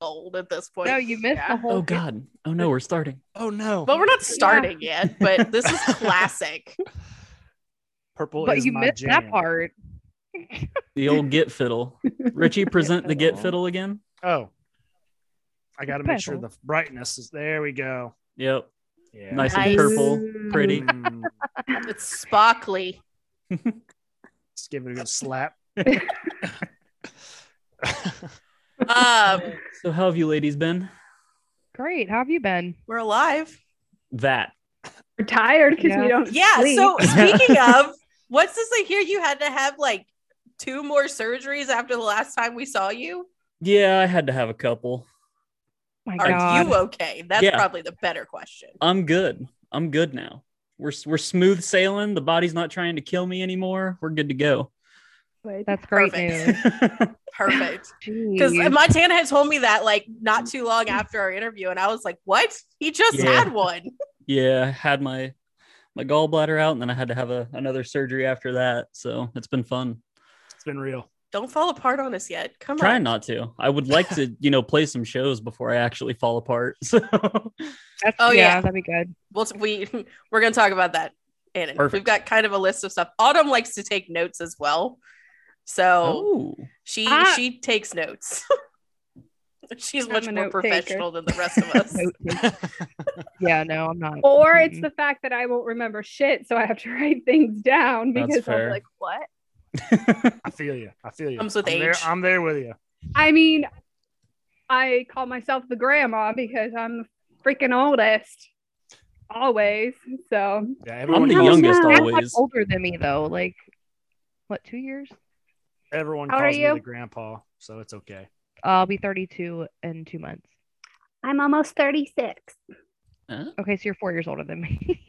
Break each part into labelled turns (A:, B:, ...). A: old at this point.
B: No, you missed
A: Yeah.
B: the whole.
C: Oh God! Oh no, we're starting.
D: Oh no.
A: Well, we're not starting yet, but this is classic.
D: Purple
B: But
D: is
B: you
D: my
B: missed
D: jam.
B: that part.
C: The old get fiddle. Richie, present the get
D: fiddle.
C: fiddle again.
D: Oh. I gotta make sure
B: Purple.
D: the brightness is there we go.
C: Yep,
D: Yeah.
C: nice
A: Nice.
C: and purple, pretty.
D: Mm,
A: It's sparkly.
D: Let's give it a good slap.
A: Um,
C: So how have you ladies been?
B: Great. How have you been?
A: we're alive.
C: That
E: We're tired because
B: Yeah.
E: we don't.
A: Yeah.
E: sleep.
A: So speaking of, what's this? I hear you had to have like two more surgeries after the last time we saw you.
C: yeah, I had to have a couple.
B: Oh My
A: Are
B: God.
A: you okay? That's
C: Yeah.
A: probably the better question.
C: I'm good. I'm good now. We're we're smooth sailing. The body's not trying to kill me anymore. We're good to go.
E: Good.
B: That's great
A: Perfect.
B: news.
A: Perfect. Because
B: Jeez.
A: Montana had told me that like not too long after our interview, and I was like, "What? He just
C: Yeah.
A: had one."
C: yeah, I had my my gallbladder out, and then I had to have a, another surgery after that. So it's been fun.
D: It's been real.
A: Don't fall apart on us yet. Come
C: Trying
A: on.
C: not to. I would like to, you know, play some shows before I actually fall apart. So
B: That's,
A: Oh,
B: oh yeah,
A: yeah.
B: that'd be good.
A: We'll we we're gonna talk about that. And
C: Perfect.
A: we've got kind of a list of stuff. Autumn likes to take notes as well, so
C: oh,
A: she
B: Ah.
A: she takes notes. She's
E: I'm
A: much
E: a
A: more
E: note
A: professional than the rest of us.
B: Yeah, no, I'm not.
E: Or it's
B: Mm-mm.
E: the fact that I won't remember shit, so I have to write things down
C: That's
E: because I'm
C: fair.
E: like, what?
D: I feel you. I feel you.
A: Comes with
D: I'm There,
A: age.
D: I'm there with you.
E: I mean, I call myself the grandma because I'm the freaking oldest, always. So
D: Yeah,
C: I'm
D: everyone,
C: the
E: "Oh, no,
D: calls,
C: youngest
E: no.
B: They're much
C: always.
B: older than me though. Like, what? Two years?
D: everyone
E: How old
D: calls
E: are
D: me the
E: you?
D: grandpa, so it's okay.
B: I'll be 32 in two months.
E: I'm almost 36.
C: Huh?
B: Okay, so you're four years older than me.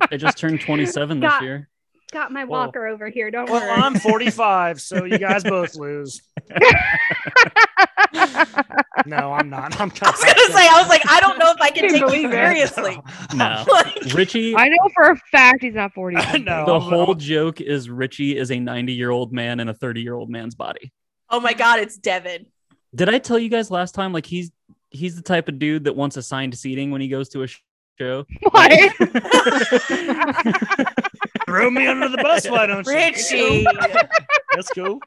C: I just turned 27 this
E: Got-
C: year.
E: Got my
D: Well-
E: walker over here. Don't
D: Well,
E: worry.
D: I'm 45, so you guys both lose. No, I'm not. I'm not.
A: I was gonna say, I was like, I don't know if I can
E: Can't
A: take
E: believe
A: you
E: it.
A: seriously.
C: No,
A: Like,
C: Richie.
B: I know for a fact he's not 40. something.
D: No.
C: the whole joke is Richie is a 90 year old man in a 30 year old man's body.
A: oh my god, it's Devin.
C: Did I tell you guys last time? Like he's he's the type of dude that wants assigned seating when he goes to a sh- show.
B: What?
D: Throw me under the bus, why don't you?
A: Richie.
D: That's cool.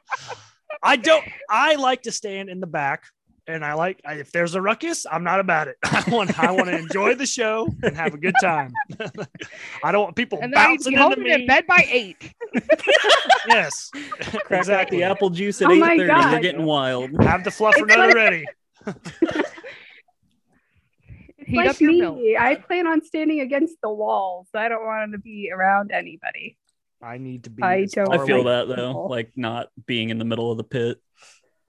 D: I don't. I like to stand in the back, and I like I, if there's a ruckus, I'm not about it. I want I want to enjoy the show and have a good time. I don't want people
B: And then he'd
D: bouncing
B: be
D: into
B: home
D: me.
B: in bed by eight.
D: Yes,
C: Crack
D: exactly.
C: out the apple juice at
E: Oh my
C: 8:30. They're
E: God.
C: getting wild.
D: Have the fluffer
E: It's like-
D: nut ready.
E: It's
B: Heat
E: like
B: up your
E: me.
B: milk.
E: I plan on standing against the walls. I don't want to be around anybody.
D: I need to be.
E: I
D: as
E: don't
D: far
C: I feel
D: away-
C: that though,
E: people.
C: like not being in the middle of the pit.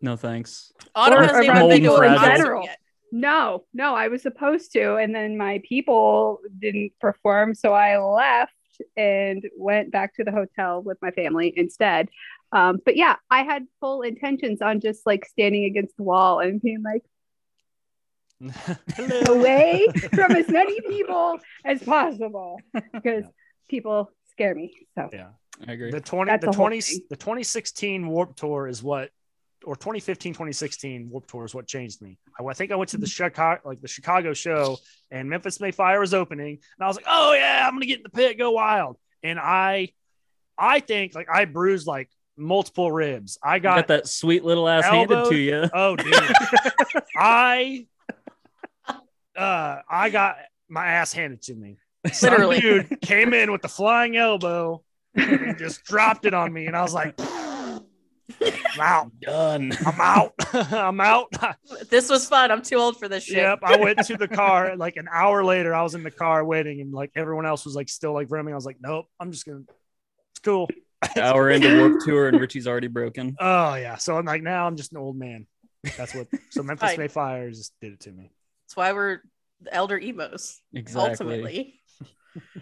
C: No thanks.
A: Autumn
E: Or
A: hasn't even
E: around
A: been to
C: people
A: a
C: in
A: concert
E: general.
A: yet.
E: No, no, I was supposed to. And then my people didn't perform. So I left and went back to the hotel with my family instead. Um, but yeah, I had full intentions on just like standing against the wall and being like
D: Hello.
E: away from as many people as possible because people scare me. So
C: I agree.
D: the 20
E: That's
D: the
E: a whole
D: 20
E: thing.
D: the 2016 warp tour is what or 2015 2016 warp tour is what changed me i, I think i went to
E: Mm-hmm.
D: the chicago like the chicago show and memphis may fire was opening and i was like oh yeah i'm gonna get in the pit go wild and i i think like i bruised like multiple ribs i
C: got,
D: got,
C: that sweet little ass handed
D: elbowed.
C: to you.
D: oh dude i uh i got my ass handed to me Some
A: Literally.
D: dude came in with the flying elbow and just dropped it on me. And I was like, I'm out.
C: Done.
D: I'm out. I'm out.
A: This was fun. I'm too old for this shit.
D: yep. I went to the car like an hour later. I was in the car waiting and like everyone else was like still like roaming. I was like, nope, I'm just going to. It's cool.
C: Hour into warp tour and Richie's already broken.
D: Oh, yeah. So I'm like, now I'm just an old man. That's what. So Memphis
A: Right.
D: May Fire just did it to me.
A: That's why we're the elder emos.
C: Exactly.
A: ultimately.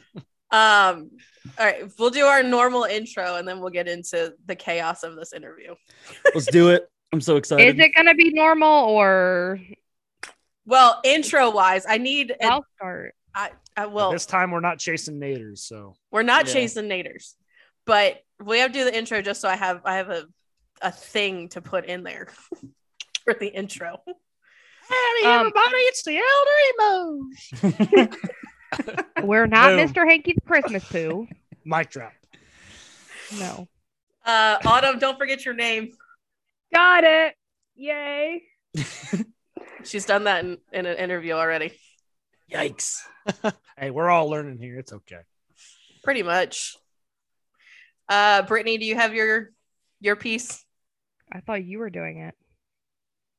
A: um, all right, we'll do our normal intro and then we'll get into the chaos of this interview.
C: Let's do it. I'm so excited.
B: Is it gonna be normal or
A: Well, intro wise, I need and
B: I'll start?
A: I, I
D: Well,
A: will
D: this time we're not chasing naders. So
A: we're not
C: Yeah.
A: chasing naders, but we have to do the intro just so I have I have a a thing to put in there for the intro.
D: Howdy,
B: Um,
D: everybody! It's the Elder Emo.
B: We're not
D: Boom.
B: Mr. Hanky the Christmas Pooh.
D: Mic drop.
B: No.
A: Uh, Autumn, don't forget your name.
E: Got it. Yay.
A: She's done that in, in an interview already.
D: Yikes! hey, we're all learning here. It's okay.
A: Pretty much. Uh, Brittany, do you have your your piece?
B: I thought you were doing it.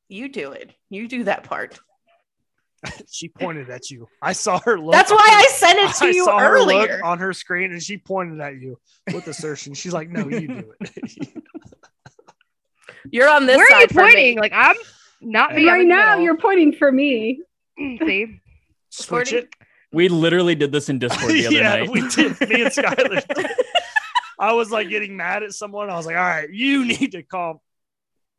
A: You do it. You do that part.
D: she pointed at you. I saw her look.
A: That's why I sent it to
D: I
A: you
D: saw her look
A: earlier.
D: on her screen, and she pointed at you with assertion. She's like, "No, you do it."
A: You're on this
B: Where are you
A: side for me.
B: pointing? Like I'm not me. I'm
E: right
B: in the
E: now,
B: middle. Mm,
E: you're pointing for me.
B: see.
D: Switch
A: According-
D: it.
C: we literally did this in Discord the other
D: yeah,
C: night.
D: we did. Me and Skylar. I was like getting mad at someone. I was like, "All right, you need to call."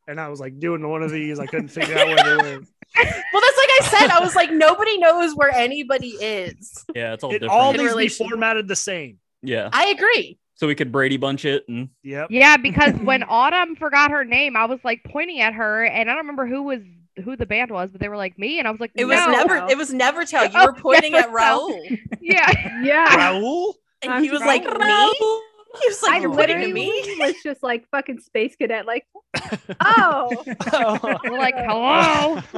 D: And I was like doing one of these. I couldn't figure out where they were.
A: Well, that's like I said. I was like, nobody knows where anybody is.
C: yeah, it's all
D: It
C: different.
D: all
A: In
D: needs to be
A: relation-
D: formatted the same.
C: yeah,
A: I agree.
C: so we could Brady bunch it and
D: Yep.
B: Yeah, because when Autumn forgot her name, I was like pointing at her, and I don't remember who was who the band was, but they were like me, and I was like,
A: It was
B: "No."
A: never. It was never tell. You were
B: Oh,
A: pointing at
B: Nevertell.
A: Raul,
B: Yeah,
E: Yeah.
D: Raul.
A: and he was
E: Raul.
A: like me. He was like
E: I
A: you're pointing to
E: literally
A: me.
E: was just like fucking space cadet, like, oh,
B: we're like, "Hello."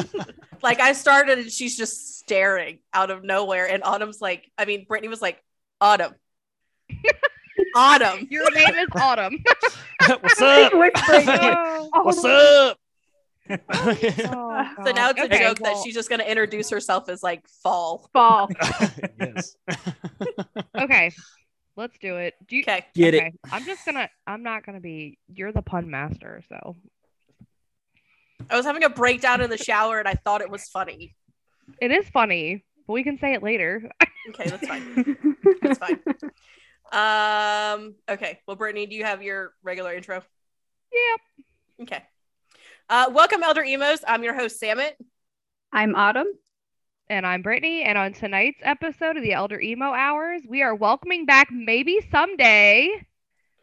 A: Like I started, and she's just staring out of nowhere. And Autumn's like, I mean, Brittany was like, Autumn, Autumn.
B: Your name is Autumn.
D: What's
A: Uh,
D: up?
E: whispering. Oh,
D: What's up?
B: so Oh,
A: So now it's a joke that she's just going to introduce herself as like Fall.
E: fall.
D: yes.
B: Okay, let's do it. Do you
A: Okay.
C: get
B: okay. I'm just gonna. I'm not gonna be. You're the pun master, so
A: I was having a breakdown in the shower, and I thought it was funny.
B: it is funny. But we can say it later.
A: Okay, that's fine. That's fine. Um. Okay. Well, Brittany, do you have your regular intro?
B: yep.
A: Okay. Uh, welcome, Elder Emos. I'm your host, Samit.
E: I'm Autumn.
B: And I'm Brittany, and on tonight's episode of the Elder Emo Hours, we are welcoming back maybe someday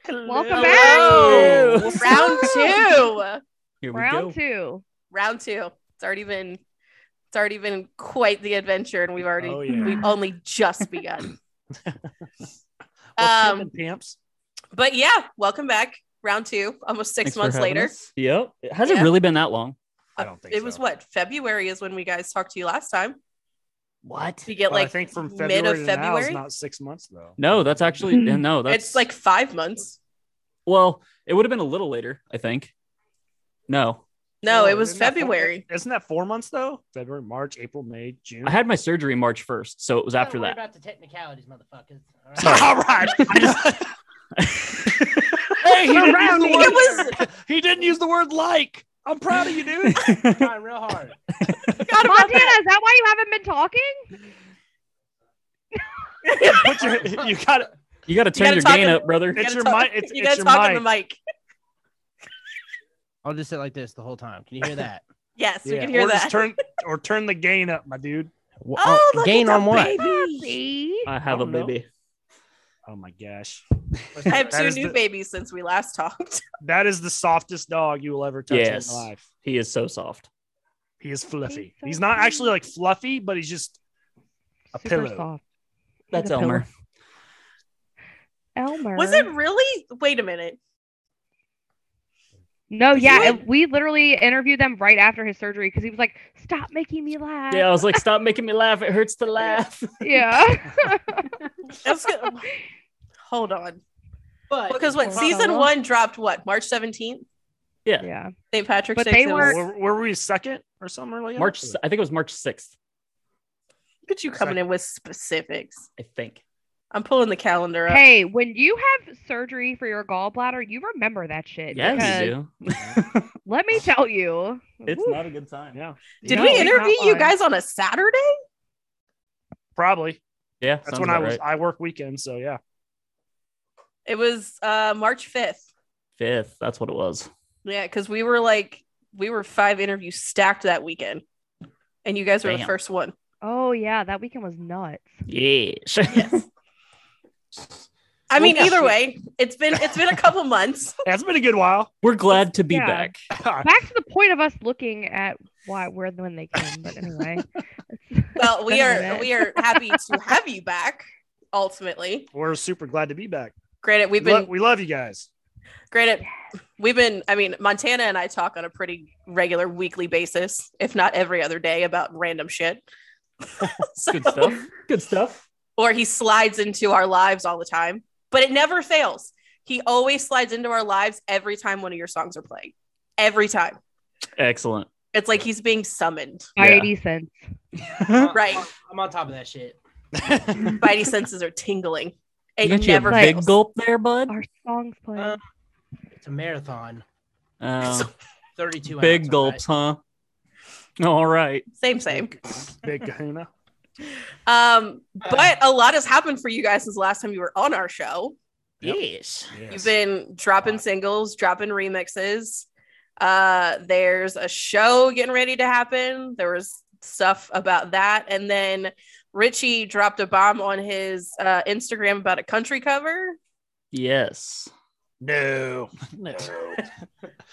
B: Welcome back.
A: Hello.
D: What's
A: Round two.
C: Here we go.
B: round two.
A: Round two. It's already been. It's already been quite the adventure, and we've already
D: Oh, yeah.
A: we've only just begun.
D: What's
A: Um,
D: um, pimps?
A: but yeah, welcome back. Round two, almost six
C: Thanks for
A: months
C: having
A: later.
C: us. Yep. Has it
A: Yeah.
C: really been that long?
D: I don't think
A: Uh, It was
D: so.
A: what February is when we guys talked to you last time.
C: What?
A: We get
D: Well,
A: like
D: I think from February
A: mid of
D: to now is
A: February.
D: not six months though.
C: No, that's actually
A: Mm-hmm.
C: no. That's
A: It's like five months.
C: well, it would have been a little later, I think. No,
A: No,
D: Oh,
A: it was
D: isn't that four-
A: February.
D: isn't that four months though? February, March, April, May, June.
C: I had my surgery March first, so it was after
F: Don't worry
C: that.
F: Oh, About the technicalities, motherfuckers. All right?
C: Sorry.
D: all right. I just- hey, he didn't, use the
E: Surrounding.
D: word,
A: It
D: he didn't use the word like. I'm proud of you, dude.
F: trying real hard.
B: Montana, is that why you haven't been talking?
D: Put your- you got it.
C: You got to turn
A: gotta
C: your
A: talk
C: gain
A: in-
C: up, brother.
A: You
D: It's
A: gotta
D: your
A: talk-
D: mic. It's,
A: you
D: it's
A: guys
D: your
A: talk on the
D: mic.
A: mic.
F: I'll just sit like this the whole time. Can you hear that?
A: Yes, we
D: Yeah.
A: can hear
D: or
A: that.
D: Just turn or turn the gain up, my dude.
F: Wha-
A: oh,
F: uh,
A: look
F: gain
A: at
F: on
A: the
F: what?
A: baby.
B: See?
C: I have a
D: don't know.
C: baby.
D: Oh my gosh.
A: I have
D: That
A: two
D: is
A: new
D: the-
A: babies since we last talked.
D: That is the softest dog you will ever touch
C: Yes.
D: in your life.
C: He is so soft.
D: He is fluffy.
B: so
D: He's, not actually like fluffy, but he's just a
B: Super
D: pillow.
B: soft.
C: That's
B: a pillow.
C: Elmer.
B: Elmer.
A: Was it really? Wait a minute.
B: No,
D: Was
B: yeah.
D: it-
B: it- we literally interviewed them right after his surgery because he was like, "Stop making me laugh."
C: Yeah, I was like, stop making me laugh. It hurts to laugh.
B: Yeah.
A: That's good. Hold on.
F: But
A: Because what
B: Wow.
A: season one dropped what March seventeenth,
C: Yeah.
B: yeah.
A: St. Patrick's
B: But
A: Day.
B: they
A: so it
B: were-
A: was-
D: Were, were we second or something earlier?
C: March. I think it was March sixth.
A: Look at you coming in with specifics.
C: I think.
A: I'm pulling the calendar up.
B: Hey, when you have surgery for your gallbladder, you remember that shit.
C: Yes,
B: because
C: you do.
B: Let me tell you.
C: It's
B: Woo.
C: not a good time.
D: Yeah,
A: Did
B: No,
A: we
B: it's not
A: interview you
B: fun.
A: guys on a Saturday?
D: probably.
C: Yeah,
D: That's
C: sounds
D: when I
C: about
D: was.
C: right.
D: I work weekends, so yeah.
A: It was uh, March fifth.
C: fifth. That's what it was.
A: Yeah, because we were like we were five interviews stacked that weekend, and you guys were the
C: Damn.
A: first one.
B: Oh yeah, that weekend was nuts.
C: Yes.
A: Yes. I mean,
F: yeah.
A: either way, it's been it's been a couple months.
D: That's been a good while.
C: We're glad to be
B: Yeah.
C: back.
B: Back to the point of us looking at why where when they came, but anyway.
A: Well, we are
B: Anyway.
A: we are happy to have you back. Ultimately,
D: We're super glad to be back.
A: granted, we've
D: We lo-
A: been
D: we love you guys.
A: granted we've been. I mean, Montana and I talk on a pretty regular weekly basis, if not every other day, about random shit. So-
C: Good stuff. Good stuff.
A: Or he slides into our lives all the time, but it never fails. He always slides into our lives every time one of your songs are playing. Every time,
C: Excellent.
A: it's like he's being summoned.
B: Fire
C: Yeah.
B: decent.
F: I'm on-
A: Right.
F: I'm on- I'm on top of that shit.
A: Spidey senses are tingling. It
C: You got you a
A: never
C: big
A: fails.
C: gulp there, bud.
B: Our songs play.
F: Uh, It's a marathon.
C: Uh,
F: 32
C: big
F: hours, all right?
C: gulps, huh? All right.
A: Same, same.
D: Big kahuna.
A: Um, but a lot has happened for you guys since the last time you were on our show.
F: Yes.
A: You've been dropping singles, dropping remixes. Uh, there's a show getting ready to happen. There was stuff about that, and then Richie dropped a bomb on his uh, Instagram about a country cover.
C: Yes.
D: No, no.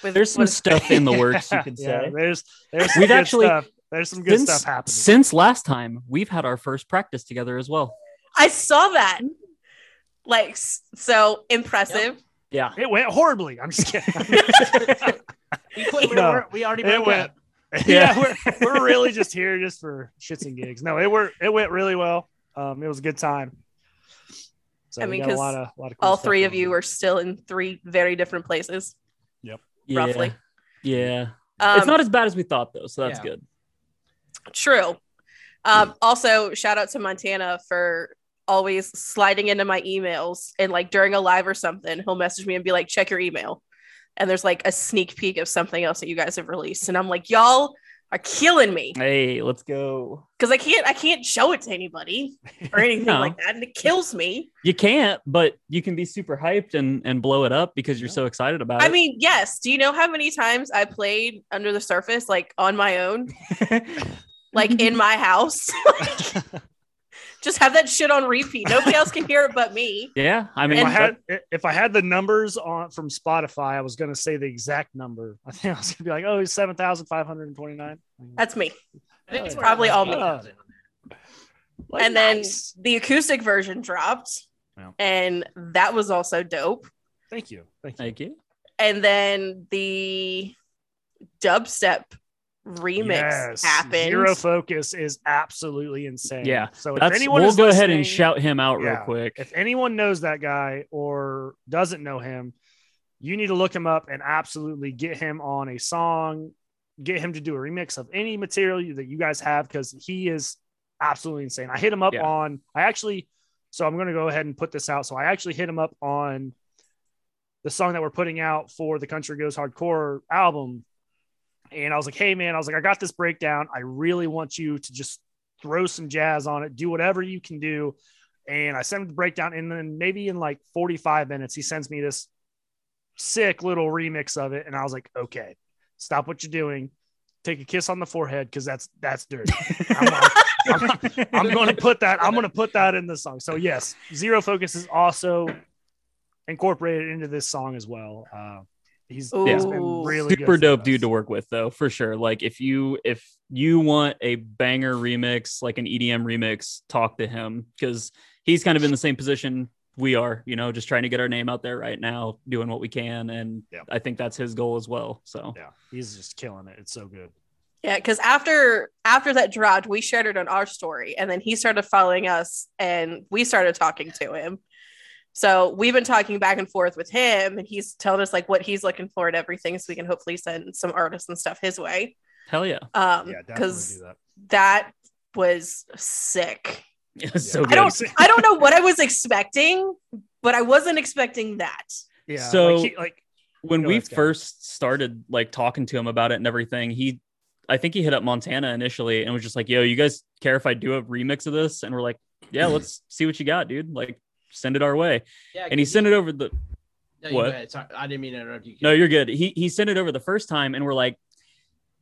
A: With
C: There's some
A: with-
C: stuff in the works, you could
D: Yeah,
C: say.
D: there's there's some
C: We've
D: good
C: actually-
D: stuff. There's some good
C: since,
D: stuff happening.
C: since last time, we've had our first practice together as well.
A: I saw that.
C: Mm-hmm.
A: Like s- so impressive.
C: Yeah.
D: it went horribly. I'm just kidding.
F: We, quit, we,
D: No.
F: were- we already
D: It
F: broke
D: went-
F: up.
D: yeah, we're, we're really just here just for shits and gigs. No, it worked. It went really well. Um, it was a good time. So
A: I
D: we
A: mean,
D: got a
A: 'cause
D: lot of, lot of cool
A: All
D: stuff
A: three of
D: going
A: you
D: on.
A: are still in three very different places.
C: yeah.
A: Roughly.
C: Yeah.
A: Um,
C: it's not as bad as we thought, though. So that's
F: Yeah.
C: good.
A: True. Um, also, shout out to Montana for always sliding into my emails and like during a live or something, he'll message me and be like, check your email. And there's like a sneak peek of something else that you guys have released. And I'm like, y'all are killing me.
C: Hey, let's go.
A: Cause I can't I can't show it to anybody or anything
C: No.
A: like that. And it kills me.
C: You can't, but you can be super hyped and and blow it up because you're so excited about
A: I
C: it.
A: mean, yes. Do you know how many times I played under the surface, like on my own, like in my house? Like, just have that shit on repeat. Nobody else can hear it but me.
C: yeah. I mean,
D: If I
C: that-
D: had if I had the numbers on from Spotify, I was going to say the exact number. I think I was going to be like, oh, seven thousand five hundred and twenty nine.
A: That's me.
F: I think
A: It's
F: we're
A: probably
F: around
D: all me.
F: 8,000.
A: and then the acoustic version dropped
D: Yeah.
A: and that was also dope
D: thank you, thank you.
C: thank you.
A: and then the dubstep remix
D: Yes.
A: happened
D: Zero focus is absolutely insane.
C: Yeah,
D: So if
C: That's,
D: anyone
C: we'll
D: is
C: go ahead and
D: listening-
C: shout him out real
D: Yeah.
C: quick.
D: If anyone knows that guy or doesn't know him, you need to look him up and absolutely get him on a song, get him to do a remix of any material you- that you guys have because he is absolutely insane. I hit him up
C: Yeah.
D: on, I actually, so I'm going to go ahead and put this out. So I actually hit him up on the song that we're putting out for the Country Goes Hardcore album. And I was like, hey, man, I was like, I got this breakdown. I really want you to just throw some jazz on it, do whatever you can do. And I sent him the breakdown. And then maybe in like 45 minutes, he sends me this sick little remix of it. And I was like, okay, stop what you're doing. Take a kiss on the forehead because that's that's dirty. I'm, I'm- I'm gonna put that. I'm gonna put that in the song. So yes, zero focus is also incorporated into this song as well. Uh, he's, he's been
A: Ooh.
D: really
C: super
D: good for
C: dope
D: us.
C: dude to work with though for sure like if you if you want a banger remix like an edm remix talk to him because he's kind of in the same position we are you know just trying to get our name out there right now doing what we can and
D: Yeah.
C: i think that's his goal as well so
D: Yeah, he's just killing it. It's so good.
A: yeah because after after that dropped we shared it on our story and then he started following us and we started talking to him so we've been talking back and forth with him and he's telling us like what he's looking for and everything so we can hopefully send some artists and stuff his way
C: hell yeah
A: um
D: Yeah, definitely
A: because
D: do that.
A: that was sick
C: it was so
D: Yeah.
C: good
A: I don't I don't know what I was expecting, but I wasn't expecting that.
D: Yeah.
C: So-
D: like, he- like
C: when
D: Go
C: we
D: ahead, Scott.
C: first started like talking to him about it and everything, he I think he hit up Montana initially and was just like, "Yo, you guys care if I do a remix of this?" And we're like, "Yeah, let's see what you got, dude. Like, send it our way."
F: Yeah,
C: And he sent it over the
F: no, you
C: what?
F: go ahead. Sorry, I didn't mean to interrupt you.
C: No, you're good. He he sent it over the first time and we're like,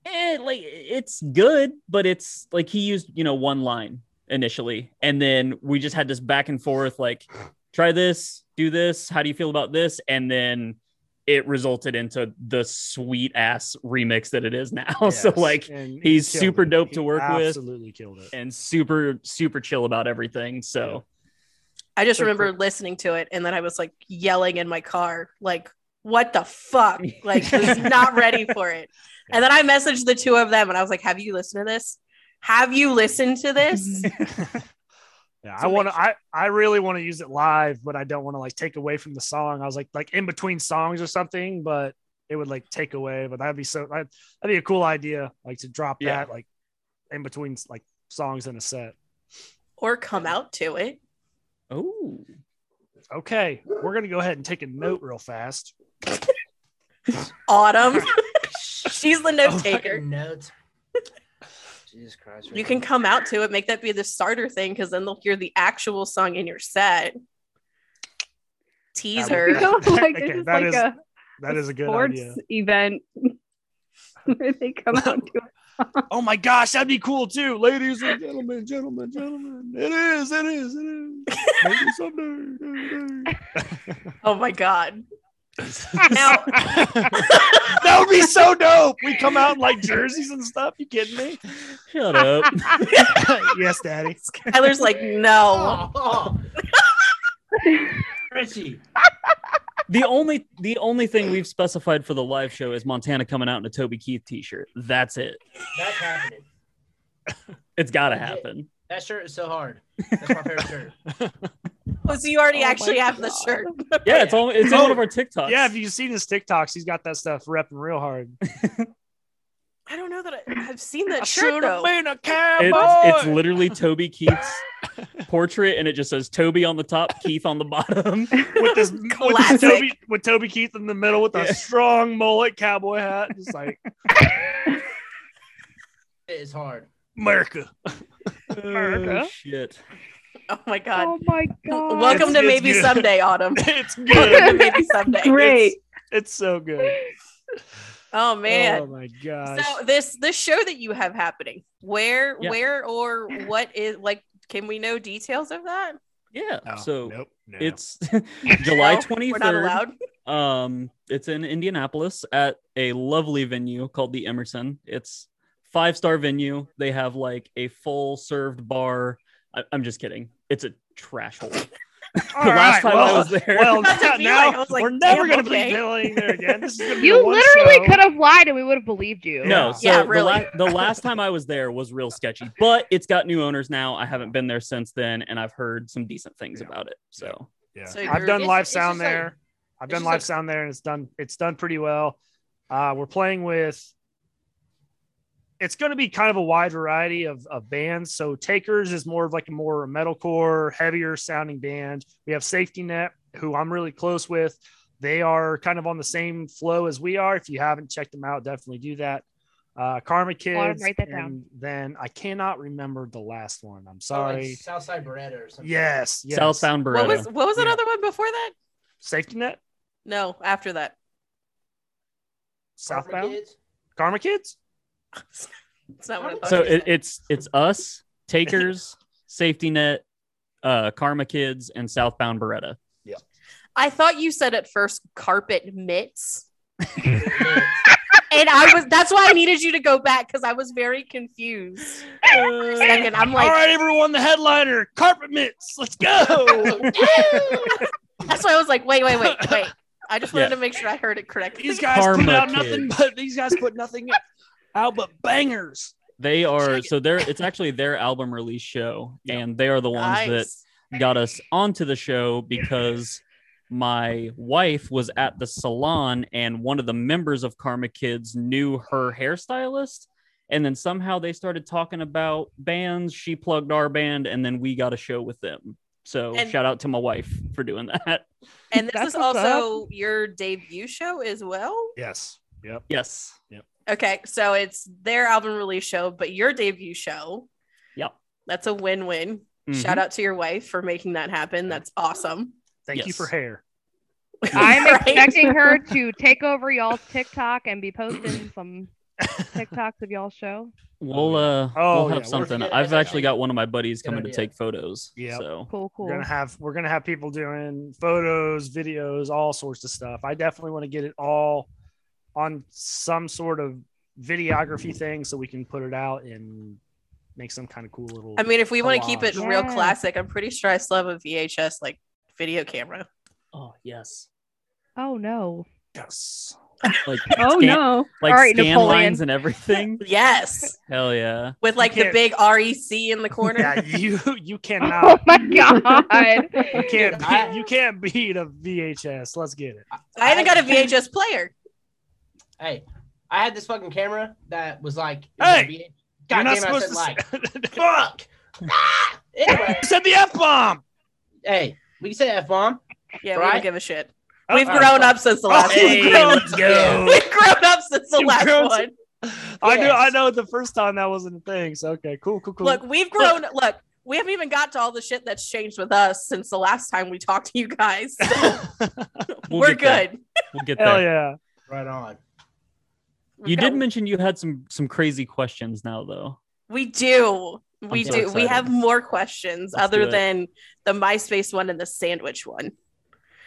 C: "Eh, like it's good, but it's like he used, you know, one line initially. And then we just had this back and forth like try this, do this. How do you feel about this? And then it resulted into the sweet ass remix that it is now. so
D: Yes,
C: like
D: and he
C: he's
D: killed
C: super
D: it.
C: dope
D: He
C: to work with.
D: Absolutely killed it.
C: and super super chill about everything. So
A: I just
D: Quick,
A: remember listening to it and then I was like yelling in my car, like, what the fuck? Like, just not ready for it. And then I messaged the two of them and I was like, have you listened to this? Have you listened to this?
D: Yeah,
A: It's
D: I want to. I I really want to use it live, but I don't want to like take away from the song. I was like like in between songs or something, but it would like take away. But that'd be so that'd, that'd be a cool idea, like to drop
C: Yeah.
D: that like in between like songs in a set.
A: or come out to it.
C: oh,
D: Okay, we're gonna go ahead and take a note real fast.
A: Autumn. She's the
E: Oh
A: note taker.
F: Fucking notes. Jesus Christ.
A: You can come out to it, make that be the starter thing, because then they'll hear the actual song in your set.
E: You
A: Teaser.
E: know, like
D: Okay,
E: this is
D: that
E: like
D: is-
E: a
D: That is a good
E: sports
D: idea.
E: event where they come out to
D: Oh my gosh, that'd be cool too, ladies and gentlemen, gentlemen, gentlemen. It is, it is, it is. Maybe someday.
A: Oh my God.
D: someday.
A: Now,
D: that would be so dope. We come out in like jerseys and stuff. You kidding me?
C: shut up.
D: yes, Daddy.
A: Tyler's like, no.
F: Oh, oh. Richie.
C: the only the only thing we've specified for the live show is Montana coming out in a Toby Keith t-shirt. That's it.
F: That's happening.
C: It's got to happen.
F: That shirt is so hard. That's my favorite shirt.
A: Oh, so you already
E: Oh my
A: actually have the
E: God.
A: shirt.
C: Yeah, it's all it's in one of our TikToks.
D: Yeah, if you've seen his TikToks, he's got that stuff repping real hard.
A: I don't know that I, I've seen that shirt though.
D: a
C: it's, it's literally Toby Keith's portrait, and it just says Toby on the top, Keith on the bottom.
D: with this with this
A: Classic.
D: Toby with Toby Keith in the middle with
C: Yeah.
D: a strong mullet cowboy hat, just like
F: It is hard.
D: America.
B: America.
C: Oh, shit.
A: Oh my god.
B: Oh my god.
A: Welcome to
D: It's- it's
A: maybe
D: good.
A: someday, Autumn.
D: It's
A: Welcome to
D: good.
A: maybe someday.
E: Great.
D: It's so good.
A: Oh
D: Oh
A: man.
D: my gosh.
A: so this this show that you have happening, where
C: Yeah.
A: where or what is like? Can we know details of that?
C: Yeah.
D: No,
C: so
D: Oh, nope, no.
C: it's July
A: No,
C: twenty
A: We're not
C: third.
A: allowed.
C: Um, it's in Indianapolis at a lovely venue called the Emerson. It's five star venue. They have like a full served bar. I- I'm just kidding. It's a trash hole. the
D: All
C: last
D: right,
C: time
D: well-
C: I was there,
D: Well,
A: That's
D: now,
A: what I feel like. I was like,
D: we're never
A: damn,
D: going to
A: okay.
D: be billing there again. This is gonna be the
B: You
D: one
B: literally
D: show.
B: could have lied and we would have believed you.
C: no.
D: Yeah.
C: So
A: Yeah,
C: the,
A: really.
C: la- the last time I was there was real sketchy, but it's got new owners now. I haven't been there since then, and I've heard some decent things
D: Yeah.
C: about it. So
D: Yeah.
A: So
D: I've
A: you're-
D: done
F: it's-
D: live
F: it's just
D: sound
F: like- oh,
D: there. I've
F: it's
D: done
F: just
D: live
F: like-
D: sound there, and it's done. It's done pretty well. Uh, we're playing with. It's going to be kind of a wide variety of, of bands. So Takers is more of like a more metalcore, heavier sounding band. We have Safety Net, who I'm really close with. They are kind of on the same flow as we are. If you haven't checked them out, definitely do that. Uh, Karma
B: Autumn,
D: Kids,
B: write that down.
D: and then I cannot remember the last one. I'm
F: Oh, like
D: sorry.
F: Southside Beretta or something.
D: yes, yes.
C: South Sound Beretta.
A: What was what was
D: Yeah.
A: another one before that?
D: Safety Net,
A: No, after that.
F: Karma
D: Southbound,
F: Kids?
D: Karma Kids.
A: It's not what I thought.
C: so it, it's it's us takers safety net uh karma kids and southbound beretta
A: I thought you said at first carpet mitts.
F: Yeah.
A: And I was that's why I needed you to go back because I was very confused. For a second, I'm like,
D: All right, everyone, the headliner, Carpet Mitts. Let's go.
A: That's why I was like, wait, wait, wait, wait. I just wanted
C: Yeah.
A: to make sure I heard it correctly.
D: these guys put
C: Karma
D: out
C: Kids.
D: nothing but these guys put nothing out but bangers.
C: they are so they're it's actually their album release show and they are the
A: Nice.
C: ones that got us onto the show because my wife was at the salon and one of the members of karma kids knew her hairstylist and then somehow they started talking about bands she plugged our band and then we got a show with them so
A: And-
C: shout out to my wife for doing that
A: and this is
B: That's what's
A: also your debut show as well.
D: Yes. Yep.
C: yes
A: Okay, so it's their album release show, but your debut show.
C: Yep.
A: That's a win-win.
C: Mhm.
A: Shout out to your wife for making that happen. That's awesome.
D: Thank you
C: Yes.
D: for hair.
B: I'm
A: Right?
B: expecting her to take over y'all's TikTok and be posting some TikToks of y'all show.
C: We'll uh, we'll
D: Oh, yeah,
C: have
D: we're-
C: something.
F: Yeah,
C: I've
F: yeah,
C: actually
F: yeah.
C: got one of my buddies
F: Good
C: coming to
F: idea.
C: take photos.
D: Yep.
C: So
B: Cool, cool.
D: We're gonna have we're gonna have people doing photos, videos, all sorts of stuff. I definitely want to get it all on some sort of videography thing so we can put it out and make some kind of cool little.
A: I mean, if we want to keep it
B: Collage.
A: real
B: Yeah.
A: classic, I'm pretty sure I still have a VHS like video camera.
C: oh yes,
B: oh no.
D: yes.
C: like
E: Oh
C: scan-
E: no.
C: like
B: All right,
C: scan
B: Napoleon.
C: lines and everything.
A: Yes,
C: Hell yeah.
A: with like the
D: can't-
A: big REC in the corner.
D: Yeah, you you
B: Oh
D: cannot
B: my god.
D: you can't
F: Dude, I-
D: beat, you can't beat a VHS. Let's get it.
A: I haven't got a VHS player.
F: Hey, I had this fucking camera that was like.
D: Hey,
F: God
D: You're not
F: damn it! I
D: supposed
F: said
D: to
F: like.
D: s-
F: Fuck. Ah! Anyway,
D: said the f bomb.
F: hey, we can say f bomb.
A: Yeah, we don't
F: Right?
A: give a shit. We've
F: Oh,
A: grown up since the last
F: hey,
A: one.
D: let's go.
A: We've grown up since the
D: You've
A: last
D: grown-
A: one.
D: I knew
F: Yes.
D: I know the first time that wasn't a thing. So okay, cool, cool, cool.
A: Look, we've grown. Look, we haven't even got to all the shit that's changed with us since the last time we talked to you guys.
C: We'll
A: We're
C: get there.
A: good.
C: We'll get
D: Hell
C: there.
D: yeah.
F: Right on.
A: We've
C: You
A: got-
C: did mention you had some some crazy questions now though.
A: We do. We
C: so
A: do. We
C: excited.
A: have more questions
C: Let's
A: other
C: do it.
A: than the MySpace one and the sandwich one.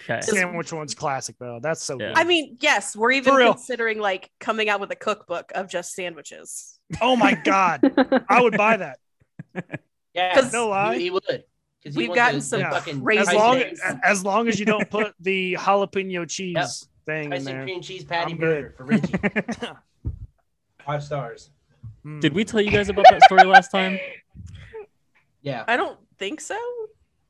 C: Okay.
A: Just-
D: Sandwich one's classic though. That's so
C: Yeah.
D: good.
A: I mean, yes, we're even
D: For real.
A: considering like coming out with a cookbook of just sandwiches.
D: Oh my god, I would buy that.
F: Yeah.
A: 'Cause
D: No lie.
F: He, he would. 'Cause he
A: We've
F: wants
A: gotten
F: the-
A: some
F: the
A: crazy
D: As
A: Ice
D: long
A: days.
D: as long as you don't put the jalapeno cheese
F: Yep.
D: thing in
F: Tyson
D: there.
F: cream cheese patty
D: I'm
F: burger for Richie. Five stars.
D: Mm.
C: Did we tell you guys about that story last time?
F: Yeah.
A: I don't think so.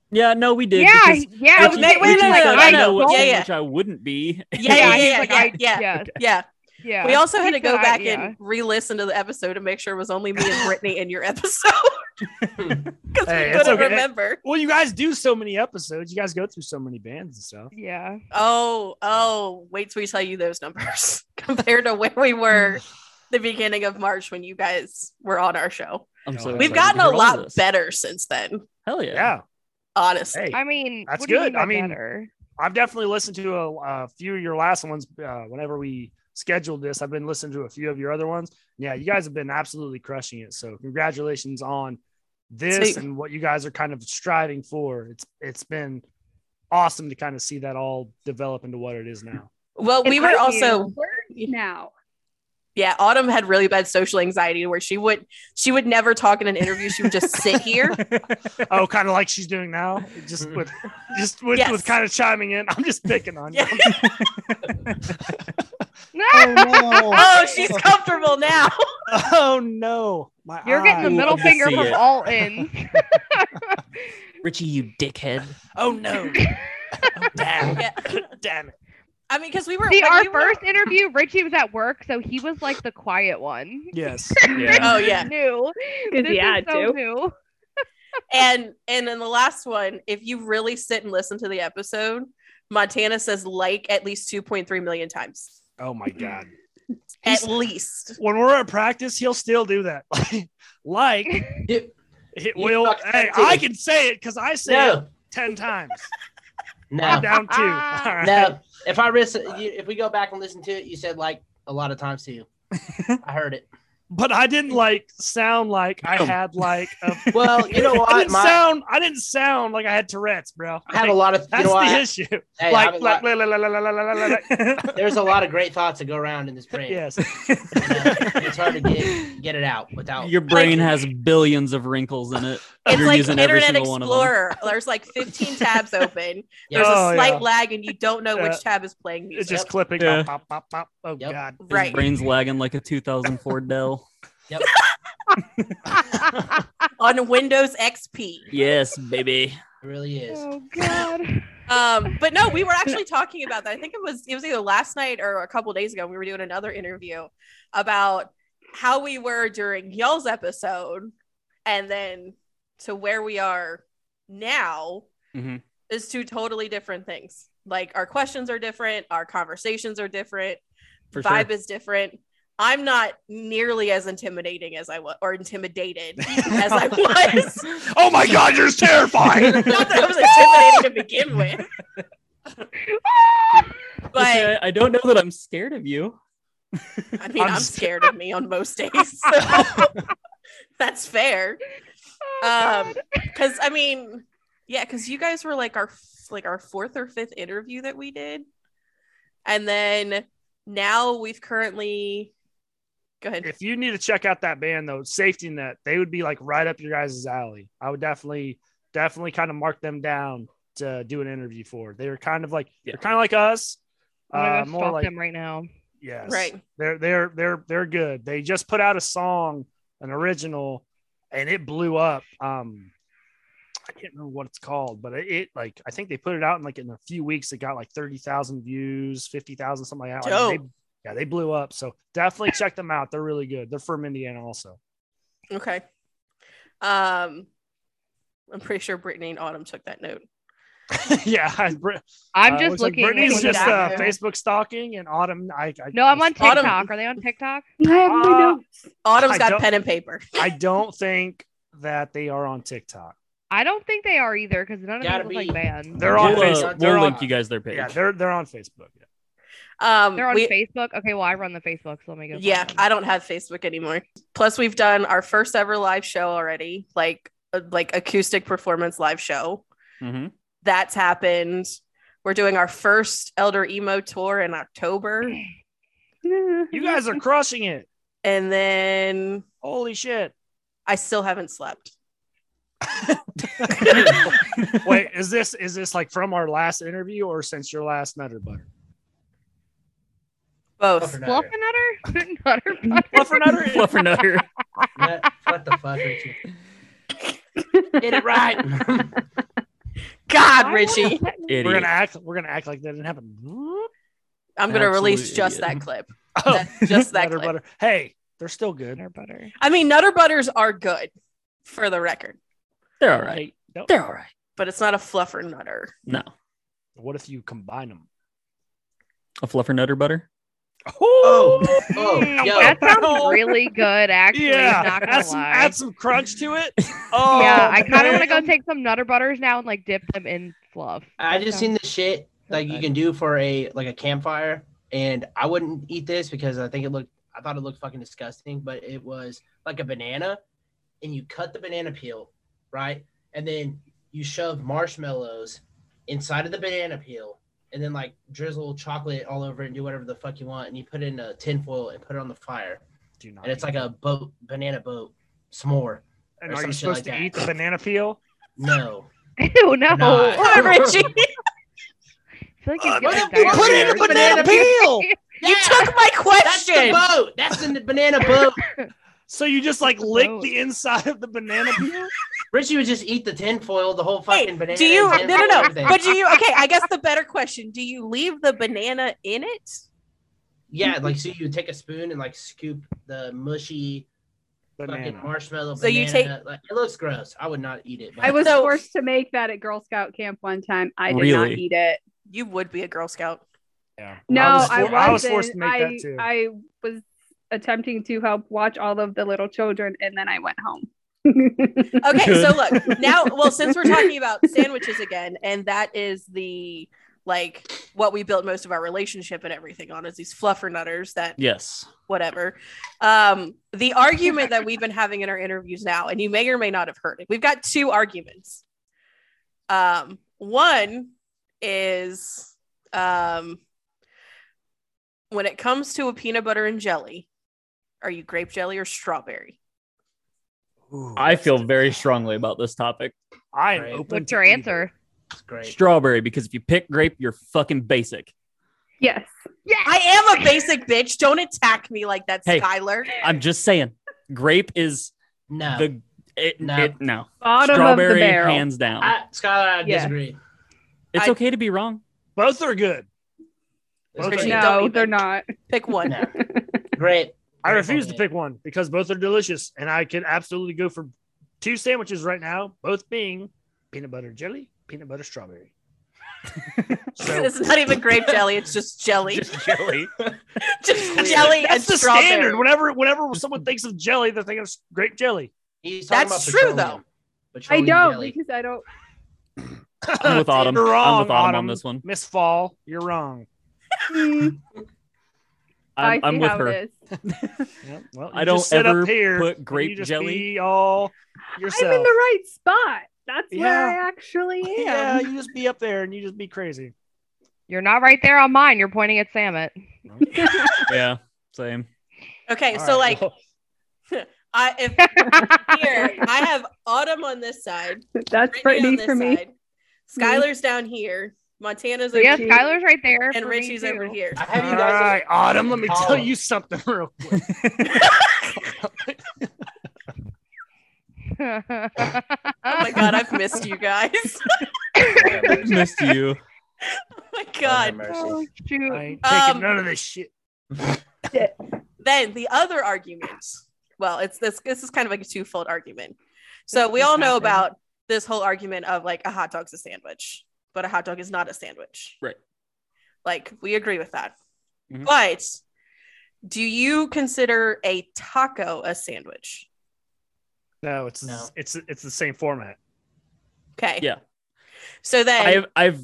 C: Yeah, no, we did.
B: yeah,
C: because
B: yeah.
A: Richie-
C: Richie's-
A: wait, wait,
C: Richie's
A: no, no,
C: like,
A: no,
C: I
A: no,
C: know what
A: yeah, yeah.
C: sandwich I wouldn't be.
A: Yeah, yeah,
B: he's
A: yeah,
B: like,
A: yeah,
B: I-
A: yeah,
B: yes,
A: Yeah.
B: yeah.
A: We also had to
B: He's
A: go
B: got
A: back and
B: idea.
A: re-listen to the episode to make sure it was only me and Brittany in your episode because
D: Hey,
A: we
D: it's
A: couldn't
D: okay.
A: remember.
D: Well, you guys do so many episodes. You guys go through so many bands and stuff.
B: Yeah.
A: Oh, oh, wait till we tell you those numbers compared to where we were the beginning of March when you guys were on our show.
C: I'm so
D: We've
A: We've
C: excited to
A: gotten
C: hear
A: a
C: all of
A: lot
C: this.
A: better since then,
C: Hell yeah.
D: Yeah.
A: honestly.
D: Hey,
B: I mean,
D: That's
B: what do you mean
D: good.
B: by
D: I mean-
B: better?
D: I've definitely listened to a, a few of your last ones. Uh, whenever we scheduled this, I've been listening to a few of your other ones. Yeah, you guys have been absolutely crushing it. So congratulations on this
A: Sweet.
D: and what you guys are kind of striving for. It's it's been awesome to kind of see that all develop into what it is now.
A: Well, we
E: And
A: were
E: I
A: also
E: use words now.
A: yeah, Autumn had really bad social anxiety where she would she would never talk in an interview. She would just sit here.
D: Oh, kind of like she's doing now, just with just with,
A: Yes.
D: with kind of chiming in. I'm just picking on you.
A: Yeah.
F: no.
A: Oh, she's comfortable now.
D: Oh no, my
B: You're getting the
D: eye.
B: middle
C: love to
B: finger
C: see
B: from
C: it.
B: all ends.
C: Richie, you dickhead.
D: Oh no, oh, damn,
A: Yeah.
D: damn it.
A: I mean, because we were
B: See,
A: when
B: our
A: you were-
B: first interview, Richie was at work, so he was like the quiet one.
D: Yes.
C: Yeah.
A: Oh yeah.
B: New.
E: Because
B: This
E: he
B: is
E: had
B: so
E: to.
B: new.
A: And and in the last one, if you really sit and listen to the episode, Montana says like at least 2.3 million times.
D: Oh my god.
A: At
D: He's-
A: least.
D: when we're at practice, he'll still do that. like
F: Dude,
D: it
F: You
D: will.
F: fucking
D: Hey,
F: did.
D: I can say it because I say it
F: no.
D: ten times. I'm
F: No.
D: down two. All right.
F: No. If I risk, you, if we go back and listen to it, you said like a lot of times to you. I heard it.
D: But I didn't like sound like I
C: Boom.
D: had like. A,
F: Well, you know
D: I
F: what?
D: didn't
F: My,
D: sound. I didn't sound like I had Tourette's, bro.
F: I have a lot of. You
D: That's
F: know
D: the
F: what?
D: issue.
F: Hey, I have a
D: like,
F: lot-
D: like, la, la, la, la, la, la, la, la, la.
F: there's a lot of great thoughts that go around in this brain.
D: yes.
F: You know, it's hard to get get it out without.
C: Your brain has billions of wrinkles in it.
A: Oh, It's
C: You're
A: like
C: using every
A: Internet
C: single one of them.
A: Explorer. There's like 15 tabs open.
F: Yeah.
A: There's
D: Oh,
A: a slight
D: yeah.
A: lag and you don't know
D: Yeah.
A: which tab is playing music.
D: It's just clipping.
C: Yeah.
D: Pop, pop, pop, pop. Oh
F: Yep.
D: god.
C: His
A: right.
C: brain's lagging like a 2004 Dell.
A: On Windows XP.
C: Yes, baby.
F: It really is.
B: oh God.
A: um but no we were actually talking about that i think it was it was either last night or a couple days ago we were doing another interview about how we were during y'all's episode and then to where we are now
C: Mhm.
A: is two totally different things like our questions are different our conversations are different
C: For
A: vibe
C: sure.
A: is different i'm not nearly as intimidating as i was or intimidated as i was
D: Oh my god, you're terrifying.
A: not that i was intimidated to begin with but
C: But I don't know that I'm scared of you.
A: I mean,
D: I'm
A: I'm,
D: s-
A: scared of me on most days. So that's fair.
D: Oh,
A: Um, because I mean, yeah, because you guys were like our like our fourth or fifth interview that we did, and then now we've currently go ahead.
D: if you need to check out that band though, Safety Net, they would be like right up your guys' alley. I would definitely, definitely kind of mark them down to do an interview for. They're kind of like
C: Yeah.
D: they're kind of like us.
B: I'm gonna
D: Uh,
B: go
D: more
B: stalk
D: like
B: them right now.
D: yes,
A: Right.
D: They're they're they're they're good. They just put out a song, an original, and it blew up. Um, I can't remember what it's called, but it, it like I think they put it out in like in a few weeks. It got like thirty thousand views, fifty thousand, something like that. Like, they-
A: Dope.
D: yeah, they blew up. So definitely check them out. They're really good. They're from Indiana also.
A: Okay. Um, I'm pretty sure Brittany and Autumn took that note.
D: yeah, I- Br-
B: I'm
D: uh,
B: just
D: looks like
B: looking. at
D: Brittany's
B: which
D: just
B: one-
D: uh,
F: that-
D: Facebook stalking, and Autumn. I, I
B: no, I'm on
A: Autumn-
B: TikTok. Are they on TikTok?
E: I have my
D: Uh,
E: notes.
A: Autumn's
D: I
A: got
D: don't-
A: pen and paper.
D: I don't think that they are on TikTok.
B: I don't think they are either because none of them
F: Gotta
B: look
F: be.
B: like bands.
D: They're on
C: we'll, uh,
D: Facebook.
C: we'll
D: They're on.
C: link you guys their page.
D: Yeah, they're they're on Facebook. yeah.
A: Um,
B: They're on
A: we-
B: Facebook. Okay, well, I run the Facebook, so let me go. find
A: yeah,
B: them.
A: I don't have Facebook anymore. Plus, we've done our first ever live show already, like uh, like acoustic performance live show.
C: Mhm.
A: That's happened. We're doing our first Elder Emo tour in October,
D: You guys are crushing it.
A: and then
D: Holy shit!
A: I still haven't slept.
C: Mm-hmm.
D: Wait, is this is this like from our last interview or since your last Nutter Butter?
A: Both.
F: Fluffernutter.
B: Fluffernutter? Nutter Butter?
D: Fluffer Nutter.
C: Fluffer Nutter.
F: Nut- what the fuck, Richie? Get it right.
A: God,
B: I
A: Richie,
B: wanna-
D: We're
C: Idiot.
D: gonna act. We're gonna act like that didn't happen.
A: I'm gonna release
C: Absolute
A: just
C: idiot.
A: that clip. That- just that
D: Nutter
A: clip.
D: Butter. Hey, they're still good.
B: Nutter Butter.
A: I mean, Nutter Butters are good, for the record,
C: They're all right.
D: Nope.
C: They're all right.
A: but it's not a fluffer nutter.
C: No,
D: What if you combine them?
C: a Fluffer Nutter butter.
F: Oh, oh,
B: Mm,
F: yo.
B: that sounds really good, actually.
D: yeah,
B: Not gonna
D: add some,
B: lie.
D: add some crunch to it. Oh,
B: yeah, I kind of want to go
D: man.
B: take some Nutter Butters now and like dip them in fluff.
F: I
B: That
F: just seen
B: sounds-
F: this shit like you can do for a like a campfire, and I wouldn't eat this because I think it looked I thought it looked fucking disgusting, but it was like a banana, and you cut the banana peel, right, and then you shove marshmallows inside of the banana peel, and then like drizzle chocolate all over it and do whatever the fuck you want, and you put it in a tinfoil and put it on the fire,
D: Do not
F: and it's
D: eat
F: like a boat banana boat s'more.
D: And
F: or
D: are
F: some
D: you
F: shit
D: supposed
F: like
D: to
F: that.
D: eat the banana peel?
F: No,
B: Ew, no.
F: Nah.
B: I
A: Why, Richie?
B: feel like
D: Uh,
B: you'd
F: what
B: get
F: if
B: like
F: we put
B: diarrhea
F: it in a
B: or something.
F: banana
D: peel?
A: You took my
F: that's the
A: question.
F: boat. That's the banana boat.
D: So you just like lick the inside of the banana peel?
F: Richie would just eat the tinfoil, the whole
A: Wait,
F: fucking banana.
A: do you no
F: and
A: no no
F: everything.
A: but do you okay i guess the better question do you leave the banana in it
F: yeah, like so you take a spoon and like scoop the mushy fucking
D: Banana.
F: marshmallow.
A: So you
F: banana. like, it looks gross. I would not eat it. but-
E: I was
A: So-
E: forced to make that at Girl Scout camp one time. I did not
C: Really?
E: eat it.
A: you would be a girl scout
D: Yeah.
E: No,
D: I was,
E: I,
D: for-
E: wasn't.
D: I was forced to make
E: I,
D: that too.
E: I was attempting to help watch all of the little children, and then I went home.
A: okay
C: Good.
A: so look now well since we're talking about sandwiches again and that is the like what we built most of our relationship and everything on is these fluffer nutters that
C: Yes.
A: whatever um the argument that we've been having in our interviews now and you may or may not have heard it we've got two arguments um one is um when it comes to a peanut butter and jelly are you grape jelly or strawberry
D: Ooh,
C: I
D: that's-
C: feel very strongly about this topic.
D: I am
F: Right.
D: open.
B: What's
D: to
B: your
D: either.
B: answer?
F: It's great.
C: Strawberry, because if you pick grape, you're fucking basic.
E: yes.
A: i am a basic bitch don't attack me like that
C: Hey.
A: skylar
C: I'm just saying, grape is
F: no,
C: the it
F: No.
C: no. It, no.
E: Bottom of the
C: Strawberry,
E: barrel.
C: hands down.
F: I, Skylar, I
E: Yeah.
F: disagree.
C: it's
A: I-
C: okay to be wrong.
D: Both are good.
F: It's
D: Okay.
F: great.
A: No. don't
E: No,
A: even-
E: they're not.
A: pick one
F: No. great.
D: I
F: Great
D: refuse to
F: idea.
D: pick one because both are delicious, and I could absolutely go for two sandwiches right now, both being peanut butter jelly, peanut butter strawberry. so
A: it's not even grape jelly it's just jelly
C: Just jelly.
A: just
F: Clear.
A: jelly and
D: that's the
A: strawberry
D: standard. Whenever whenever someone thinks of jelly, they're thinking of grape jelly.
F: He's talking
A: That's
F: about
A: true,
F: petroleum.
E: I
F: Petroleum
E: don't
F: jelly.
E: because I don't.
C: I'm with Autumn.
D: You're wrong,
C: I'm with Autumn,
D: Autumn.
C: on this one.
D: Miss Fall, you're wrong.
E: Hmm. I
C: I'm, I'm
E: see
C: with
E: how
C: her.
E: it is.
D: Yeah, well,
C: I
D: you
C: don't
D: just sit
C: ever
D: up here
C: put
D: and you
C: grape
D: just
C: jelly.
D: Be all yourself.
E: I'm in the right spot. That's where
D: Yeah.
E: I actually am.
D: yeah, you just be up there and you just be crazy.
B: You're not right there on mine. You're pointing at Samet.
C: yeah, same.
A: Okay,
D: All
A: so
D: right,
A: like
D: well,
A: I if here I have Autumn on this side,
E: That's Brittany for me.
A: Skylar's down here, Montana's
B: So
A: over
B: yeah,
A: here,
B: Skylar's right there.
A: and
B: for me,
A: Richie's over
B: too.
A: here.
F: I have
D: all
F: you guys. Oh.
D: right, Autumn. Let me tell
F: Column.
D: you something real quick.
A: Oh my god, I've missed you guys.
C: Missed you.
A: oh my
F: Lord have
A: god.
B: Oh,
F: mercy.
B: shoot.
D: I ain't taking
A: Um,
D: none of this shit.
A: Then the other argument. Well, it's this this is kind of like a twofold argument. So we all know about this whole argument of like a hot dog's a sandwich, but a hot dog is not a sandwich.
C: Right.
A: Like we agree with that.
F: Mm-hmm.
C: Mhm.
A: But do you consider a taco a sandwich?
D: No, it's
F: No.
D: it's it's the same format.
A: Okay.
C: Yeah.
A: So then
C: I've I've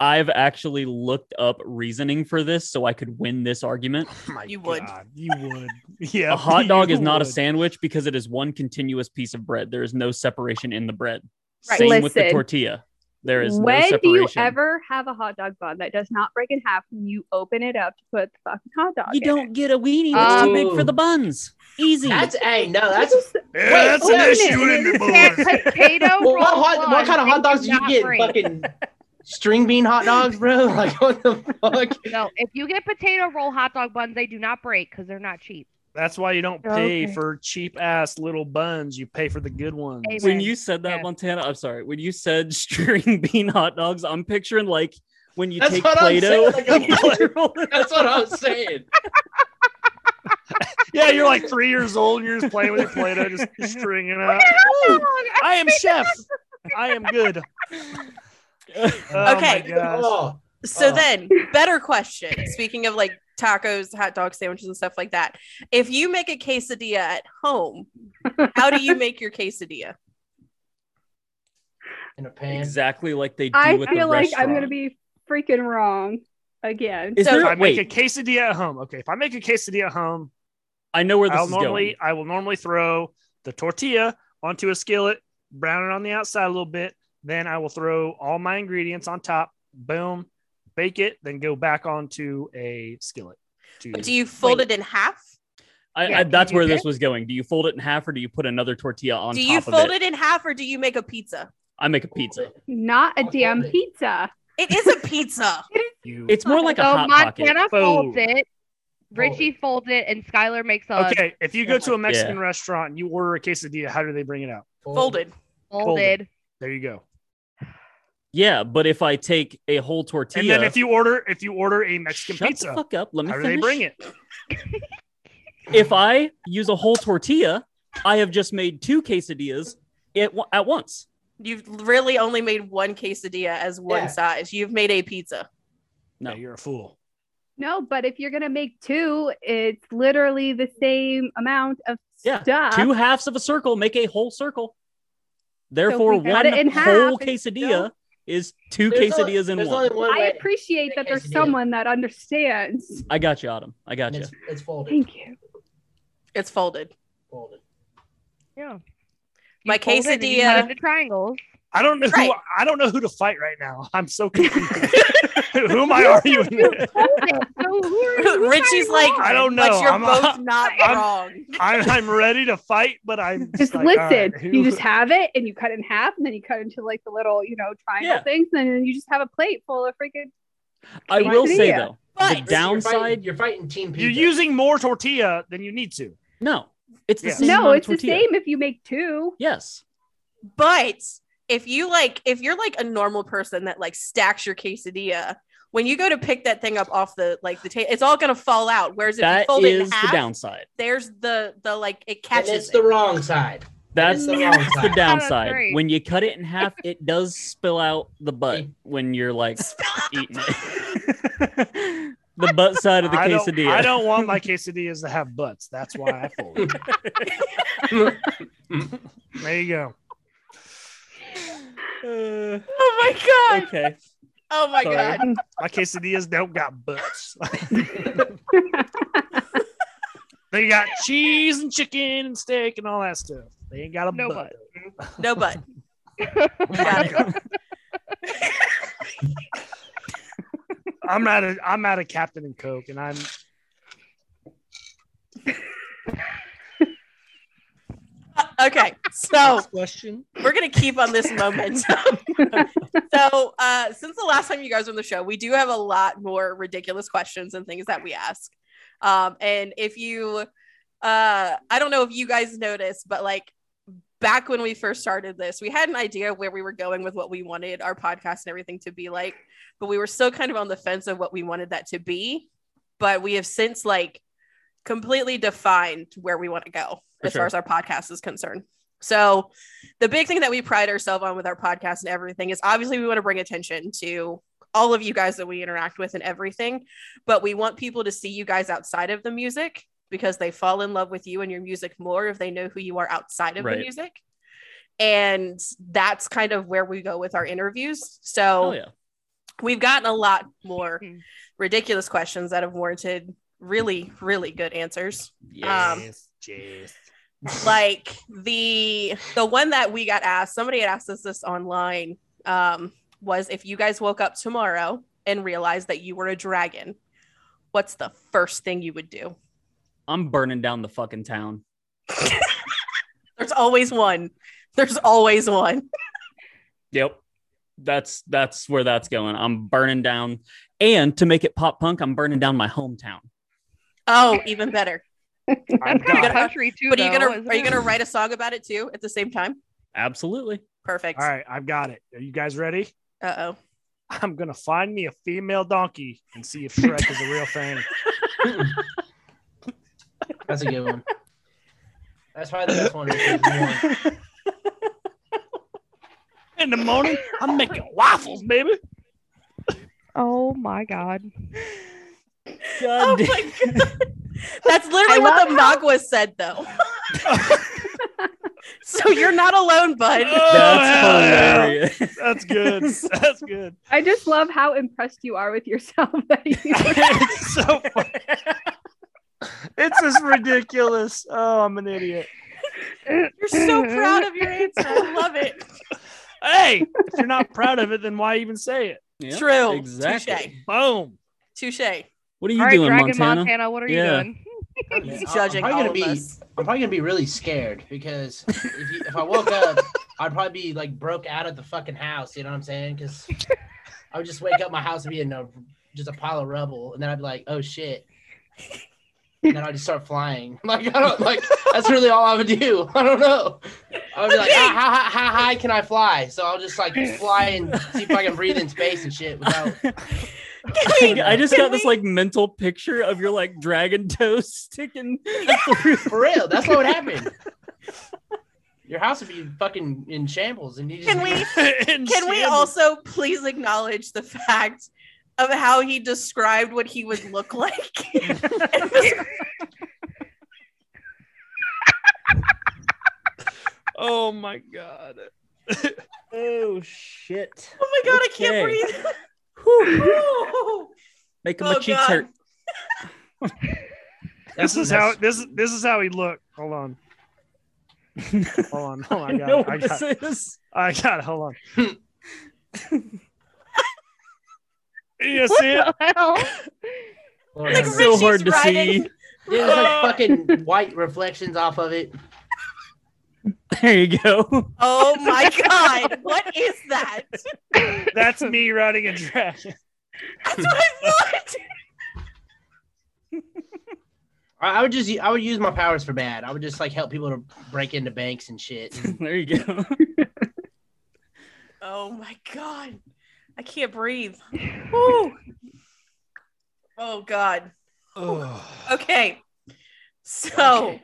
C: I've actually looked up reasoning for this so I could win this argument.
D: Oh my
A: You would.
D: God, you would. Yeah,
C: A hot dog
D: you
C: is not a
D: would.
C: sandwich because it is one continuous piece of bread. There is no separation in the bread.
A: Right.
C: Same with the
E: Listen.
C: tortilla. There is no
E: when do
C: separation.
E: you ever have a hot dog bun that does not break in half when you open it up to put the fucking hot dog?
C: You
E: in
C: don't
E: it?
C: get a weenie that's too
B: Um,
C: big for the buns. Easy.
F: That's hey, no, that's
E: Just-
D: Yeah,
F: Wait,
D: that's
F: wait
D: an
F: a
D: issue in
E: minute.
D: it,
B: That
D: boys.
B: potato
F: well, what,
B: roll
F: hot, what
B: bun
F: kind of
B: they
F: hot dogs do you
B: not
F: get?
B: bring.
F: Fucking string bean hot dogs, bro? Like what the fuck?
B: No, if you get potato roll hot dog buns, they do not break because they're not cheap.
D: That's why you
F: Oh,
D: don't pay
B: Okay.
D: for cheap ass little buns. You pay for the good ones.
B: Amen.
C: when you said that,
B: Yeah.
C: Montana, I'm sorry. When you said string bean hot dogs, I'm picturing like when you
F: That's
C: take
F: what I'm
C: Play-Doh.
F: saying, like a
C: and you roll it
F: That's what I'm saying.
D: Yeah, you're like three years old. And you're just playing with your Play-Doh, just stringing it up.
B: Hot
D: Woo!
B: dog!
D: I am chef. I am good. Oh
A: Okay.
D: My gosh.
F: Oh,
A: So
D: Oh.
A: then, better question. Speaking of like tacos, hot dog sandwiches, and stuff like that, if you make a quesadilla at home, how do you make your quesadilla?
F: in a pan.
C: exactly like they do
E: I
C: with
E: feel
C: the
E: like
C: restaurant.
E: I'm gonna be freaking wrong again.
C: Is
A: So-
D: If
C: there,
D: I make
C: wait,
D: a quesadilla at home, okay. If I make a quesadilla at home,
C: I know where this
D: I'll
C: is
D: normally
C: going.
D: I will normally throw the tortilla onto a skillet, brown it on the outside a little bit. Then I will throw all my ingredients on top. Boom, bake it. Then go back onto a skillet. to-
A: Do you fold it in half?
C: I,
B: Yeah,
C: I, that's
B: you
C: where
B: did.
C: this was going. Do you fold it in half or do you put another tortilla on
A: do
C: top
A: you
C: of
A: fold it
C: it?
A: in half or do you make a pizza?
C: I make a pizza.
E: Not a
F: I'll
E: damn
F: hold it.
E: pizza.
A: It is a pizza.
D: you
C: It's more like a
B: So
C: hot pocket.
B: Montana folds
D: Fold.
B: it, Richie folds it, and Skylar makes
A: uh,
B: a
D: okay. If you go to a Mexican restaurant and you order a quesadilla, how do they bring it out?
F: Oh.
A: Folded.
B: folded.
D: There you go.
C: Yeah, but if I take a whole tortilla,
D: And then if you order if you order a Mexican
C: shut the
D: pizza,
C: fuck up. Let me
D: how do
C: finish.
D: they bring it?
C: If I use a whole tortilla, I have just made two quesadillas at, wa- at once.
A: You've really only made one quesadilla as one
F: Yeah.
A: size. You've made a pizza.
C: No.
D: Yeah, you're a fool.
E: No, but if you're gonna make two, it's literally the same amount of
C: Yeah,
E: stuff.
C: two halves of a circle make a whole circle. Therefore,
E: we got
C: one
E: it in half,
C: whole
E: it's still-
C: quesadilla is two
F: There's only-
C: quesadillas in
F: there's
C: one.
F: only one
E: I
F: way,
E: appreciate that there's
F: Quesadilla.
E: someone that understands.
C: I got you, Autumn. I got
F: and
C: you.
F: it's, it's folded.
E: Thank you.
A: It's folded.
F: Folded.
B: Yeah. You
A: My
B: fold it and you cut
A: quesadilla-
B: into triangles.
D: I don't know who
A: Right.
D: I don't know who to fight right now. I'm so confused. who am I arguing with?
B: Fold it. So who are you?
A: Richie's like,
D: I don't know.
A: But you're
D: I'm-
A: both not
D: I'm-
A: wrong.
D: I'm, I'm ready to fight, but I'm
E: Just
D: like, all
E: listen.
D: right, who-
E: You just have it and you cut it in half and then you cut into like the little, you know, triangle
C: Yeah.
E: things, and then you just have a plate full of freaking
C: I will say
E: quesadilla.
C: though, the
A: But
C: downside,
F: You're fighting, you're fighting team.
D: you're
F: pizza.
D: using more tortilla than you need to.
C: no, it's the
D: Yeah.
C: same.
E: No,
C: amount of
E: it's the
C: tortilla.
E: same if you make two.
C: Yes,
A: But if you like, if you're like a normal person that like stacks your quesadilla, when you go to pick that thing up off the like the table, it's all gonna fall out. Whereas if you
C: that
A: fold it in
C: is the
A: half,
C: downside.
A: there's the the like it
F: And
A: catches.
F: it's
A: it.
F: the wrong side.
C: That's
F: the wrong
C: that's the
F: side.
C: downside.
B: great.
C: When you cut it in half, it does spill out the butt when you're like eating it. the butt side of the
D: I don't,
C: quesadilla.
D: I don't want my quesadillas to have butts. That's why I fold. it. there you go.
C: Uh,
A: oh my god!
C: okay.
A: Oh my
C: Sorry.
A: god!
D: My quesadillas don't got butts. They got cheese and chicken and steak and all that stuff. They ain't got a
B: No
D: butt.
A: No butt.
D: my
A: Got it.
D: God. I'm not a I'm not a Captain and Coke, and I'm
A: Okay, so
D: question.
A: we're gonna keep on this momentum. so, uh, since the last time you guys were on the show, we do have a lot more ridiculous questions and things that we ask. Um, and if you, uh, I don't know if you guys noticed, but like back when we first started this, we had an idea of where we were going with what we wanted our podcast and everything to be like, but we were still kind of on the fence of what we wanted that to be. But we have since like completely defined where we want to go
C: For
A: as far
C: sure.
A: as our podcast is concerned. So, the big thing that we pride ourselves on with our podcast and everything is obviously we want to bring attention to all of you guys that we interact with and everything, but we want people to see you guys outside of the music because they fall in love with you and your music more if they know who you are outside of
C: Right.
A: the music. And that's kind of where we go with our interviews. So,
C: Hell Oh, yeah. Mm-hmm.
A: we've gotten a lot more
B: Mhm.
A: ridiculous questions that have warranted really, really good answers. Um,
D: Jeez.
A: like the the one that we got asked somebody had asked us this online um was if you guys woke up tomorrow and realized that you were a dragon what's the first thing you would do
C: I'm burning down the fucking town.
A: there's always one there's always one
C: Yep. That's that's where that's going. I'm burning down. And to make it pop punk, I'm burning down my hometown.
A: oh even better
D: I'm
B: That's kind
D: God.
B: of country too.
A: but are you
B: though,
A: gonna
B: isn't
A: are you
B: it?
A: gonna write a song about it too at the same time
C: Absolutely.
A: perfect
D: All right, I've got it. Are you guys ready?
A: uh-oh
D: I'm gonna find me a female donkey and see if Shrek is a real thing.
F: That's a good one. That's probably the best one. we've done.
D: In the morning, I'm making waffles, baby.
B: Oh my god.
A: oh
C: damn.
A: my god that's literally what the magua said though so you're not alone bud
D: Oh, hell yeah.
C: That's hilarious.
D: That's good. That's good.
E: I just love how impressed you are with yourself that you
D: it's so funny. It's just ridiculous. Oh, I'm an idiot.
A: You're so proud of your answer. I love it.
D: Hey, if you're not proud of it, then why even say it?
C: Yeah,
A: True.
C: Exactly.
D: Boom.
A: Touche.
B: All
C: What are you
B: right,
C: doing,
B: Dragon
C: Montana?
B: What are you
C: Yeah.
B: doing?
A: He's
F: I'm
A: judging
F: probably
A: all
F: gonna
A: of
F: be-
A: us.
F: I'm probably gonna be really scared because if, you, if I woke up, I'd probably be like broke out of the fucking house. You know what I'm saying? Because I would just wake up, my house would be in a, just a pile of rubble, and then I'd be like, oh shit. And then I'd just start flying. Like I don't like. That's really all I would do. I don't know. I would be like, "Ah, how, how, how, how high can I fly? So I'll just like fly and see if I can breathe in space and shit without.
A: Can we-
C: I just
A: can
C: got this
A: we-
C: like mental picture of your like dragon toe sticking through.
F: For real, that's what would happen. Your house would be fucking in shambles, and you just
A: Can we-
D: Can
A: Can we also please acknowledge the fact of how he described what he would look like? And this-
D: Oh my god.
C: Oh shit!
A: oh my god, I
C: Okay.
A: can't breathe. Whew.
C: Making
A: Oh,
C: my cheeks
A: God.
C: hurt.
D: This
F: That's-
D: is how
F: that's-
D: this this is how he looked. Hold on. Hold on. Oh my
C: I know
D: god. I
C: what
D: got,
C: this is.
D: I got. Hold on. you see it?
B: What the hell?
F: Lord
A: Like
F: have mercy.
C: so
A: Richie's
C: hard to
A: riding.
C: see.
F: Dude, there's like fucking white reflections off of it.
C: There you go.
A: Oh my god, what is that?
D: That's me riding a dragon.
A: That's what I thought.
F: I I would just I would use my powers for bad. I would just like help people to break into banks and shit.
C: There you go.
A: Oh my god, I can't breathe. Whew. Oh god. Okay. So,
F: Okay.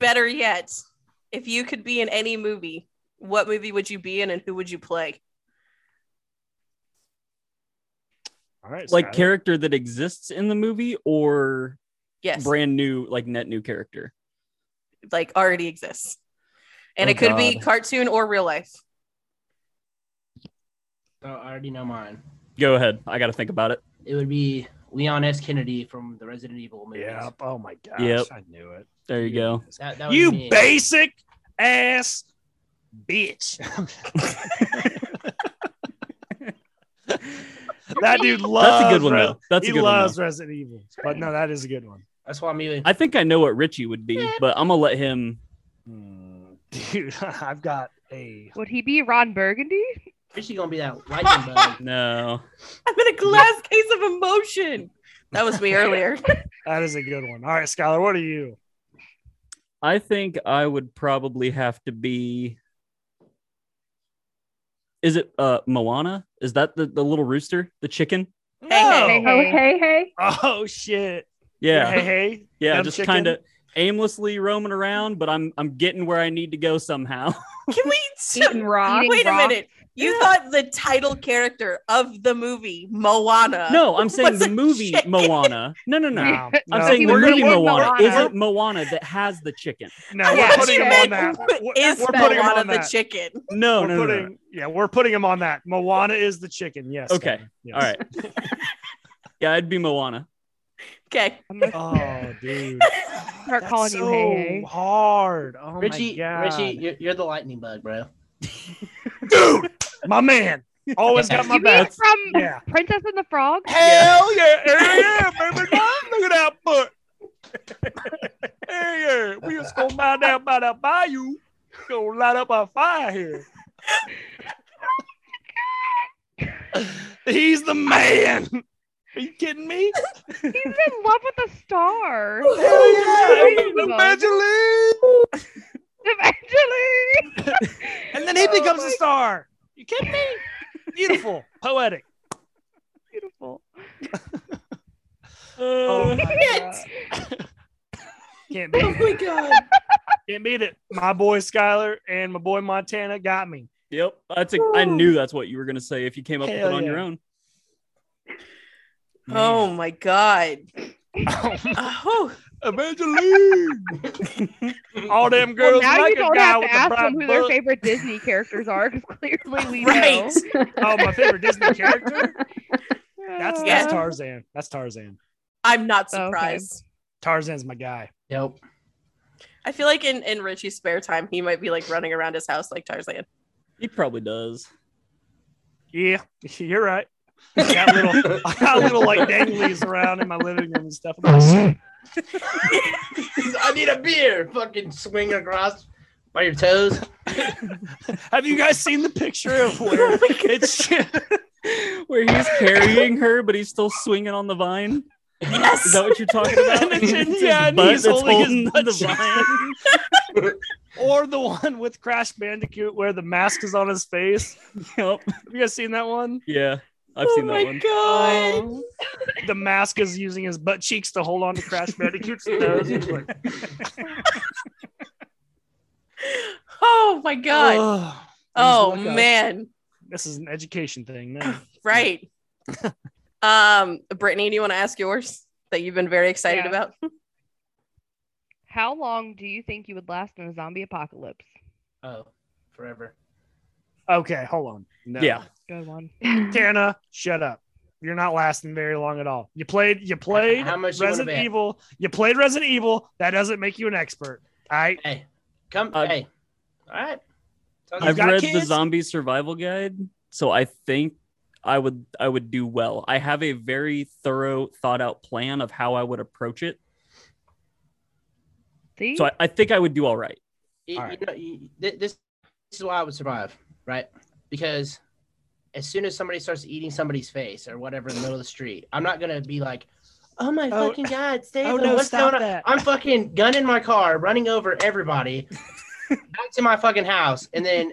A: better yet, if you could be in any movie, what movie would you be in and who would you play?
D: All right.
C: like
D: Scott.
C: character that exists in the movie or
A: Yes.
C: brand new, like net new character.
A: like already exists. And
C: Oh,
A: it could be
C: God.
A: cartoon or real life.
F: So I already know mine.
C: Go ahead. I got to think about it.
F: It would be Leon S. Kennedy from the Resident Evil movies.
D: Yep. Oh my gosh.
C: Yep.
D: I knew it.
C: There you go.
F: That, that was
D: You
F: me.
D: basic ass bitch. that dude loves.
C: That's a good one
D: Re-
C: though. That's
D: he
C: a good one.
D: loves
C: though.
D: Resident Evil, but no, that is a good one.
F: That's why I'm even.
C: I think I know what Richie would be, but I'm gonna let him.
D: Hmm. Dude, I've got a.
B: Would he be Ron Burgundy?
F: Richie gonna be that lightning bug.
C: No,
A: I'm in a glass case of emotion. That was me earlier.
D: That is a good one. All right, Skylar, what are you?
C: I think I would probably have to be. Is it uh Moana? Is that the, the little rooster, the chicken?
D: No.
B: hey, hey.
E: Oh, hey, hey.
D: Oh shit. Hey,
C: Yeah,
D: hey.
C: yeah,
D: Dumb
C: just
D: chicken.
C: kind of aimlessly roaming around, but I'm I'm getting where I need to go somehow.
A: Can we?
E: Eating raw.
B: Eating-
A: Wait a
B: rock.
A: minute. You thought the title character of the movie
D: Uh,
A: Moana?
C: no, I'm saying
A: was
C: the
A: a
C: movie
A: chicken.
C: Moana. No, no, no.
D: No,
C: I'm
D: no,
C: saying the
D: we're gonna-
C: movie
B: we're
C: Moana.
B: Moana.
C: Is it Moana that has the chicken?
D: No,
A: Yeah,
D: we're putting him
A: chicken
D: on that. We're,
A: Is
D: we're putting him
A: Moana
D: on
A: the
D: that.
A: chicken?
C: Oh, No, no, no,
D: we're
C: no,
D: putting,
C: no.
D: Yeah, we're putting him on that. Moana is the chicken. Yes.
C: Okay.
D: Skylar. Yes.
C: All right. yeah, I'd be Moana.
A: Okay.
B: I'm gonna
D: Oh, dude.
B: start
D: That's
B: calling
D: so
B: you hey, hey.
D: hard. Oh my
F: Richie,
D: god.
F: Richie, you're, you're the lightning bug, bro.
D: dude, my man, always got my
B: You mean
D: back.
B: from
D: Yeah.
B: Princess and the Frog?
D: Hell yeah, yeah, yeah, baby. Look at that foot. Hey, yeah, we just gonna mine down by that bayou. Gonna light up our fire here. He's the man. Are you kidding me?
B: He's in love with a star.
D: Hell yeah,
B: Rainbow.
D: Evangeline.
B: Eventually.
D: And then he
B: Oh
D: becomes
B: my-
D: a star. You kidding me? Beautiful, poetic.
B: Beautiful.
D: Oh my
A: Shit.
D: God. Oh Can't beat it.
A: my god.
D: Can't beat it. My boy Skylar and my boy Montana got me.
C: Yep. That's a, I knew that's what you were gonna say if you came up with
D: Hell
C: it on your
D: yeah.
C: own.
D: Mm.
A: Oh my god. Oh,
D: Evangeline. All them
B: Well,
D: girls
B: now
D: like
B: you
D: a
B: don't have
D: guy
B: to
D: with a
B: ask
D: bright
B: them who their
D: butt.
B: favorite Disney characters are, because clearly we
A: right.
B: know.
D: Oh, my favorite Disney character.
B: Uh,
D: That's
A: Yeah.
D: that's Tarzan. That's Tarzan.
A: I'm not
B: Okay.
A: surprised.
D: Tarzan's my guy.
F: Yep.
A: I feel like in, in Richie's spare time, he might be like running around his house like Tarzan.
C: He probably does.
D: Yeah, you're right. I got little, I got little like danglies around in my living room and stuff. I'm like,
F: I need a beer. Fucking swing across by your toes.
D: Have you guys seen the picture of where it's?
C: Where he's carrying her, but he's still swinging on the vine. Is
A: Yes.
C: that what you're talking about?
D: And it's in-
C: It's
D: yeah, and
C: butt
D: he's
C: that's
D: holding his
C: holding
D: butt
C: the
D: cheek.
C: vine.
D: or the one with Crash Bandicoot where the mask is on his face.
C: Yep.
D: Have you guys seen that one?
C: Yeah. I've seen
A: oh my
C: that one.
B: Oh.
A: god.
D: The mask is using his butt cheeks to hold on to Crash Bandicoot's nose. It's like,
A: Oh my god.
D: ugh.
A: oh
D: These look up.
A: man.
D: this is an education thing. Man.
A: Right. um, Brittany, do you want to ask yours that you've been very excited
B: Yeah.
A: about?
B: How long do you think you would last in a zombie apocalypse?
F: Oh, forever.
D: Okay, hold on. No.
C: Yeah.
B: Good one.
D: Tana, shut up. You're not lasting very long at all. You played. You played
F: How much you wanna
D: Resident
F: bet?
D: Evil. You played Resident Evil. That doesn't make you an expert. All right.
F: Hey, come.
C: Uh,
F: hey. All right. Sounds
C: I've
D: got
C: read the
D: kids?
C: zombie survival guide, so I think I would I would do well. I have a very thorough thought out plan of how I would approach it.
B: See?
C: So I, I think I would do all right.
F: you,
D: All
F: you
D: right.
F: know, you- thi- this, this is why I would survive, right? Because as soon as somebody starts eating somebody's face or whatever in the middle of the street, I'm not gonna be like, "Oh my
D: Oh,
F: fucking god, Steve,
D: oh, no,
F: what's
D: stop
F: going on?"
D: that.
F: I'm fucking gunning my car, running over everybody, back to my fucking house, and then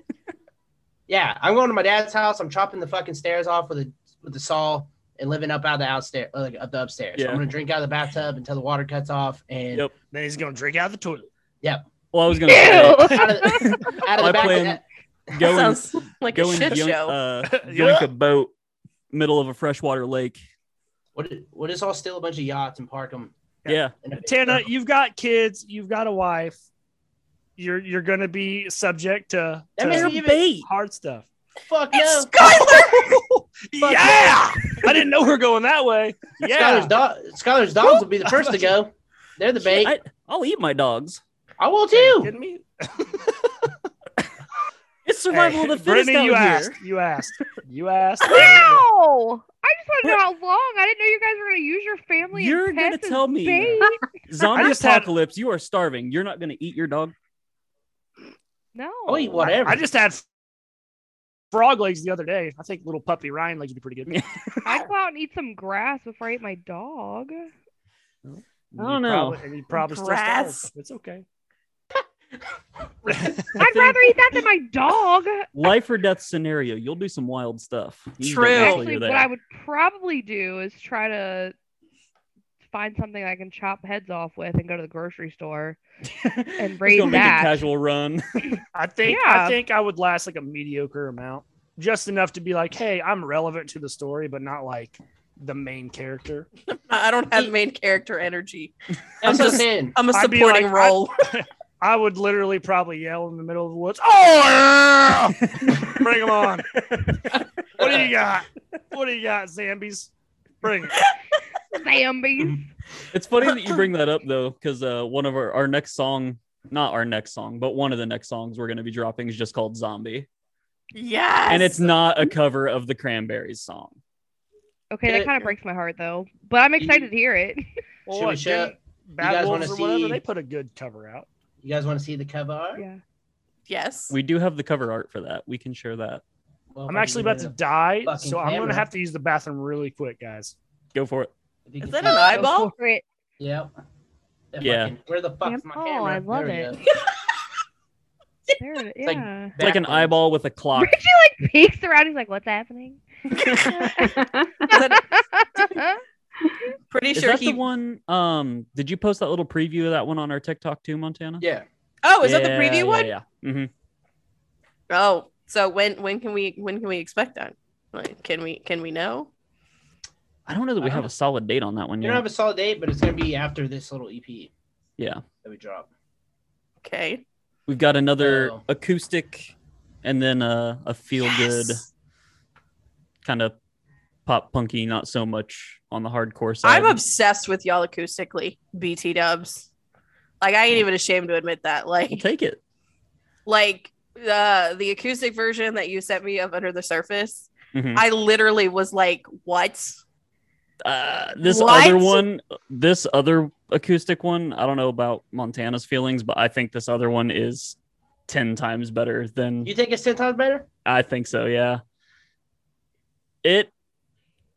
F: yeah, I'm going to my dad's house. I'm chopping the fucking stairs off with a with the saw and living up out of the outstairs, like up the upstairs.
C: Yeah.
F: I'm gonna drink out of the bathtub until the water cuts off, and
C: Yep.
D: Then he's gonna drink out of the toilet.
C: Well, I was gonna say,
B: Ew!
F: out of the, out of
C: My
F: the back.
C: plan-
F: of that,
C: go and
A: Sounds like
C: go
A: a
C: and
A: shit
C: yoink,
A: show.
C: uh, yoink a boat middle of a freshwater lake.
F: what, what is all still a bunch of yachts and park them?
D: Yeah.
C: Yeah,
F: In a big
D: Tana,
F: circle.
D: you've got kids, you've got a wife. You're you're gonna be subject to,
F: That
D: to
F: makes me even-
D: hard stuff.
F: fuck
A: It's
F: no.
A: Skylar.
D: yeah, I didn't know we were going that way.
F: Skylar's
D: Yeah,
F: dog. Skylar's dogs will be the first to go. They're the bait. I,
C: I, I'll eat my dogs.
F: will
D: Are you
F: too.
D: kidding me?
C: It's survival
D: Hey,
C: of the fittest
D: Brittany, you
C: out here.
D: asked. You asked. You asked.
B: Wow! I just want to know how long. I didn't know you guys were going to use your family.
C: You're
B: and
C: gonna
B: pets
C: tell
B: as
C: me.
B: bait.
D: I
C: Zombie
D: just had-
C: apocalypse. You are starving. You're not going to eat your dog.
B: No.
F: I'll eat whatever.
D: I just had frog legs the other day. I think little puppy Ryan legs would be pretty good.
B: I'd go out and eat some grass before I eat my dog.
C: I don't
D: You
C: know.
D: probably- and you probably stressed out.
A: Grass.
D: It's okay.
B: I'd rather eat that than my dog.
C: Life or death scenario. You'll do some wild stuff. You don't
A: True.
C: actually
B: Actually,
C: do
B: what
C: that.
B: I would probably do is try to find something I can chop heads off with and go to the grocery store.
C: Just
B: raid
C: gonna make a
B: that.
C: casual run.
D: I think I
B: Yeah.
D: think I would last like a mediocre amount, just enough to be like, hey, I'm relevant to the story, but not like the main character.
A: I don't have main character energy. I'm
F: That's what I'm
A: just-
F: saying.
A: I'm a
D: I'd be
A: supporting
D: like, I-
A: role.
D: I would literally probably yell in the middle of the woods, "Oh, yeah! bring them on! What do you got? What do you got, zombies? Bring it!"
B: Zombies.
C: It's funny that you bring that up though, because uh, one of our, our next song, not our next song, but one of the next songs we're going to be dropping is just called Zombie,
A: yes.
C: and it's not a cover of the Cranberries song.
B: Okay, that
F: It-
B: kind of breaks my heart though, but I'm excited to hear it.
D: Well,
F: Should we
D: what,
F: shout-
D: didn't Bad
F: guys
D: Wolves or
F: wanna
D: whatever.
F: see-
D: They put a good cover out.
F: You guys want to see the cover art?
B: yeah.
A: yes.
C: We do have the cover art for that. We can share that.
D: I'm
F: Well, if I
D: actually
F: can
D: about
F: get
D: to
F: it up.
D: die,
F: fucking
D: so I'm gonna
F: camera.
D: have to use the bathroom really quick, guys.
C: Go for it.
F: If you
A: Is
F: can
A: that
F: see
A: an
F: it.
A: eyeball?
B: For it.
F: Yep. If I
C: Yeah.
F: can- where the fuck's
B: Yep.
F: my
B: Oh,
F: camera?
B: I love
F: There we
B: it.
F: go.
B: There it-
F: like-
B: yeah.
C: It's like an
F: Backwards.
C: eyeball with a clock.
B: Richie like peeks around. He's like, "What's happening?"
A: Is that- pretty
C: Is
A: sure
C: that
A: he.
C: the one? Um, did you post that little preview of that one on our TikTok too, Montana?
F: Yeah.
A: Oh, is that the
C: Yeah,
A: preview
C: yeah,
A: one?
C: Yeah. Mhm.
A: Oh, so when when can we when can we expect that? Like, can we can we know?
C: I don't know that we
F: I
C: have
F: don't-
C: a solid date on that one
F: You
C: yet.
F: don't have a solid date, but it's gonna be after this little EP
C: yeah.
F: that we drop.
A: Okay.
C: We've got another
F: Oh.
C: acoustic and then a, a feel good
A: Yes.
C: kind of pop punky, not so much on the hardcore side.
A: I'm obsessed with y'all acoustically, BT Dubs. Like I ain't even ashamed to admit that.
C: We'll
A: Like
C: take it.
A: like uh, the the acoustic version that you sent me of Under the Surface.
C: Mhm.
A: I literally was like, what?
C: Uh, this
A: What?
C: other one, this other acoustic one, I don't know about Montana's feelings, but I think this other one is 10 times better than
F: You think it's ten times better?
C: I think so, yeah. It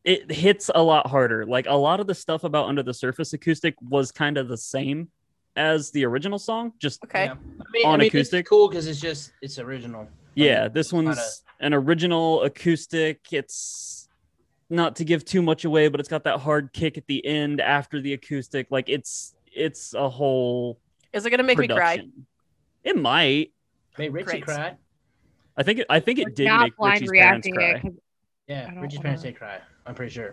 C: it hits a lot harder. Like a lot of the stuff about under the surface acoustic was kind of the same as the original song. Just
A: Okay.
F: Yeah. I mean,
C: On
F: I mean,
C: acoustic?
F: It's cool because it's just it's original.
C: yeah, this
F: kinda-
C: one's an original acoustic. It's not to give too much away, but it's got that hard kick at the end after the acoustic. Like it's it's a whole
A: Is it gonna make me cry?
C: production. It might.
F: Made Richie
A: Great.
F: cry.
C: I think it, I think it did
B: Not
C: make Richie's parents cry.
B: it, 'cause- I
F: Yeah,
B: don't
F: Richie's
B: wanna-
F: parents did cry. I'm pretty sure.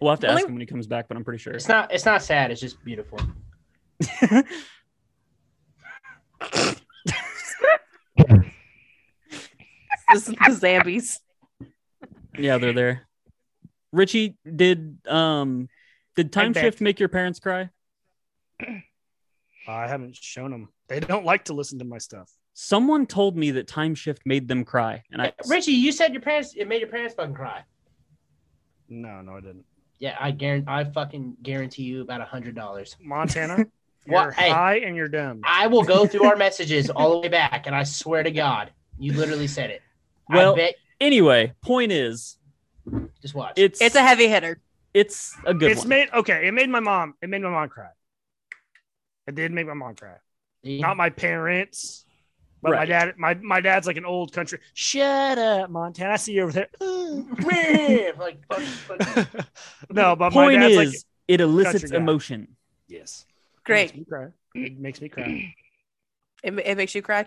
C: We'll have to
A: Only-
C: ask him when he comes back, but I'm pretty sure.
F: It's not it's not sad. It's just beautiful.
A: This is the Zambies.
C: Yeah, they're there. Richie, did um did time
D: I'm back.
C: shift make your parents cry?
D: I haven't shown them. They don't like to listen to my stuff.
C: Someone told me that time shift made them cry, and I
F: Richie, you said your parents it made your parents fucking cry.
D: No, no, I didn't.
F: Yeah, I guarantee I fucking guarantee you about a hundred dollars.
D: Montana,
F: What-
D: you're
F: hey.
D: high and you're dumb.
F: I will go through our messages all the way back, and I swear to God, you literally said it.
C: Well-
F: I bet,
C: anyway. Point is,
F: just watch.
C: it's
A: It's a heavy hitter.
C: it's a good
D: it's
C: one.
D: made okay. It made my mom. It made my mom cry. It did make my mom cry.
F: See?
D: Not my parents, but my
C: Right.
D: dad. My my dad's like an old country. Shut up, Montana. I see you over there.
F: like fuck, fuck.
D: no, but Uh, my
C: Point
D: dad's
C: is,
D: like
C: it elicits
D: guy.
C: emotion.
D: yes. Makes
A: Great.
D: me cry. It makes me cry.
A: It, it makes you cry.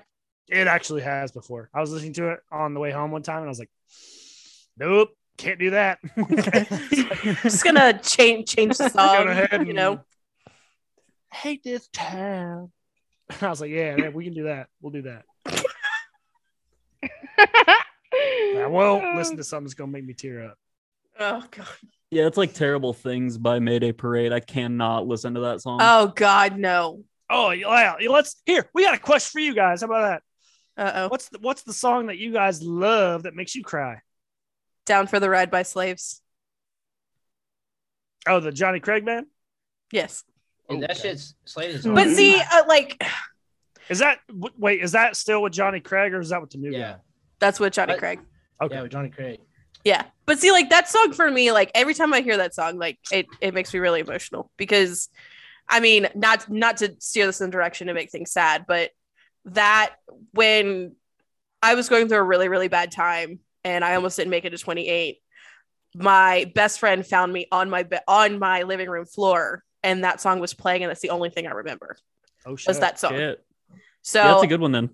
D: It actually has before. I was listening to it on the way home one time, and I was like, "Nope, can't do that."
A: I'm just gonna change change the
D: Go
A: song.
D: ahead and-
A: You know,
D: I hate this town. I was like, yeah, yeah, we can do that. We'll do that. I won't listen to something that's gonna make me tear up.
A: Oh god.
C: Yeah, it's like terrible things by Mayday Parade. I cannot listen to that song.
A: Oh god, no.
D: Oh yeah, yeah, let's here. We got a question for you guys. How about that?
A: Uh oh.
D: What's the what's the song that you guys love that makes you cry?
A: Down for the ride by slaves.
D: Oh, the Johnny Craig band?
A: Yes.
F: Dude, that
D: Okay.
F: shit's Slade is
A: But
F: hard.
A: see, uh, like
D: Is that w- wait? Is that still with Johnny Craig or is that with the new
F: yeah,
A: that's what Johnny
F: But-
A: Craig.
D: guy? Okay,
F: yeah, with Johnny Craig.
A: Yeah. But see, like that song for me, like every time I hear that song, like it, it makes me really emotional because I mean, not not to steer this in a direction to make things sad, but that when I was going through a really, really bad time and I almost didn't make it to 28, my best friend found me on my be- on my living room floor and that song was playing and that's the only thing I remember
D: oh shit.
A: was that song.
C: Shit.
A: So
C: yeah, that's a good one then.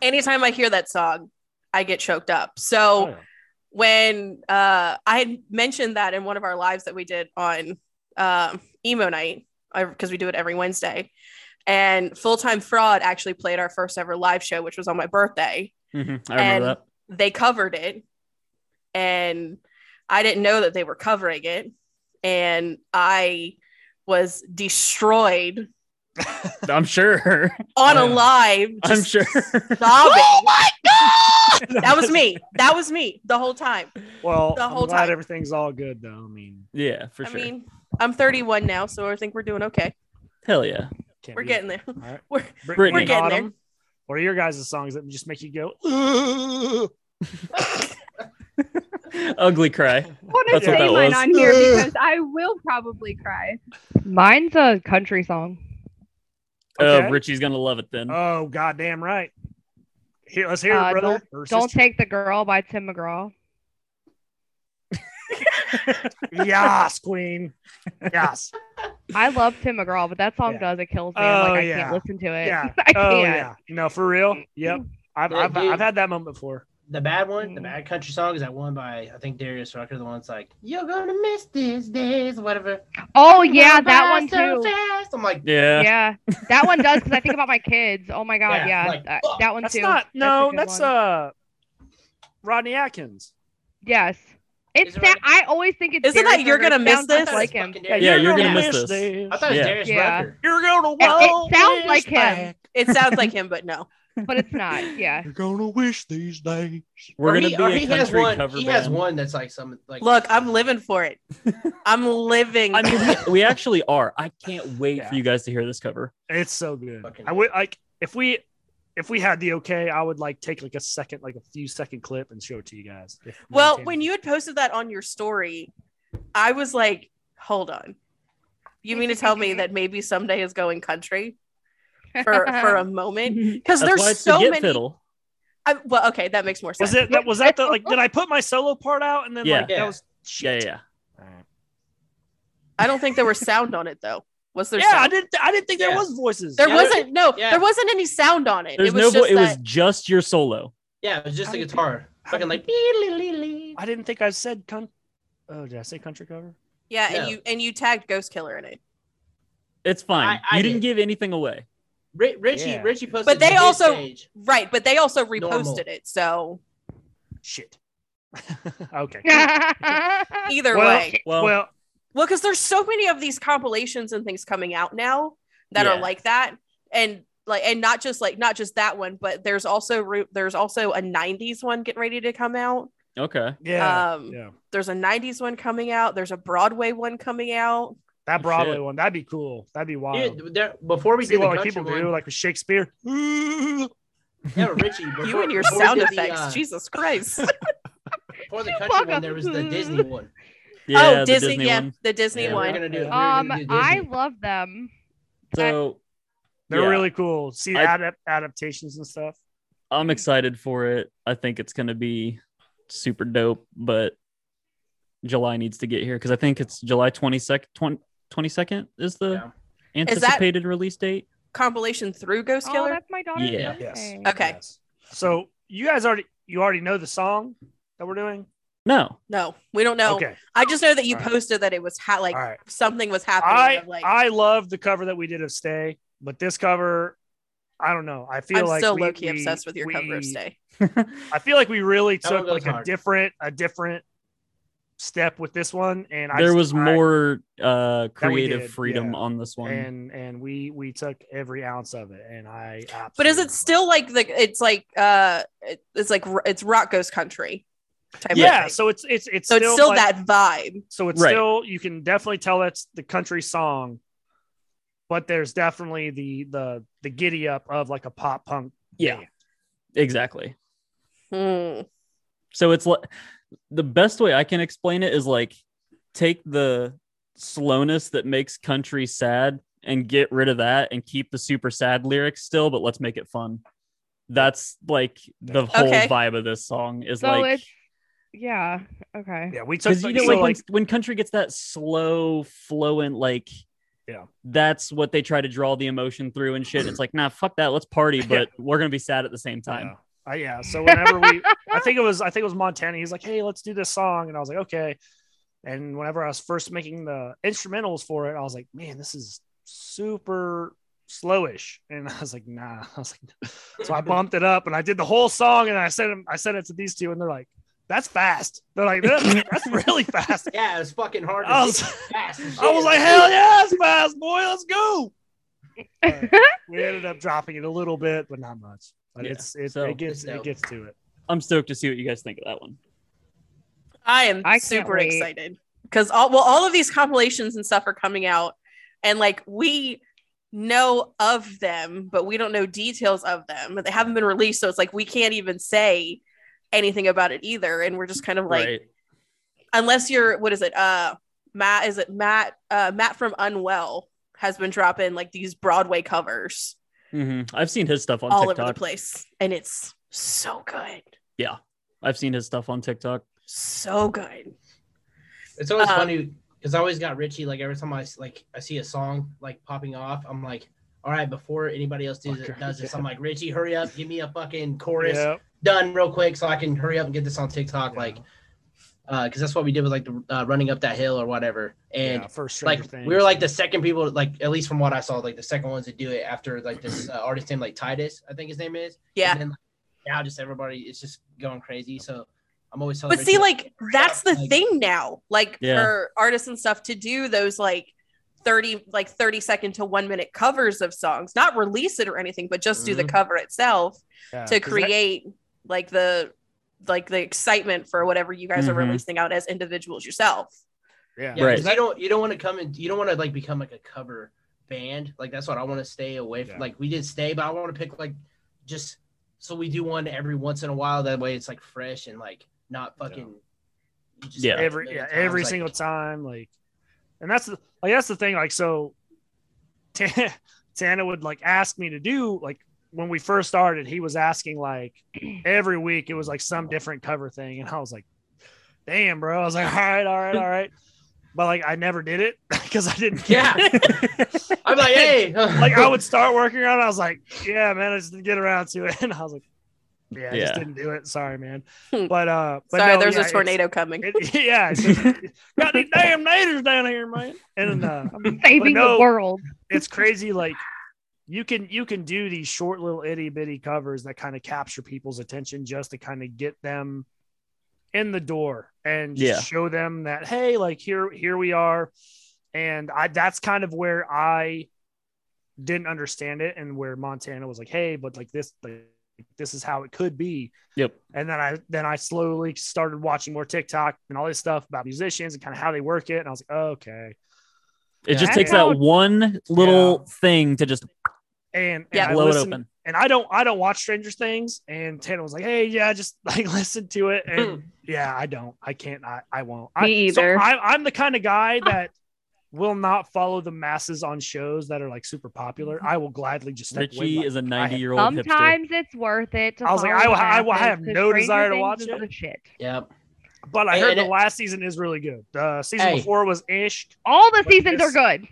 A: anytime I hear that song, I get choked up.
D: Oh,
A: So
D: yeah.
A: when uh, I had mentioned that in one of our lives that we did on um emo night because we do it every Wednesday, and Full Time Fraud actually played our first ever live show, which was on my birthday.
C: Mhm, I remember
A: And-
C: that.
A: They covered it, and I didn't know that they were covering it, and I was destroyed
C: I'm sure.
A: on
F: Yeah.
A: a live.
C: I'm
A: just
C: sure.
A: Sobbing. that was me. That was me the whole time.
D: Well,
A: the
D: I'm
A: whole
D: glad
A: time.
D: everything's all good though. I mean,
C: yeah, for
A: I
C: sure.
A: mean, I'm 31 now, so I think we're doing okay.
C: Hell yeah.
D: can't
A: We're
D: be-
A: getting there.
D: All right.
A: We're
D: Brit-
C: Brittany.
A: we're getting there.
D: Autumn, What are your guys' songs that just make you go? "Ugh"?
C: Ugly cry.
E: What
C: That's
D: what
E: say
C: that
E: mine
C: was.
E: on here because I will probably cry.
B: Mine's a country song.
D: Okay.
C: Oh, Richie's gonna love it then.
D: Oh, goddamn right. Here, let's hear
B: Mm-hmm. Uh,
D: it, brother. or
B: Don't
D: sister.
B: Take the Girl by Tim McGraw.
D: yes, queen. Yes.
B: I love Tim McGraw, but that song
D: Yeah.
B: does it kills me.
D: Oh,
B: I'm like I
D: yeah.
B: can't listen to it.
D: Yeah.
B: I
D: Oh
B: can't.
D: yeah. No, for real. Yep. I've,
F: Yeah,
D: I've,
F: dude.
D: I've had that moment before.
F: The bad one, the
B: Mhm.
F: bad country song is that one by I think Darius Rucker, the one's like, You're gonna miss these days, whatever.
B: Oh yeah,
A: uh,
B: that
F: Fly
B: one
F: so
B: too.
F: fast. I'm like,
C: Yeah.
B: Yeah, that one does because I think about my kids. Oh my god,
F: Yeah,
B: yeah,
F: like,
B: that,
F: fuck,
B: that one
D: That's
B: too.
D: not
B: a
D: no,
B: good
D: that's
B: one.
D: uh Rodney Atkins.
B: yes. It's
F: Is it
B: that
F: right?
B: I always think it's.
A: Isn't that
B: Darius
A: You're
B: Rucker. It
A: Gonna Miss
B: sounds just
A: This?
B: Like
F: fucking
B: him.
F: Darius
C: Yeah, you're
F: Rucker.
C: gonna miss this.
F: I thought it was
C: Yeah.
F: Darius
B: Yeah.
F: Rucker.
D: You're
B: It-
D: gonna
B: it
D: wish
B: sounds like him.
D: back.
A: It sounds like him, but no.
B: but it's not. Yeah.
D: You're gonna wish these days.
C: We're
F: Or
C: gonna
F: he,
C: be
F: or
C: a
F: he has
C: country
F: one.
C: cover
F: he
C: band.
F: has one that's like some like.
A: Look, I'm living for it. I'm living.
C: I mean, we, we actually are. I can't wait
D: Yeah.
C: for you guys to hear this cover.
D: It's so good.
F: Fucking
D: I would like if we if we had the okay, I would like take like a second, like a few second clip and show it to you guys. if
A: well,
D: Montana-
A: when you had posted that on your story, I was like, hold on. You mean to tell me that maybe someday is going country for for a moment? Because
C: That's why
A: there's
C: it's
A: so
C: the get
A: many.
C: fiddle.
A: I, well, okay, that makes more sense.
D: was it that was that the like did I put my solo part out and then
C: Yeah.
D: like
F: Yeah.
D: that was
C: Yeah,
D: shit.
C: yeah,
A: I don't think there was sound on it though. Was there?
D: Yeah, I
A: sound?
D: didn't I didn't think there
F: Yeah.
D: was voices.
A: there
F: Yeah, there-
A: wasn't. No,
F: yeah.
A: there wasn't any sound on it.
C: There's
A: it
C: no.
A: was
C: Vo-
A: just
C: it was
A: that.
C: just your solo.
F: Yeah, it was just
D: How
F: a
D: did-
F: guitar.
D: how did-
F: Fucking like. "Dee-lee-lee-lee."
D: I didn't think I said con- Oh, did I say country cover?
A: Yeah,
F: No.
A: and you and you tagged Ghost Killer in it.
C: It's fine.
F: I- I
C: you didn't
F: did.
C: give anything away.
F: Ri- Richie,
D: Yeah.
F: Richie posted.
A: But they
F: his
A: also-
F: page.
A: Right, but they also reposted
F: Normal.
A: it. So
D: Shit. okay.
A: either
D: Well-
A: way,
C: Well,
D: Well,
A: well, because there's so many of these compilations and things coming out now that are
C: Yeah.
A: like that, and like, and not just like not just that one, but there's also re- there's also a '90s one getting ready to come out.
D: Oh,
C: okay.
D: yeah.
A: um,
D: yeah.
A: there's a '90s one coming out. There's a Broadway one coming out.
D: That Broadway
C: shit.
D: one, that'd be cool. That'd be wild.
F: Dude, there, before we
D: See
F: did the
D: what like
F: country
D: people
F: one,
D: do, like with Shakespeare.
F: yeah, but Richie. Before,
A: You and your
F: before we
A: sound
F: did the,
A: effects,
F: uh,
A: Jesus Christ!
F: before the
B: You
F: country
B: fuck
F: one,
B: up.
F: there was the Disney one.
C: Yeah,
A: oh,
C: the
A: Disney,
C: Disney,
A: yeah,
C: one.
A: the Disney
F: Yeah, we
A: one.
F: We're gonna do. we We're
B: um,
F: gonna do
B: I
F: Disney.
B: love them.
C: So
D: They're
C: Yeah.
D: really cool. See
C: I-
D: ad- adaptations and stuff.
C: I'm excited for it. I think it's gonna be super dope. But July needs to get here because I think it's July 22nd. 20, 22nd is the
F: Yeah.
A: Is that-
C: anticipated release date.
A: Compilation through Ghost
B: Oh,
A: Killer.
B: that's my daughter's
C: Yeah.
D: Yes.
B: birthday.
A: Okay.
D: Yes. So you guys already you already know the song that we're doing.
C: No,
A: no, we don't know.
D: Okay.
A: I just know that you
D: All right.
A: posted that it was ha- like
D: All right.
A: something was happening.
D: I
A: of, like
D: I love the cover that we did of Stay, but this cover I don't know. I feel
A: I'm
D: like
A: still
D: we-
A: low key
D: we-
A: obsessed with your cover of
D: we-
A: Stay.
D: I feel like we really
F: That one
D: took
F: goes
D: like a
F: hard.
D: different a different step with this one, and I
C: there was
D: I-
C: more uh creative
D: did,
C: freedom
D: yeah.
C: on this one.
D: and and we we took every ounce of it, and I.
A: But is
D: absolutely
A: it still like the? It's like uh, it- it's like r- it's rock goes country. Type
D: Yeah,
A: Of thing.
D: so it's it's it's
A: So it's still that
D: like-
A: vibe.
D: So it's
C: Right.
D: still you can definitely tell that's the country song, but there's definitely the the the giddy up of like a pop punk.
C: Yeah.
D: band.
C: Exactly.
A: Hmm.
C: So it's like the best way I can explain it is like take the slowness that makes country sad and get rid of that and keep the super sad lyrics still, but let's make it fun. That's like the whole
A: Okay.
C: vibe of this song is
B: So
C: like
B: it's yeah. Okay.
D: yeah. We took
C: because you
D: like-
C: know
D: so,
C: like,
D: like
C: when, when country gets that slow flowing like
D: Yeah.
C: that's what they try to draw the emotion through and shit it's like nah fuck that let's party but we're gonna be sad at the same time
D: Yeah. Uh, yeah. So whenever we, I think it was, I think it was Montana. He's like, "Hey, let's do this song," and I was like, "Okay." And whenever I was first making the instrumentals for it, I was like, "Man, this is super slowish," and I was like, "Nah." I was like, so I bumped it up and I did the whole song and I sent them, I sent it to these two, and they're like, "That's fast." They're like, "That- "That's really fast."
F: Yeah, it was fucking hard. To
D: I was,
F: fast as
D: I was
F: shit.
D: like, "Hell yeah, it's fast, boy! Let's go!" But we ended up dropping it a little bit, but not much. But
C: Yeah.
D: it's it,
C: So-
D: it gets
F: So-
D: it gets to it.
C: i'm stoked to see what you guys think of that one
A: I am
B: I can't
A: super
B: wait.
A: excited because all well, all of these compilations and stuff are coming out, and like we know of them, but we don't know details of them. But they haven't been released, so it's like we can't even say anything about it either. And we're just kind of like,
C: right
A: unless you're what is it? Uh, Matt is it Matt? Uh, Matt from Unwell has been dropping like these Broadway covers
C: Mhm. i've seen his stuff on
A: all
C: tiktok
A: over the place, and it's so good,
C: i've seen his stuff on tiktok
A: so good.
F: It's always
A: Um,
F: funny because I always got Richie. Like every time I s- like I see a song like popping off, I'm like, all right, before anybody else does,
D: Fucker.
F: does this, I'm like, Richie, hurry up, give me a fucking chorus
D: Yeah.
F: done real quick so I can hurry up and get this on TikTok.
D: Yeah.
F: Like, because that's what we did with like the uh, running up that hill or whatever, and.
D: yeah, first
F: Like we were like the second people, like at least from what I saw, like the second ones to do it after like this uh, artist named like Titus, I think his name is.
A: Yeah.
F: And then, like, now just everybody, it's just going crazy. So I'm always telling.
A: but see
F: Richie,
A: like that's the
F: Like-
A: thing now like
C: Yeah.
A: for artists and stuff to do those like 30 like 30 second to one minute covers of songs not release it or anything but just do the
F: Mhm.
A: cover itself
D: Yeah,
A: to
D: 'cause that-
A: create like the like the excitement for whatever you guys
C: Mhm.
A: are releasing out as individuals yourself
D: yeah.
F: Yeah, 'cause
C: Right.
F: You don't you don't want to come and you don't want to like become like a cover band. Like that's what I want to stay away from.
D: Yeah.
F: Like we did stay, but I want to pick like just so we do one every once in a while. That way it's like fresh and like not fucking. you just
C: Yeah.
F: heard it a
D: every yeah,
F: million times,
D: every
F: like-
D: single time like and that's the like that's the thing like so Ta- tana would like ask me to do like when we first started he was asking like every week it was like some different cover thing and i was like damn bro i was like all right all right all right but like i never did it because i didn't
F: Yeah. I'm like, hey,
D: like i would start working on it i was like yeah man i just didn't get around to it and i was like yeah i just
C: Yeah.
D: didn't do it sorry man
A: Hmm.
D: but uh but
A: sorry
D: no,
A: there's
D: yeah,
A: a
D: it's-
A: tornado coming
D: it, yeah, it's just- got these damn natives down here, man. And uh,
B: Saving
D: no.
B: the world.
D: it's crazy. Like you can you can do these short little itty bitty covers that kind of capture people's attention just to kind of get them in the door and just
C: Yeah.
D: show them that hey, like here here we are. And I that's kind of where I didn't understand it and where Montana was like, hey, but like this like this is how it could be
C: yep
D: and then I then I slowly started watching more TikTok and all this stuff about musicians and kind of how they work it. And I was like, oh, okay.
C: it
D: Yeah.
C: just
D: I
C: takes
B: know.
C: that one little thing to just
D: And, and
A: Yeah.
D: I
C: blow it
D: listened-
C: open
D: And I don't I don't watch Stranger Things. And Tana was like, hey, yeah, just like listen to it. And yeah, I don't. I can't. I, I won't. I,
E: Me
D: so
E: either.
D: I, I'm the kind of guy that will not follow the masses on shows that are like super popular. I will gladly just step away.
C: richie
D: Like,
C: is a
D: I-
C: 90 year old hipster
B: Sometimes it's worth it. To
D: I was like,
B: follow
D: I-
B: the
D: I- I
B: masses,
D: have
B: 'cause
D: no
B: Stranger
D: desire to
B: Things
D: watch
B: is
D: it.
B: the Shit.
F: Yep.
D: but I heard
F: And
D: the
F: it-
D: last season is really good. The season
F: Hey.
D: before was ish.
B: All the
D: But
B: seasons
D: this-
B: are good.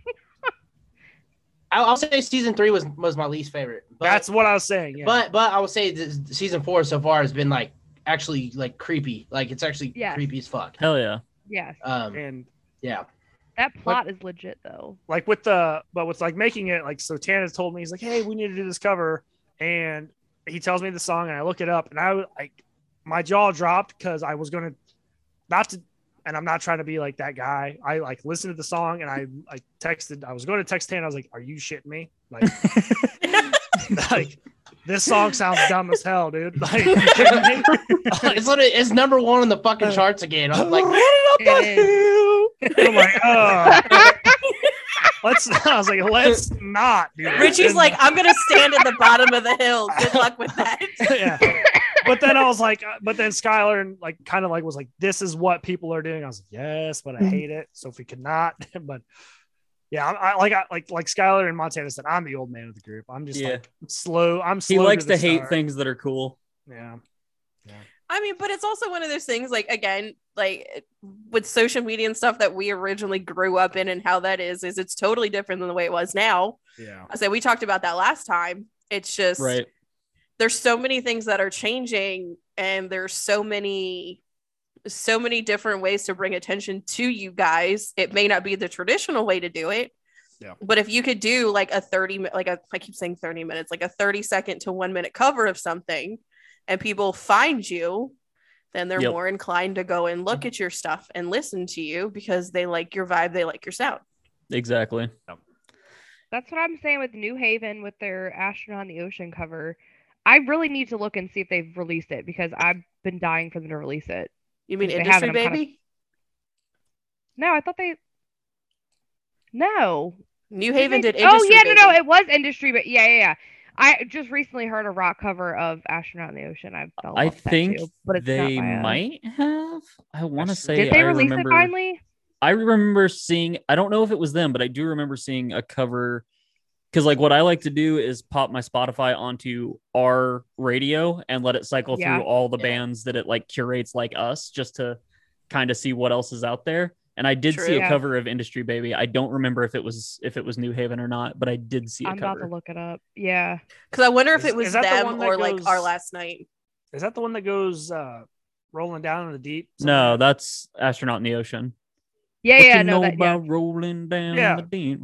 F: I'll, I'll say season three was was my least favorite. But,
D: That's what I was saying. Yeah.
F: but but I will say this, season four so far has been like actually like creepy. Like it's actually
B: Yes.
F: creepy as fuck.
C: hell yeah
B: Yes,
C: Uh,
F: Um,
D: and
F: yeah.
B: that plot is legit though.
D: like with the but with like making it like so Tana told me he's like, hey, we need to do this cover. and he tells me the song, and I look it up, and I was like, my jaw dropped because I was gonna not to, and I'm not trying to be like that guy. I like listened to the song, and I like texted. I was going to text Hannah. I was like, "Are you shitting me? Like, like this song sounds dumb as hell, dude. Like, you kidding me?
F: it's literally it's number one on the fucking charts again. I'm like,
D: I'm like, oh. let's. I was like, let's not. Do that.
A: Richie's
D: And-
A: like, I'm gonna stand at the bottom of the hill. Good luck with that.
D: yeah. But then I was like, uh, but then Skylar and like kind of like was like, this is what people are doing. I was like, yes,
B: Mm-hmm.
D: but I hate it. So if we could not, but yeah, I, I like I, like like Skylar and Montana said, I'm the old man of the group. I'm just
C: Yeah.
D: like slow. I'm slow.
C: He likes
D: the
C: to hate
D: start.
C: things that are cool.
D: Yeah.
A: I mean, but it's also one of those things, like again, like with social media and stuff that we originally grew up in, and how that is, is it's totally different than the way it was now.
D: Yeah.
A: I said we talked about that last time. It's just
C: Right.
A: there's so many things that are changing, and there's so many, so many different ways to bring attention to you guys. It may not be the traditional way to do it.
D: Yeah.
A: But if you could do like a 30 mi- like a, I keep saying 30 minutes, like a 30 second to one minute cover of something and people find you, then they're
C: Yep.
A: more inclined to go and look at your stuff and listen to you because they like your vibe, they like your sound.
C: Exactly.
B: That's what I'm saying with New Haven with their astronaut in the ocean cover. I really need to look and see if they've released it because I've been dying for them to release it.
A: You mean
B: If they
A: industry
B: haven't, I'm kinda-
A: baby?
B: No, I thought they. No.
A: New
B: Did
A: Haven
B: they-
A: did industry.
B: Oh yeah,
A: baby.
B: no, no, it was industry, but yeah, yeah, yeah. I just recently heard a rock cover of Astronaut in the Ocean. I fell
C: I
B: off that
C: think
B: too, but it's not
C: they
B: by us.
C: might have. I want to
D: That's-
C: say.
B: Did they
C: I
B: release
C: remember,
B: it finally?
C: I remember seeing. I don't know if it was them, but I do remember seeing a cover. Because like what I like to do is pop my Spotify onto our radio and let it cycle
B: Yeah.
C: through all the
F: Yeah.
C: bands that it like curates like us just to kind of see what else is out there. And I did
A: True.
C: see a
B: Yeah.
C: cover of Industry Baby. I don't remember if it was if it was New Haven or not, but I did see a
B: I'm about
C: cover.
B: to look it up. Yeah.
A: Because I wonder if
D: Is-
A: it was
D: is that the
A: them
D: one that
A: or like
D: goes-
A: our last night.
D: Is that the one that goes uh rolling down in the deep?
C: No, that's Astronaut in the Ocean.
B: Yeah,
C: What
B: yeah,
C: you
B: no,
C: know
B: that, yeah.
C: about rolling down
D: Yeah.
C: the deep?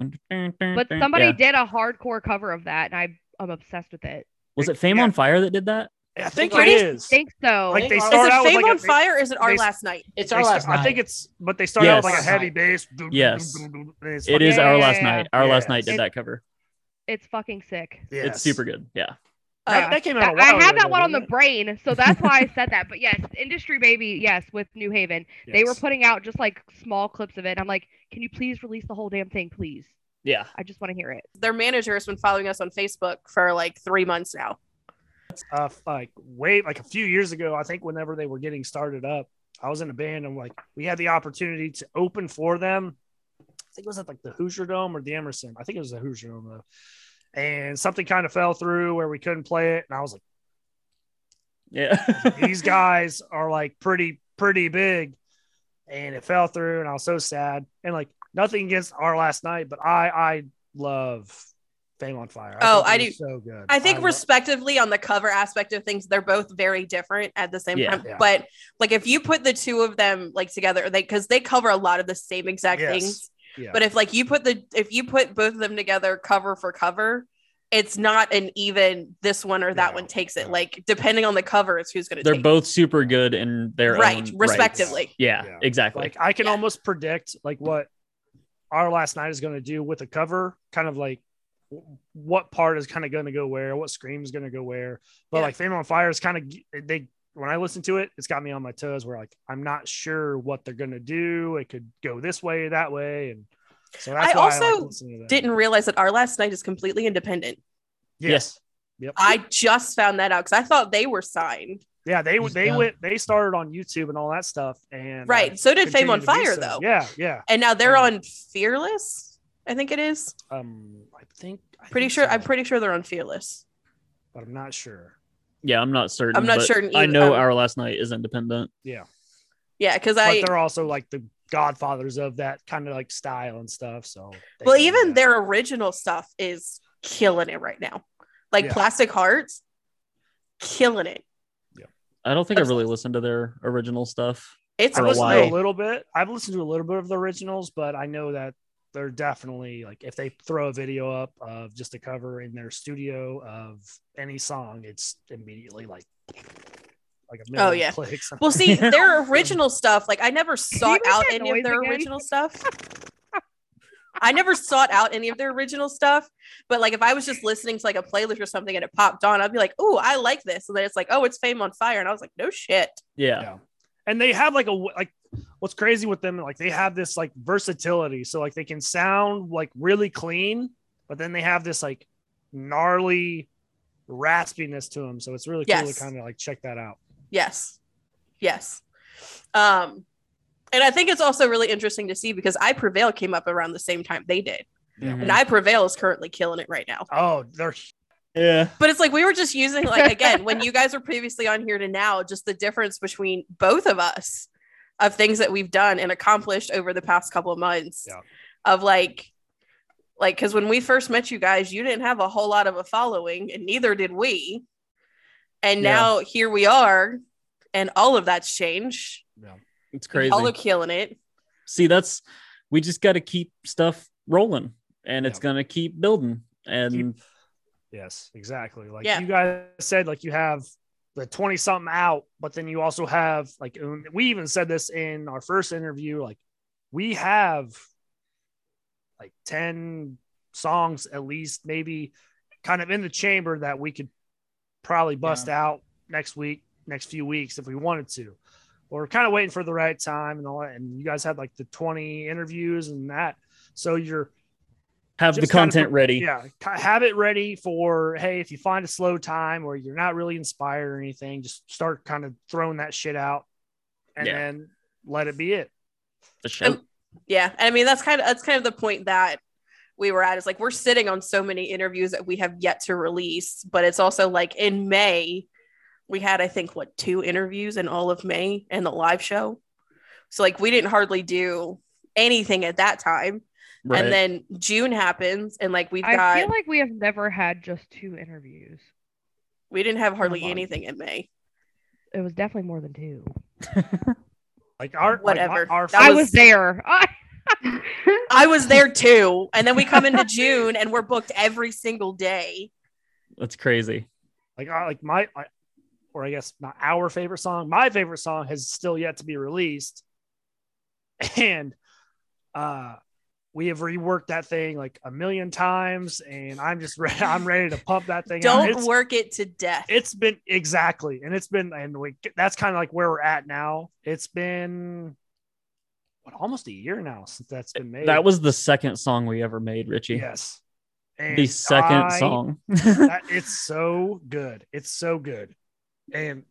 B: But somebody
C: Yeah.
B: did a hardcore cover of that, and I, I'm obsessed with it.
C: was it Fame
D: Yeah.
C: on Fire that did that?
D: I think it
A: Pretty-
D: is.
B: think so.
D: Like they
F: Is
A: Is
F: it
D: start
A: it
D: out with
A: Fame
D: like
A: on
D: a,
A: Fire? Or is it our
D: they-
A: last night?
F: it's
D: they
F: our
D: st-
F: last
D: I
F: night.
D: think it's, but they start out with like a
C: Yes.
D: heavy bass. Doom,
C: Yes.
D: doom, doom, doom, and it's
C: It
D: fucking-
C: is
B: Yeah,
C: our
B: yeah,
C: last
B: yeah.
C: night. Our last night
D: Yes.
C: did that cover.
B: It's fucking sick.
D: Yes.
C: It's super good. Yeah.
D: That,
B: Uh,
D: that came out.
B: I
D: a while
B: I had
D: ago,
B: that one on the
D: didn't
B: brain, so that's why I said that. But yes, Industry Baby, yes, with New Haven.
D: it?
B: They were
D: Yes.
B: putting out just like small clips of it. and I'm like, can you please release the whole damn thing, please?
C: Yeah.
B: I just want to hear it.
A: Their manager has been following us on Facebook for like three months now.
D: uh, f- like way like a few years ago. I think whenever they were getting started up, I was in a band and like we had the opportunity to open for them. I think it was at like the Hoosier Dome or the Emerson. I think it was the Hoosier Dome though. And something kind of fell through where we couldn't play it, and I was like,
C: Yeah.
D: these guys are like pretty pretty big, and it fell through, and I was so sad. And like nothing against our last night, but I I love Fame on Fire.
A: Oh,
D: think
A: I
D: it
A: do-
D: was So good.
A: I think
D: love-
A: respectively on the cover aspect of things, they're both very different at the same
C: Yeah.
A: time.
D: Yeah.
A: But like if you put the two of them like together, they because they cover a lot of the same exact
D: Yes.
A: things.
D: Yeah.
A: But if like you put the if you put both of them together cover for cover, it's not an even this one or that
D: No,
A: one takes it.
D: no.
A: Like depending on the cover, it's who's gonna
C: They're
A: take
C: both super good in their
A: it. right,
C: own rights.
A: respectively.
C: Yeah,
D: Yeah.
C: exactly.
D: like i can
A: Yeah.
D: almost predict like what our last night is going to do with the cover kind of like w- what part is kind of going to go where what scream is going to go where but
A: Yeah.
D: like fame on fire is kind of they when i listen to it it's got me on my toes where like i'm not sure what they're going to do it could go this way that way and so that's
A: I
D: why I
A: also
D: like listening to that.
A: Didn't realize that our last night is completely independent.
D: yes yep
A: I just found that out because I thought they were signed.
D: yeah they
F: He's
D: they
F: done.
D: went they started on youtube and all that stuff and
A: Right.
D: uh,
A: so did Fame
D: continue
A: on
D: to be
A: Fire,
D: so.
A: though.
D: yeah Um, yeah
A: And now they're
D: Yeah.
A: on Fearless, I think it is.
D: um i think I
A: Pretty
D: think
A: sure.
D: so,
A: I'm pretty sure they're on Fearless.
D: but i'm not sure
C: yeah, I'm not certain.
A: I'm not
C: but
A: certain
C: I
A: either.
C: know
A: Um,
C: our last night is independent.
A: Yeah, because
D: but
A: I.
D: they're also like the godfathers of that kind of like style and stuff. So they
A: Well,
D: can do
A: even
D: that.
A: their original stuff is killing it right now. Like
D: Yeah.
A: Plastic Hearts, killing it.
C: I don't think I
A: That's-
C: really listened to their original stuff.
A: It's
D: I've
C: for a
D: listened
A: listening.
D: to a
C: while.
D: little bit. I've listened to a little bit of the originals, but I know that they're definitely like if they throw a video up of just a cover in their studio of any song, it's immediately like like a million
A: Oh, yeah.
D: clicks.
A: Well, see, their original stuff, like I never sought
B: make
A: out
B: that
A: any of
B: noise
A: their
B: again?
A: original stuff. I never sought out any of their original stuff, but like if I was just listening to like a playlist or something and it popped on, I'd be like, "Oh, I like this," and then it's like, "Oh, it's Fame on Fire," and I was like, "No shit."
C: Yeah.
D: Yeah. and they have like a w- like what's crazy with them like they have this like versatility so like they can sound like really clean but then they have this like gnarly raspiness to them so it's really cool
A: Yes.
D: to kind of like check that out
A: Yes. Yes. Um, and I think it's also really interesting to see because I Prevail came up around the same time they did.
B: Hmm.
A: And I Prevail is currently killing it right now.
D: oh they're
C: Yeah.
A: But it's like we were just using like again, when you guys were previously on here to now, just the difference between both of us of things that we've done and accomplished over the past couple of months
D: Yeah.
A: of like like because when we first met you guys, you didn't have a whole lot of a following, and neither did we. And
C: Yeah.
A: now here we are, and all of that's changed.
C: It's crazy.
A: Y'all are killing it.
C: See, that's we just got to keep stuff rolling, and it's
D: Yeah.
C: gonna keep building. And
D: Keep- yes exactly like
A: Yeah.
D: you guys said like you have the 20 something out but then you also have like and we even said this in our first interview like we have like 10 songs at least maybe kind of in the chamber that we could probably bust out next week next few weeks if we wanted to but we're kind of waiting for the right time and all that and you guys had like the 20 interviews and that so you're
C: have the
D: just kinda
C: content
D: pre-
C: ready.
D: yeah ki- have it ready for hey if you find a slow time or you're not really inspired or anything just start kind of throwing that shit out and
C: Yeah.
D: then let it be it
C: The show.
A: And- Yeah. I mean, that's kind of that's kind of the point that we were at is like we're sitting on so many interviews that we have yet to release, but it's also like in May, we had I think what two interviews in all of May and the live show. So like we didn't hardly do anything at that time.
C: right.
A: And then June happens and like we've
B: I
A: got
B: feel like we have never had just two interviews.
A: we didn't have hardly
B: Come on.
A: anything in May.
B: It was definitely more than two.
D: like our like,
A: Whatever.
D: my- our
A: That
B: I
A: was-
B: was there.
A: I was there too. And then we come into June and we're booked every single day.
C: that's crazy.
D: like our, like my I- or I guess not our favorite song. My favorite song has still yet to be released, and uh, we have reworked that thing like a million times, and I'm just ready. I'm ready to pump that thing. out.
A: Don't
D: It's-
A: work it to death.
D: It's been exactly, and it's been, and we that's kind of like where we're at now. It's been what almost a year now since that's been made.
C: That was the second song we ever made, Richie.
D: yes,
C: The
D: And
C: second
D: I-
C: song.
D: that, it's so good. It's so good. And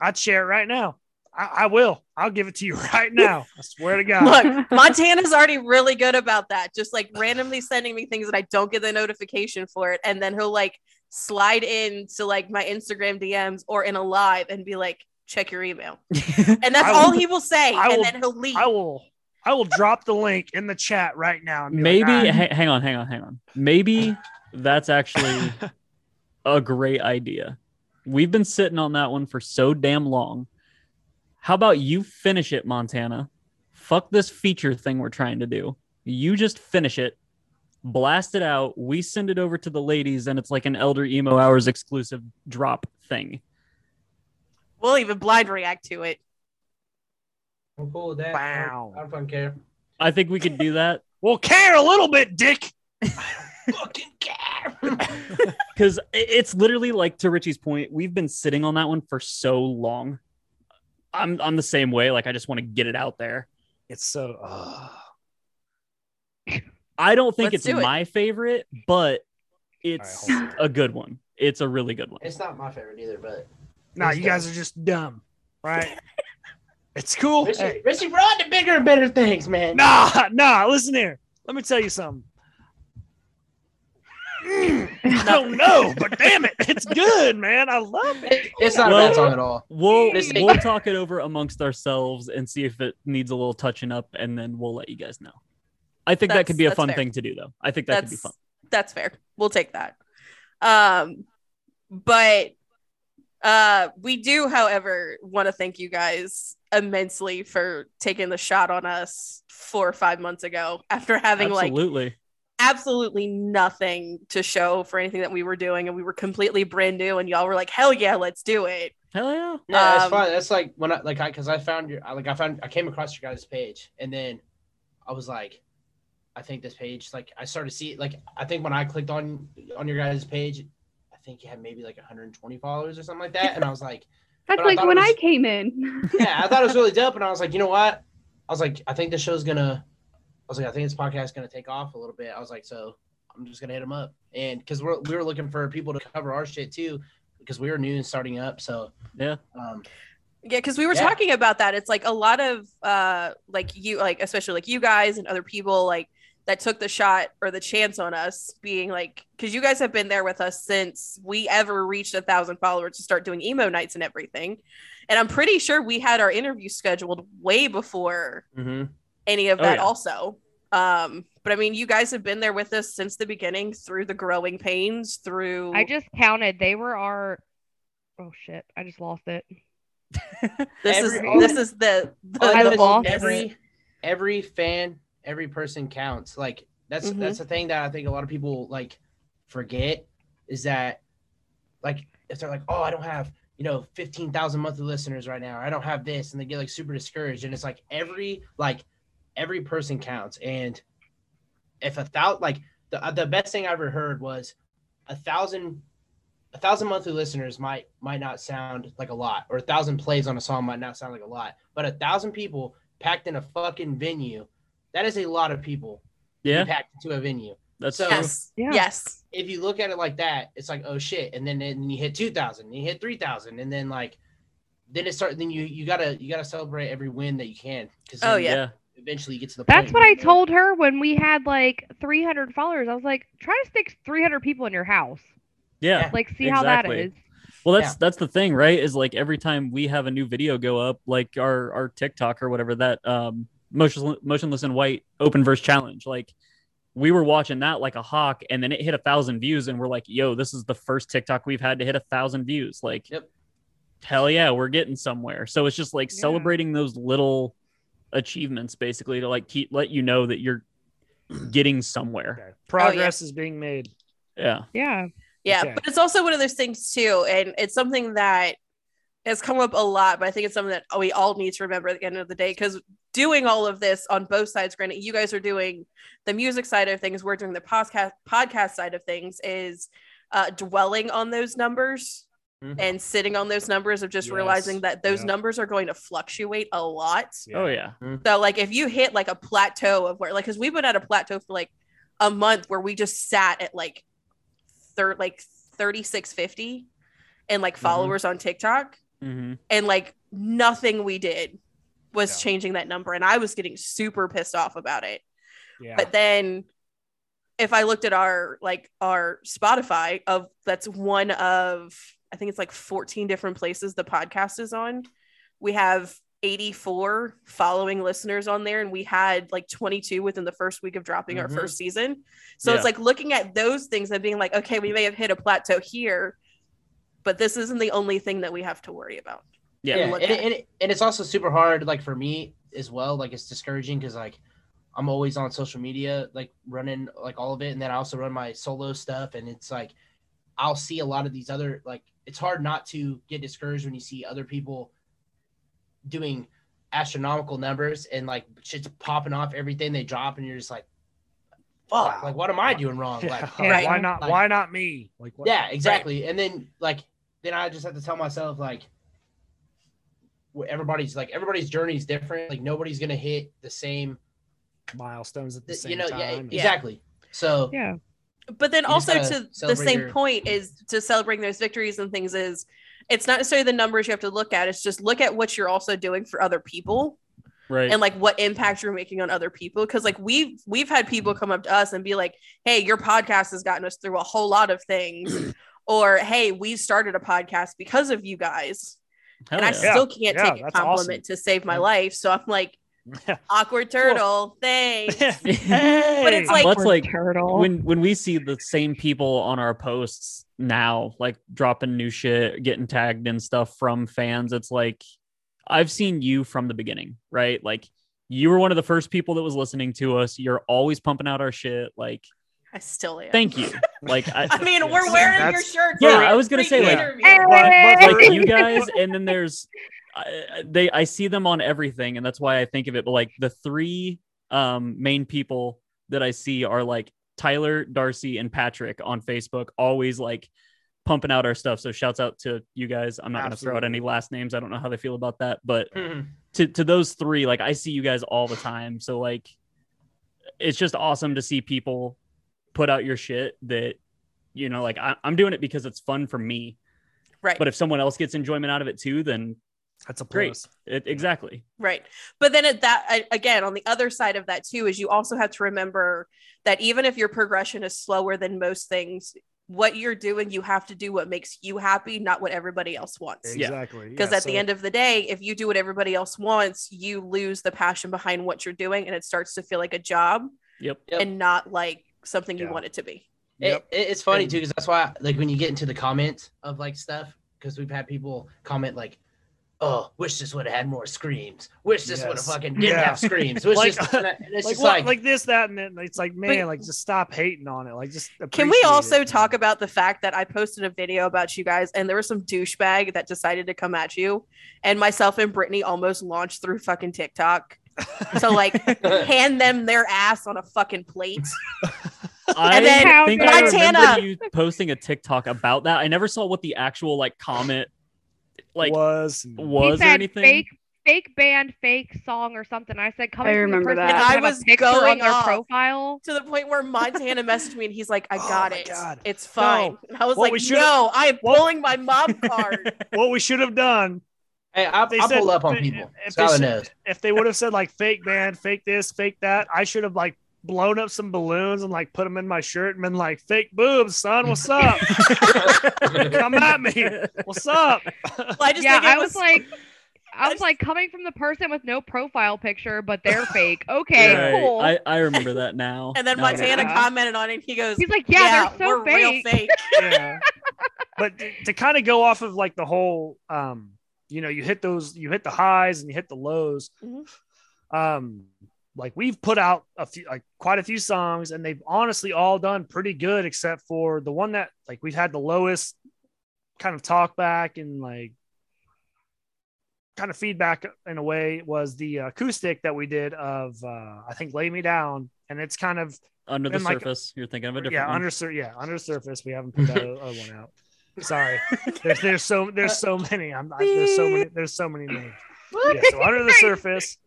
D: I'd share it right now. I, I will. I'll give it to you right now. I swear to God.
A: Look, Montana's already really good about that. Just like randomly sending me things that I don't get the notification for it. And then he'll like slide into like my Instagram DMs or in a live and be like, check your email. And that's
D: I
A: all
D: will-
A: he will say.
D: I
A: and
D: will-
A: then he'll leave.
D: I will. I will drop the link in the chat right now. and be like,
C: Maybe
D: "All right."
C: ha- hang on, hang on, hang on. Maybe that's actually a great idea. We've been sitting on that one for so damn long. How about you finish it, Montana? Fuck this feature thing we're trying to do. You just finish it, blast it out. We send it over to the ladies, and it's like an Elder Emo Hours exclusive drop thing.
A: we'll even blind react to it.
F: I'm cool with that.
D: Wow.
F: I don't fucking care.
C: I think we could do that
D: Well, care a little bit, Dick.
F: fucking care.
C: because it's literally like to Richie's point. We've been sitting on that one for so long. I'm I'm the same way. Like I just want to get it out there.
D: It's so. ugh.
C: I don't think
A: Let's
C: it's
A: do it.
C: my favorite, but it's
D: hold
C: a good one. It's a really good one.
F: It's not my favorite either, but
D: Nah, you guys are just dumb, right? it's cool.
F: Richie,
D: Hey,
F: Oh, eh. Richie, we're on to bigger and better things, man.
D: nah, nah. Listen here. Let me tell you something. I don't know, but damn it, it's good, man. I love it.
F: It's not
C: Well-
F: a bad song at all.
C: We'll
F: Listen-
C: we'll talk it over amongst ourselves and see if it needs a little touching up, and then we'll let you guys know. I think that
A: That's-
C: could be a
A: that's
C: fun
A: fair.
C: thing to do, though. I think that could be
A: that's
C: fun.
A: that's fair. We'll take that. Um, but Uh, we do, however, want to thank you guys immensely for taking the shot on us four or five months ago after having like
C: Absolutely.
A: absolutely nothing to show for anything that we were doing and we were completely brand new and y'all were like hell yeah let's do it
C: Hell yeah.
F: No, that's
A: Um,
F: fine. That's like when I like I because I found your I- like I found I came across your guys' page and then I was like, I think this page like I started to see like I think when I clicked on on your guys' page, I think you had maybe like 120 followers or something like that, and I was like,
E: That's
F: But I
E: like
F: thought it
E: when
F: was-
E: I came in.
F: yeah, I thought it was really dope, and I was like, you know what? I was like, I think this show's gonna. I was like, I think this podcast's gonna take off a little bit. I was like, so I'm just gonna hit them up, and because we're we were looking for people to cover our shit too, because we were new and starting up, so
C: Yeah.
F: Um,
A: Yeah, because we were
F: Yeah.
A: talking about that. It's like a lot of uh like you like especially like you guys and other people like that took the shot or the chance on us being like because you guys have been there with us since we ever reached a thousand followers to start doing emo nights and everything. And I'm pretty sure we had our interview scheduled way before any of
C: Oh,
A: that
C: yeah.
A: also. Um, but I mean you guys have been there with us since the beginning through the growing pains, through
B: I just counted. They were our. Oh shit! I just lost it.
A: this
F: every-
A: is this is the, the
B: I
F: Every-
B: lost it.
F: every every fan, every person counts. Like that's
A: Mhm.
F: that's the thing that I think a lot of people like forget is that like if they're like, oh, I don't have you know fifteen thousand monthly listeners right now, or I don't have this, and they get like super discouraged. And it's like every like every person counts. And if a thousand like the uh, the best thing I ever heard was a thousand. A thousand monthly listeners might might not sound like a lot, or a thousand plays on a song might not sound like a lot, but a thousand people packed in a fucking venue, that is a lot of people
C: Yeah.
F: packed into a venue.
C: That's
F: So-
A: yes.
B: Yeah.
A: Yes.
F: If you look at it like that, it's like oh shit, and then and you hit two thousand, you hit three thousand, and then like, then it start. Then you you gotta you gotta celebrate every win that you can because
A: Oh,
C: yeah.
A: yeah.
F: eventually you get to the.
B: That's
F: point
B: what
F: where
B: I
F: you know-
B: told her when we had like 300 followers. I was like, try to stick 300 people in your house.
C: Yeah.
F: Yeah.
B: Like, see how that
C: Exactly.
B: is.
C: Well, that's that's the thing, right? Is like every time we have a new video go up, like our our TikTok or whatever that um motionless motionless in white open verse challenge, like we were watching that like a hawk, and then it hit a thousand views, and we're like, yo, this is the first TikTok we've had to hit a thousand views. Like,
F: Yep.
C: hell yeah, we're getting somewhere. So it's just like
B: Yeah.
C: celebrating those little achievements, basically, to like keep let you know that you're getting somewhere.
D: Okay. Progress is being made.
C: Yeah.
B: Yeah.
A: Yeah,
D: Okay.
A: but it's also one of those things too, and it's something that has come up a lot. But I think it's something that we all need to remember at the end of the day because doing all of this on both sides, granted, you guys are doing the music side of things, we're doing the podcast podcast side of things, is uh, dwelling on those numbers
F: Mhm.
A: and sitting on those numbers of just
D: Mm-hmm. Yes.
A: realizing that those
D: Yeah.
A: numbers are going to fluctuate a lot.
C: Oh yeah.
A: So like if you hit like a plateau of where like because we've been at a plateau for like a month where we just sat at like third like 3650 and like followers on TikTok
C: Mm-hmm.
A: and like nothing we did was
D: Yeah.
A: changing that number and I was getting super pissed off about it.
D: Yeah.
A: But then if I looked at our like our Spotify of that's one of I think it's like 14 different places the podcast is on. We have 84 following listeners on there and we had like 22 within the first week of dropping our
F: Mhm.
A: first season. So
C: Yeah.
A: it's like looking at those things and being like okay, we may have hit a plateau here, but this isn't the only thing that we have to worry about.
C: Yeah.
F: yeah,
A: look
F: and,
A: at.
F: it- and, it- and it's also super hard like for me as well like it's discouraging because like i'm always on social media like running like all of it and then i also run my solo stuff and it's like i'll see a lot of these other like it's hard not to get discouraged when you see other people doing astronomical numbers and like shit's popping off everything they drop and you're just like fuck
D: Wow.
F: like what am i doing wrong like
D: Yeah,
A: Right.
D: Why not?
F: Like-
D: why not me? Like what?
F: yeah, exactly. And then like then I just have to tell myself like wh- everybody's like everybody's journey is different. Like nobody's gonna hit the same.
D: milestones at the
F: th-
D: same
F: you know,
D: time.
F: yeah,
D: and-
F: exactly. So
B: Yeah.
A: but then
F: You just
A: also
F: gotta
A: to the
F: celebrate
A: same
F: your-
A: point is to celebrating those victories and things is it's not necessarily the numbers you have to look at it's just look at what you're also doing for other people
C: Right.
A: and like what impact you're making on other people because like we've we've had people come up to us and be like hey your podcast has gotten us through a whole lot of things or hey we started a podcast because of you guys
C: Hell
A: and i
C: Oh, yeah.
D: yeah.
A: still can't
D: Yeah,
A: take a
D: that's awesome.
A: compliment to save my life so i'm like Awkward turtle. Thanks.
D: but
A: it's like-
C: That's
B: Or
C: like
B: turtle.
C: when when we see the same people on our posts now like dropping new shit getting tagged and stuff from fans it's like i've seen you from the beginning right like you were one of the first people that was listening to us you're always pumping out our shit like
A: I still am.
C: thank you like i
A: I mean, we're
D: Yes.
A: wearing your
D: That's-
A: shirt.
C: Yeah,
A: for
C: I was gonna
A: freaking
C: say, like-
A: interview.
D: But-
C: like
D: but-
C: you guys and then there's I, they i see them on everything and that's why i think of it but like the three um main people that i see are like tyler darcy and patrick on facebook always like pumping out our stuff so shouts out to you guys i'm not going to throw out
D: Absolutely.
C: any last names i don't know how they feel about that but
F: Mhm.
C: to, to those three like i see you guys all the time so like it's just awesome to see people put out your shit that you know like I, i'm doing it because it's fun for me
A: right.
C: but if someone else gets enjoyment out of it too then
D: That's a
C: Great.
D: plus.
C: it, exactly
A: Right. But then at that I- again on the other side of that too is you also have to remember that even if your progression is slower than most things, what you're doing you have to do what makes you happy, not what everybody else wants.
C: Yeah.
D: Exactly.
A: Because at the end of the day, if you do what everybody else wants, you lose the passion behind what you're doing and it starts to feel like a job
C: yep
F: Yep.
A: and not like something you
D: Yeah.
A: want it to be.
F: It,
D: Yep.
F: it- it's funny
D: And-
F: too because that's why like when you get into the comments of like stuff because we've had people comment like, "Oh, wish this would have had more screams. Wish this would have
D: Yes.
F: fucking didn't
D: Yeah.
F: have screams. Wish
D: Like,
F: this." didn't have-" And it's
D: like
F: just
D: what,
F: like,
D: like, this, that, and then it's like, man, like just stop hating on it. Like just
A: Can we
D: appreciate
A: also
D: it.
A: talk about the fact that I posted a video about you guys and there was some douchebag that decided to come at you and myself and Brittany almost launched through fucking TikTok to like hand them their ass on a fucking plate.
C: i
A: And then-
C: think
B: How
C: i
B: dare-
A: Montana-
C: remember you posting a tiktok about that i never saw what the actual like comment like
D: was
B: he
C: was or
B: said
C: anything
B: fake fake band, fake song or something. I said coming
E: I
B: from the
E: remember
B: person
E: that.
B: that
A: And I
B: doesn't have a
A: was
B: picture
A: going
B: on their
A: off.
B: profile.
A: to the point where Montana messaged me and he's like, I
D: Oh
A: got
D: my
A: it.
D: God.
A: It's fine.
D: No.
A: And I was
D: What we
A: like,
D: should've-
A: no, I am
D: what-
A: pulling my mom card.
D: what we should have done
F: "Hey, I,
D: They
F: I
D: said-
F: pull up on
D: if-
F: people.
D: if they
F: Tyler
D: said-
F: knows."
D: if they would have said like fake band, fake this, fake that. I should have like blown up some balloons and like put them in my shirt and been like fake boobs, son. What's up? Come at me. What's up?
A: Well, I just
B: Yeah,
A: think it
B: I
A: was,
B: was like, I was
A: just-
B: like coming from the person with no profile picture, but they're fake. Okay,
C: Right.
B: cool.
C: I, I remember that now
A: and then
C: Now that-
A: Montana
B: Yeah.
A: commented on it and he goes,
B: He's like, yeah, they're so
A: we're real
B: fake.
A: fake.
D: yeah. But to, to kind of go off of like the whole, um, you know, you hit those, you hit the highs and you hit the lows.
A: Mhm.
D: Um, like we've put out a few, like quite a few songs, and they've honestly all done pretty good, except for the one that like we've had the lowest kind of talk back and like kind of feedback in a way was the acoustic that we did of uh, I think "Lay Me Down," and it's kind of
C: under the
D: and, like-
C: surface you're thinking of a different
D: yeah,
C: one.
D: under sur- yeah, under surface. We haven't put that other one out. Sorry, there's there's so there's so many. I'm I, there's so many there's so many names. Yeah, so under the surface.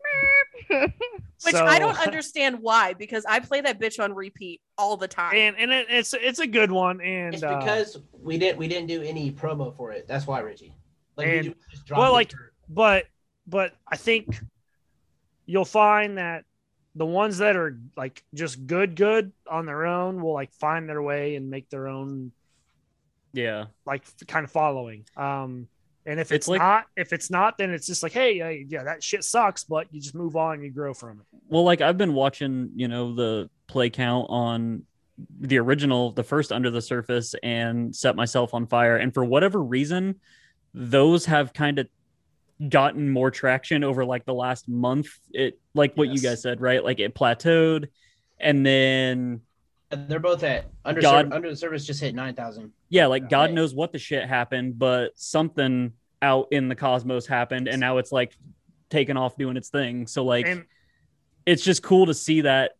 A: Which
D: so-
A: I don't understand why, because I play that bitch on repeat all the time.
D: And and it, it's it's a good one. And
F: It's
D: uh,
F: because we didn't we didn't do any promo for it. That's why Richie. Like we
D: And-
F: ju- just dropped
D: well,
F: it
D: like-
F: for-
D: but but I think you'll find that the ones that are like just good good on their own will like find their way and make their own
C: yeah
D: like f- kind of following. Um, and if
C: It's
D: it's,
C: like-
D: not, if it's not, then it's just like, hey, hey, yeah, that shit sucks, but you just move on, you grow from it.
C: well like i've been watching you know the play count on the original the first under the surface and set myself on fire and for whatever reason those have kind of gotten more traction over like the last month it like what you
D: Yes.
C: guys said right like it plateaued and then
F: they're both at under
C: God-
F: sur- under the surface just hit nine thousand.
C: yeah like god
F: Right.
C: knows what the shit happened but something out in the cosmos happened and now it's like taking off doing its thing so like
D: and
C: it's just cool to see that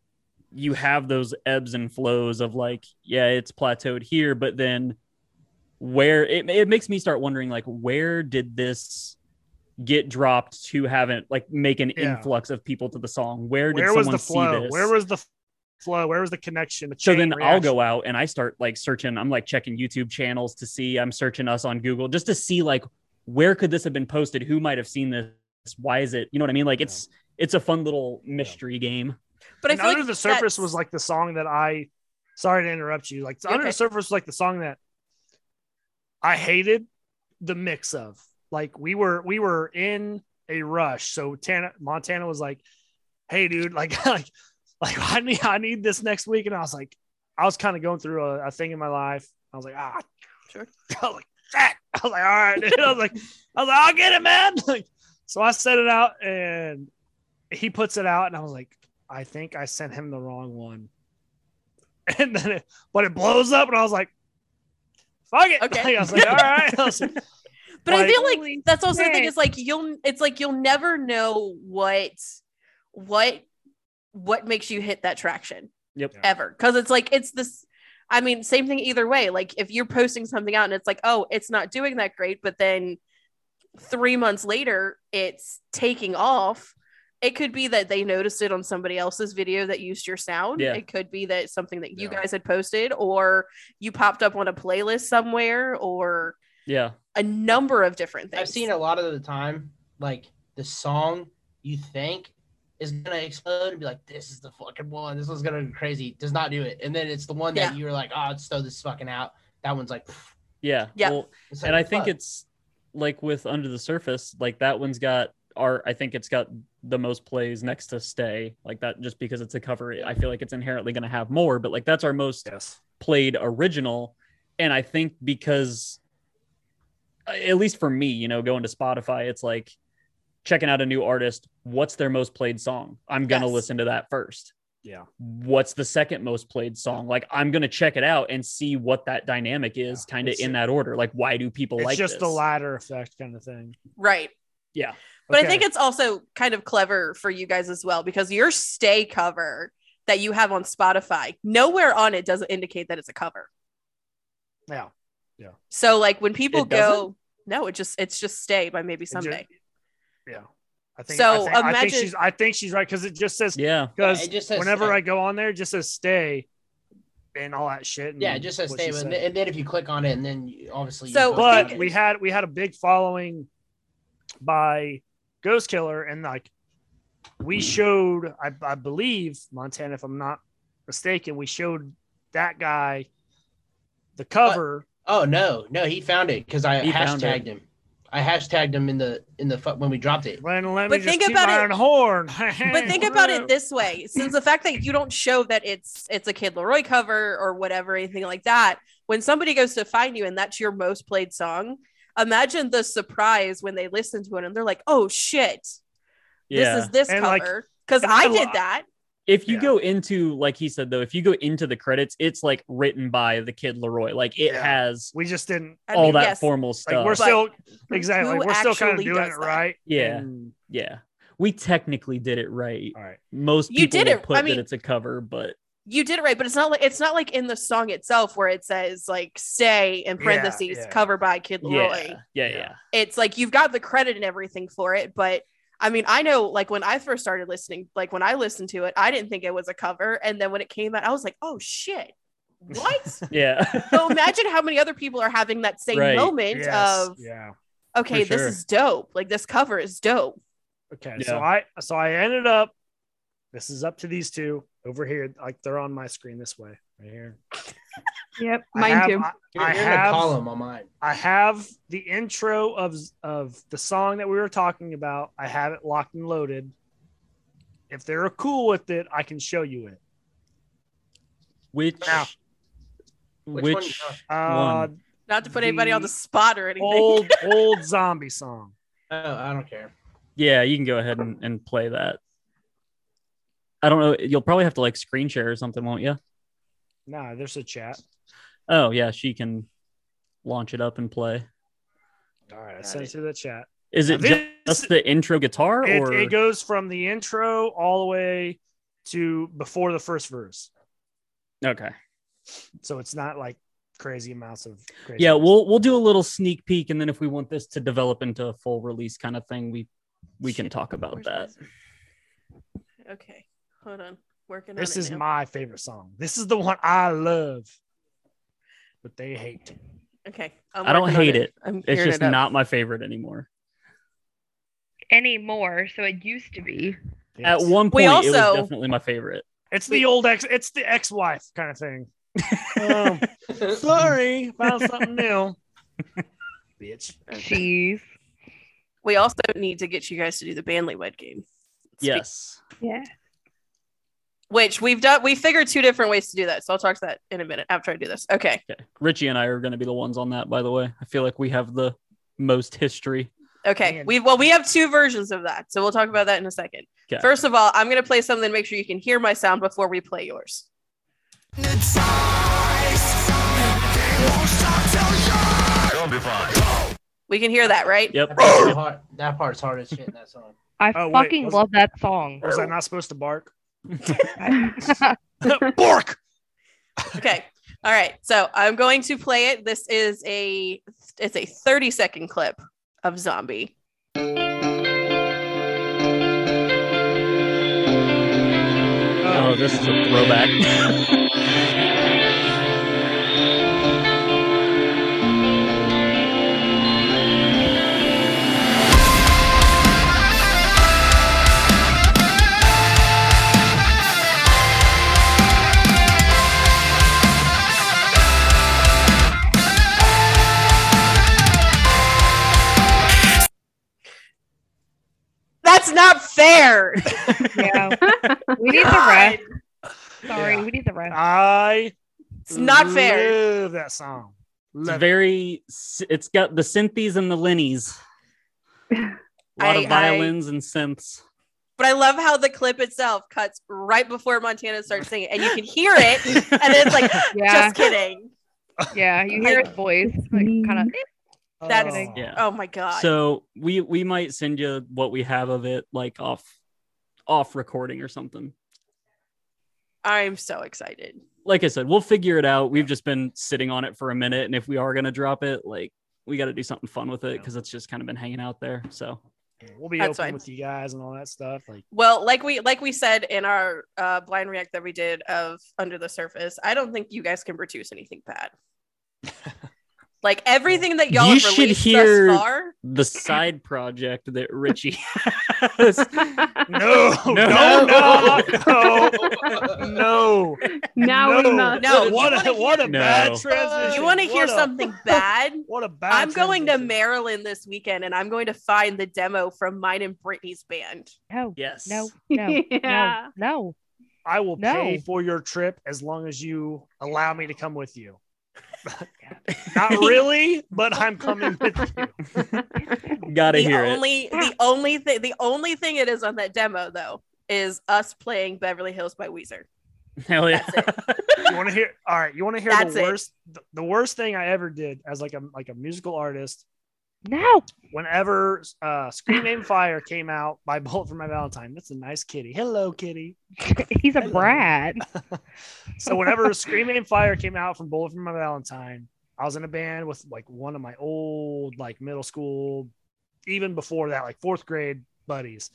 C: you have those ebbs and flows of like, yeah, it's plateaued here, but then where it, it makes me start wondering like where did this get dropped to haven't like make an
D: Yeah.
C: influx of people to the song? Where did
D: where was
C: someone
D: the
C: see
D: flow?
C: this?
D: Where was the f- flow? Where was the connection? The
C: so
D: chain
C: then I'll
D: reaction?
C: go out and I start like searching. I'm like checking YouTube channels to see. I'm searching us on Google just to see like where could this have been posted? Who might have seen this? Why is it? You know what I mean? Like
D: Yeah.
C: it's it's a fun little mystery game.
A: but I
D: And
A: feel
D: under
A: like
D: the surface
A: that's-
D: was like the song that I. Sorry to interrupt you. Like
A: You're
D: under
A: okay.
D: the surface was like the song that I hated the mix of. Like we were we were in a rush. So Tana, Montana was like, hey, dude, like, like, like I need, I need this next week. And I was like, I was kind of going through a, a thing in my life. I was like, ah,
A: Sure.
D: I was like, that. I was like, all right, dude. I was like, I was like, I'll get it, man. Like, so I set it out and he puts it out. And I was like, I think I sent him the wrong one. And then, it, but it blows up. And I was like, fuck it.
A: Okay.
D: Like, I was like, all right. I was like,
A: But I
D: Like-
A: feel like
B: Holy
A: that's also the thing.
B: shit.
A: It's like you'll it's like you'll never know what what what makes you hit that traction.
C: Yep.
A: Ever. Because it's like it's this I mean, same thing either way. Like if you're posting something out and it's like, oh, it's not doing that great, but then three months later it's taking off. It could be that they noticed it on somebody else's video that used your sound.
C: Yeah.
A: It could be that it's something that you
D: Yeah.
A: guys had posted or you popped up on a playlist somewhere or
C: Yeah.
A: a number of different things.
F: I've seen a lot of the time, like the song you think is gonna explode and be like, "This is the fucking one. This one's gonna be crazy." Does not do it, and then it's the one that you're like, "Oh, let's throw this fucking out." That one's like, pff.
C: Yeah.
A: Yeah.
C: Well,
F: It's
C: and I
F: like,
C: think
F: fuck.
C: it's like with Under the Surface, like that one's got our I think it's got the most plays next to Stay, like that just because it's a cover. I feel like it's inherently going to have more, but like that's our most
D: yes.
C: played original and i think because uh, at least for me you know going to spotify it's like checking out a new artist what's their most played song i'm gonna
A: Yes.
C: listen to that first
D: Yeah.
C: what's the second most played song like i'm gonna check it out and see what that dynamic is
D: Yeah,
C: kind of
D: it's-
C: in that order like why do people
D: It's
C: like
D: just the
C: this?
D: ladder effect kind of thing.
A: right.
C: yeah
A: But I
D: Okay.
A: think it's also kind of clever for you guys as well because your stay cover that you have on Spotify, nowhere on it doesn't indicate that it's a cover.
D: yeah.
A: So like when people
C: It doesn't?
A: go, no, it just it's just stay by maybe
D: just-
A: someday.
D: Yeah. I think, I
A: So,
D: think, I think
A: imagine-
D: she's I think she's right because it just says
C: yeah
D: because
F: Yeah, it just says
D: whenever
F: stay.
D: I go on there, it just says stay and all that shit. and
F: yeah, it just says
D: what she
F: stay, and
D: said.
F: then, and then if you click on it, and then you, obviously, you
A: So,
F: click
A: I
F: on
D: But
A: think-
F: it.
D: we had we had a big following by Ghost Killer, and like we showed, I, I believe Montana, if I'm not mistaken, we showed that guy the cover.
F: oh no, no, he found it because I
C: He found
F: hashtagged him. I hashtagged him in the in the fu- when we dropped it.
D: Let, let me
A: But
D: just
A: think
D: keep
A: about
D: my
A: it-
D: own horn.
A: But think about it this way: since the fact that you don't show that it's it's a Kid Leroy cover or whatever, anything like that, when somebody goes to find you and that's your most played song, imagine the surprise when they listen to it and they're like, "Oh shit,
C: yeah
A: this is this
D: And, like-
A: cover." Because
D: and
A: I
D: I
A: did
D: lo-
A: that.
C: if you
D: Yeah.
C: go into like he said though if you go into the credits it's like written by the kid leroy like it
D: Yeah.
C: has
D: we just didn't
A: I
C: all
A: mean,
C: that
A: yes.
C: formal stuff
D: like we're
A: But
D: still exactly
A: who
D: like, we're still kind of
A: actually
D: doing
A: does
D: it
A: that?
D: right.
C: Yeah.
D: And-
C: Yeah. We technically did it right.
D: all right.
C: Most
A: You
C: people
A: did
C: will
A: it-
C: put
A: I mean-
C: that it's a cover, but
A: you did it right, but it's not like it's not like in the song itself where it says like "stay" in
D: Yeah,
A: parentheses
D: yeah.
A: cover by Kid Leroy.
C: yeah, yeah, yeah.
A: It's like you've got the credit and everything for it, but I mean, I know like when I first started listening, like when I listened to it, I didn't think it was a cover, and then when it came out, I was like, "Oh shit, what?"
C: Yeah.
A: so imagine how many other people are having that same
C: Right.
A: moment
D: Yes.
A: of,
D: yeah.
A: "Okay,
C: For
A: this
C: sure.
A: is dope. Like this cover is dope."
D: Okay,
C: Yeah.
D: so I so I ended up. This is up to these two over here. Like they're on my screen this way, right here.
E: Yep,
D: I
E: mine
D: have-
E: too.
D: I,
F: You're,
D: I
F: you're in a
D: have-
F: column on mine.
D: I have the intro of of the song that we were talking about. I have it locked and loaded. If they're cool with it, I can show you it.
C: Which
D: Now.
F: Which
C: which,
F: one-
D: Uh,
A: Not to put anybody on
C: Mm-hmm.
D: The
A: the spot or anything.
C: Oh,
D: old old zombie song.
F: Oh, I don't care.
C: yeah, you can go ahead and, and play that. I don't know. You'll probably have to like screen share or something, won't you?
D: Nah, there's a chat.
C: Oh yeah, she can launch it up and play.
D: All right, I
F: Got
D: sent
F: it.
D: it to the chat.
C: Is it
D: This-
C: just the intro guitar
D: It,
C: or
D: it goes from the intro all the way to before the first verse.
C: okay?
D: so it's not like crazy amounts of crazy
C: Yeah, we'll we'll do a little sneak peek, and then if we want this to develop into a full release kind of thing, we we can talk about
A: Where's
C: that.
A: my- Okay, hold on. Working
D: this
A: on it
D: is
A: now.
D: my favorite song this is the one i love but they hate
A: Okay. I'm
C: I don't
A: working on
C: hate it.
A: I'm
C: It's
A: gearing
C: just
A: it up.
C: not my favorite anymore.
B: anymore. So it used to be.
C: At
D: Yes.
C: one
A: We
C: point, it was
A: also-
C: definitely my favorite.
D: it's the old ex it's the ex-wife kind of thing um, sorry found something new bitch
B: Jeez.
A: We also need to get you guys to do the Bandley wed game. Speak-
C: Yes.
E: Yeah.
A: Which we've done, we figured two different ways to do that. So I'll talk to that in a minute after I do this. Okay.
C: Okay. Richie and I are going to be the ones on that, by the way. I feel like we have the most history.
A: Okay.
B: Man.
A: We well, we have two versions of that. So we'll talk about that in a second.
C: Okay.
A: First of all, I'm gonna play something to make sure you can hear my sound before we play yours. We can hear that, right?
C: Yep.
F: That part's, hard, that part's hard as shit in that song.
B: I
D: Oh, wait,
B: fucking
D: was-
B: love that song.
D: Was I not supposed to bark?
B: I-
D: bark.
A: Okay. All right. So I'm going to play it. This is a it's a 30 second clip of zombie.
D: Um,
C: Oh, this is a throwback.
A: That's not fair.
B: yeah. We need the rest. Sorry,
D: Yeah.
B: we need the rest.
D: I
A: It's not fair.
D: Love that song.
C: It's
D: Love it.
C: very. s- It's got the synthies and the linnies. A
A: I-
C: lot of violins and synths.
A: But I love how the clip itself cuts right before Montana starts singing, and you can hear it, and then it's like,
B: Yeah,
A: just kidding.
B: yeah. You hear his voice, like, "Eh, kind of.
A: That's-
D: Oh.
C: Yeah.
A: Oh my god.
C: So we we might send you what we have of it, like off off recording or something.
A: I'm so excited.
C: Like I said, we'll figure it out. We've just been sitting on it for a minute, and if we are gonna drop it, like we got to do something fun with it because it's just kind of been hanging out there. So
D: We'll be
A: That's
D: open
A: fine.
D: with you guys and all that stuff. Like
A: Well, like we like we said in our uh, blind react that we did of Under the Surface, I don't think you guys can produce anything bad. like everything that y'all
C: You
A: have
C: should
A: released
C: hear-
A: thus far,
C: the side project that Richie has.
D: no, no,
C: No.
D: no, no, no.
E: now we must.
A: No, you
D: what
A: wanna
D: a what a
C: hear-
D: bad
C: No.
D: transition.
A: you want to hear
D: What a-
A: something bad.
D: What a bad.
A: I'm going to
D: transition.
A: Maryland this weekend, and I'm going to find the demo from mine and Brittany's band.
B: No,
C: yes.
B: no, no,
E: Yeah.
B: no, no.
D: I will
B: No.
D: pay for your trip as long as you allow me to come with you. Not really, but I'm coming with you.
C: Gotta
A: the
C: hear it.
A: only the
D: Ah.
A: only thing the only thing it is on that demo though is us playing Beverly Hills by Weezer.
C: Hell yeah.
D: You want to hear? All right, you want to hear
A: That's
D: the
A: it.
D: worst? The, the worst thing I ever did as like a like a musical artist.
B: No.
D: Whenever uh, "Scream and Fire" came out by Bolt for My Valentine, that's a nice kitty. Hello, kitty.
B: He's a
D: Hello.
B: brat.
D: So whenever "Screaming and Fire" came out from Bullet for My Valentine, I was in a band with like one of my old like middle school, even before that, like fourth grade buddies.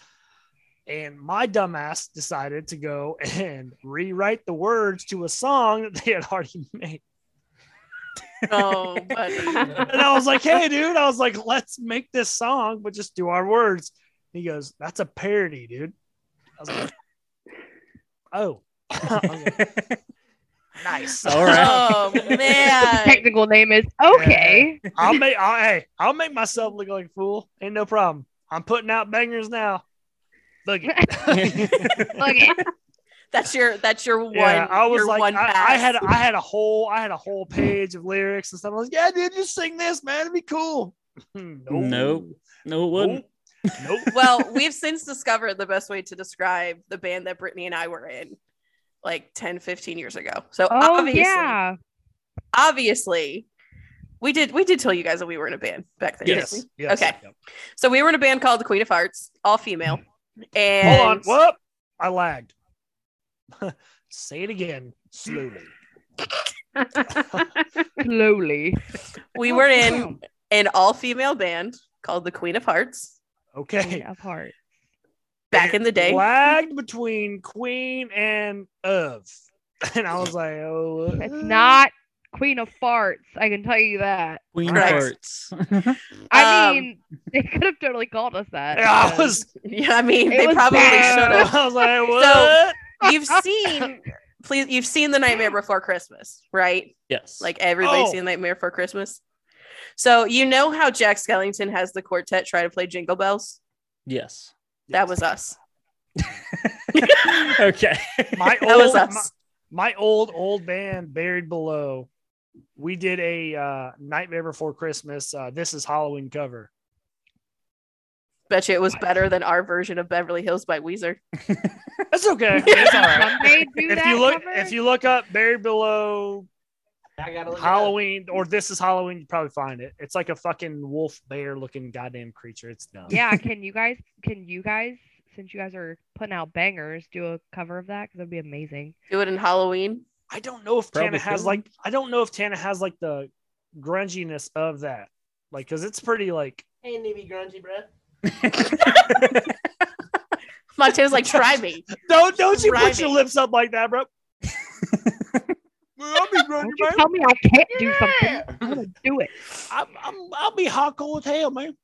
D: And my dumbass decided to go and rewrite the words to a song that they had already made.
A: Oh, buddy.
D: And I was like, "Hey, dude!" I was like, "Let's make this song, but just do our words." He goes, "That's a parody, dude." I was like, "Oh, Okay. nice."
C: All right.
A: oh
B: The
A: man.
B: technical name is okay.
A: Oh.
D: I'll make I'll, hey, I'll make myself look like a fool. Ain't no problem. I'm putting out bangers now. Look,
B: Look at
A: That's your that's your one
D: yeah, I was
A: your
D: like,
A: one
D: I,
A: pass.
D: I had I had a whole I had a whole page of lyrics and stuff. I was like, yeah, dude, just sing this, man. It'd be cool. no,
C: Nope. no, it wouldn't.
D: Nope. nope.
A: well, we've since discovered the best way to describe the band that Brittany and I were in like 10, 15 years ago. So
B: Oh
A: obviously,
B: yeah.
A: obviously, we did we did tell you guys that we were in a band back then.
C: Yes.
A: didn't we?
D: Yes.
A: Okay.
D: Yep.
A: So we were in a band called the Queen of Hearts, all female. And
D: Hold on. Whoop. I lagged. Say it again slowly.
B: Slowly.
A: we
B: Oh,
A: were in
B: damn.
A: an all female band called the Queen of Hearts
D: Okay.
B: Queen of Hearts.
A: back in the day.
D: lagged between Queen and of. And I was like, oh,
B: It's
D: uh,
B: not Queen of Farts. I can tell you that.
C: Queen
A: Correct.
C: Hearts.
B: I
A: Um,
B: mean, they could have totally called us that.
D: Yeah, I
B: because-
D: was,
A: Yeah, I mean,
B: It
A: they
B: was
A: probably
B: bad.
A: should have.
D: I was like, what?
A: You've seen, please, you've seen The Nightmare Before Christmas, right?
C: yes.
A: Like everybody's
D: Oh.
A: seen Nightmare Before Christmas. So you know how Jack Skellington has the quartet try to play Jingle Bells?
C: yes.
A: That was us.
C: okay.
D: My
A: That was
D: old, Oh my,
A: us.
D: my old old band buried below we did a uh nightmare before christmas uh this is halloween cover
A: Bet you it was
D: What?
A: better than our version of Beverly Hills by Weezer.
D: that's okay it's all right
B: They do
D: if
B: that
D: you look
B: cover?
D: if you look up buried below
F: I gotta look it up.
D: halloween or this is halloween you probably find it it's like a fucking wolf bear looking goddamn creature it's dumb
B: yeah, can you guys? Can you guys? Since you guys are putting out bangers, do a cover of that because that'd be amazing.
A: Do it in Halloween.
D: i don't know if
C: Probably
D: tana has
C: could.
D: like i don't know if tana has like the grunginess of that like because it's pretty like
F: Hey, Navy Grungy, bro.
A: Montana's like, try me.
D: don't don't you put your
A: Thriving.
D: lips up like that bro Well, I'll be grungy,
B: Don't you
D: man.
B: tell me I can't do something. I'm gonna do it.
D: I'm, I'm, I'll be hot cold as hell, man.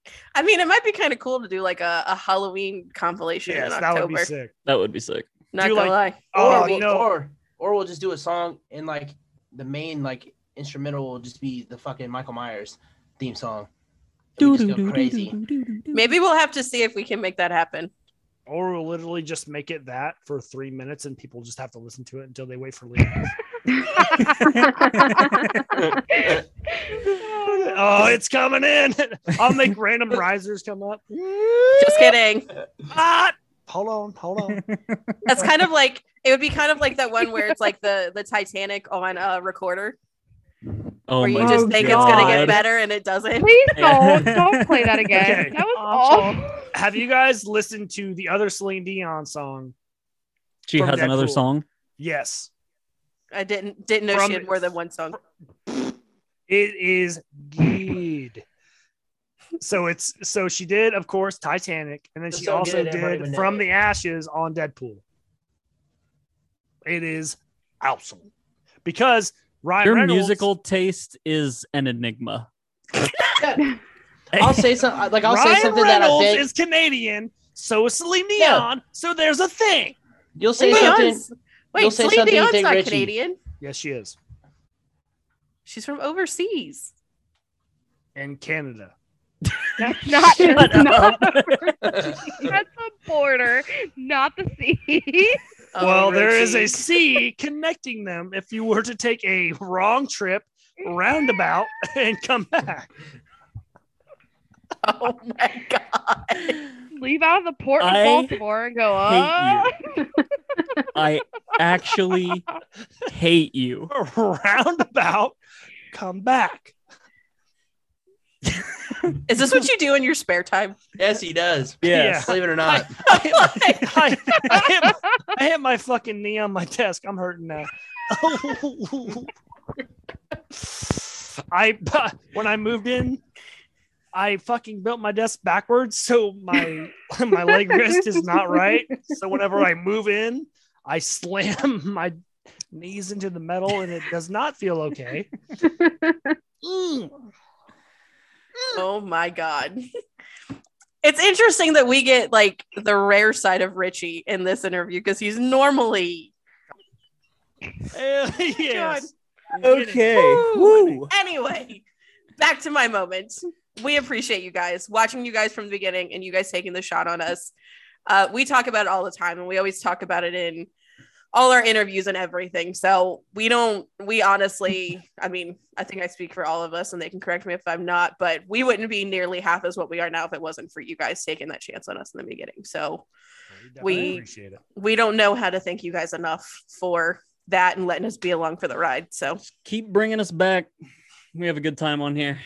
A: I mean, it might be kind of cool to do like a, a Halloween compilation
D: Yes,
A: in
D: that would be
A: October.
D: sick.
C: That would be sick.
A: Not
D: Do,
A: gonna lie.
D: Oh,
A: Or we-
D: no.
F: Or or we'll just do a song and like the main like instrumental will just be the fucking Michael Myers theme song. And we just go crazy.
A: Maybe we'll have to see if we can make that happen.
D: Or we'll literally just make it that for three minutes and people just have to listen to it until they wait for lyrics. oh, it's coming in. I'll make random risers come up.
A: Just kidding.
D: Ah! Hold on, hold on.
A: That's kind of like it would be kind of like that one where it's like the the Titanic on a recorder,
C: Oh
A: where you
C: my
A: just
B: God.
A: think it's gonna get
C: God.
A: better and it doesn't.
B: Please
C: Yeah.
B: don't don't play that again.
D: Okay.
B: That was
E: Awful.
B: awful.
D: Have you guys listened to the other Celine Dion song?
C: She
D: From
C: has another
D: Deadpool.
C: song.
D: Yes.
A: I didn't didn't know
D: From-
A: she had more than one song.
D: It is good. So it's so she did, of course, Titanic, and then
F: That's
D: she
F: so
D: also
F: good, everybody would
D: did
F: know
D: From
F: it.
D: the Ashes on Deadpool. It is awesome because Ryan
C: Your
D: Reynolds-
C: musical taste is an enigma.
F: I'll say something like I'll
D: Ryan
F: say something that I
D: Reynolds
F: think
D: is Canadian, so is Celine
F: Yeah.
D: Dion, so there's a thing.
F: you'll say
A: Celine
F: something.
A: Dion's-
F: you'll
A: Wait,
F: say
A: Celine
F: something you
A: Dion's
F: think
A: not
F: Richie-
A: Canadian.
D: Yes, she is
A: She's from overseas.
D: in Canada.
B: That's not
E: Shut
C: um,
E: up.
B: that's a border, not the sea.
A: Oh,
D: well, there is a
A: Richie.
D: sea connecting them if you were to take a wrong trip roundabout and come back.
A: Oh my god!
B: Leave out of the port of
C: I
B: Baltimore and go "Uh?"
C: hate
B: up.
C: I actually hate you.
D: roundabout, come back.
A: Is this what you do in your spare time?
F: Yes, he does.
D: Yes.
F: Believe it or not.
D: I hit, my, I, I hit my, I hit my fucking knee on my desk. I'm hurting now. I when I moved in, I fucking built my desk backwards, so my my leg rest is not right. So whenever I move in, I slam my knees into the metal, and it does not feel okay. Mm.
A: Oh my god! It's interesting that we get like the rare side of Richie in this interview because he's normally
D: Eh, yes.
C: Woo.
A: anyway. Back to my moment. We appreciate you guys watching you guys from the beginning and you guys taking the shot on us. Uh, we talk about it all the time and we always talk about it in all our interviews and everything. So we don't, we honestly, I mean, I think I speak for all of us and they can correct me if I'm not, but we wouldn't be nearly half as what we are now if it wasn't for you guys taking that chance on us in the beginning. So
D: We
A: We-
D: appreciate it.
A: we don't know how to thank you guys enough for that and letting us be along for the ride. So
C: Keep bringing us back. We have a good time on here.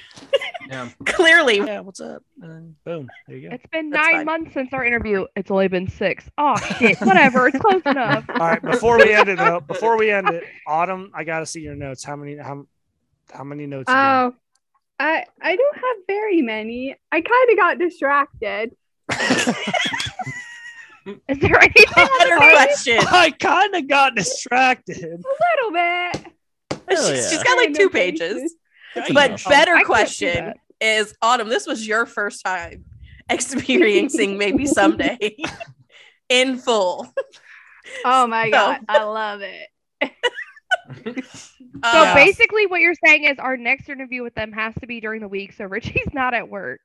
F: Yeah.
A: clearly,
D: Yeah, what's up? And then boom, there you go.
B: It's been
A: That's
B: nine
A: fine.
B: months since our interview. It's only been six. Oh shit. Whatever. It's close enough.
D: All right, before we end it though, before we end it, Autumn, I gotta see your notes. How many how how many notes? you
A: Um,
D: got?
E: Oh, I I don't have very many. I kind of got distracted.
B: Is there anything on
A: better
B: the page?
A: question.
D: I kind of got distracted.
E: A little bit.
C: Hell
A: She's- she's
C: yeah.
A: got like
E: Kind
A: two
E: of basic.
A: pages.
C: That's
A: But
C: enough.
B: I
D: Oh,
A: better
B: can't do
A: question
B: that.
A: is Autumn, this was your first time experiencing maybe someday in full.
E: Oh my
A: So-
E: god, I love it.
B: So
A: Um,
B: basically, what you're saying is our next interview with them has to be during the week. So Richie's not at work.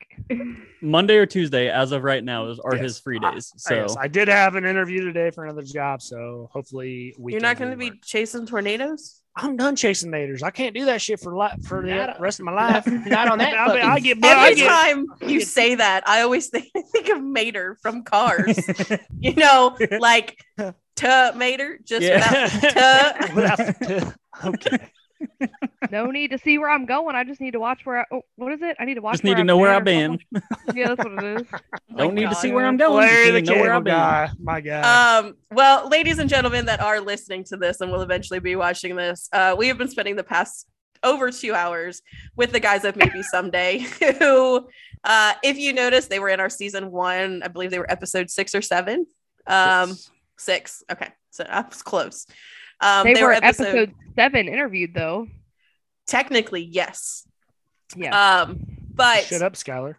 C: Monday or Tuesday, as of right now, is are
D: Yes.
C: his free
D: Ah,
C: days.
D: So
C: So
D: I did have an interview today for another job, so hopefully we.
A: you're
D: can
A: not going to
D: do
A: be
D: work.
A: chasing tornadoes.
D: I'm done chasing Naders. I can't do that shit for li- for the
F: Not-
D: rest of my life.
F: not on that
D: I, mean, I
F: fucking-
D: get. I
A: Every
D: get-
A: time
D: I
A: you
D: get-
A: say that, I always think, think of Mater from Cars. you know, like tuh Mater, just
C: Yeah.
A: without tuh.
D: Without the- okay.
B: No need to see where I'm going. I just need to watch where. I, oh, what is it? I need to watch.
C: just need to know where I've been.
B: Yeah, that's what it is.
C: Don't need to
A: God.
C: see where I'm going.
D: Larry
C: just
D: the
C: need to know where
D: cable
C: I've been.
D: guy. My guy.
A: Um, well, ladies and gentlemen that are listening to this and will eventually be watching this, uh, we have been spending the past over two hours with the guys of Maybe Someday, who, uh, if you notice, they were in our season one. I believe they were episode six or seven. Um, six. Okay. So I was close. Um,
B: they, were episode... seven interviewed though.
A: technically, yes.
B: Yeah.
A: Um, but
D: Shut up, Skylar.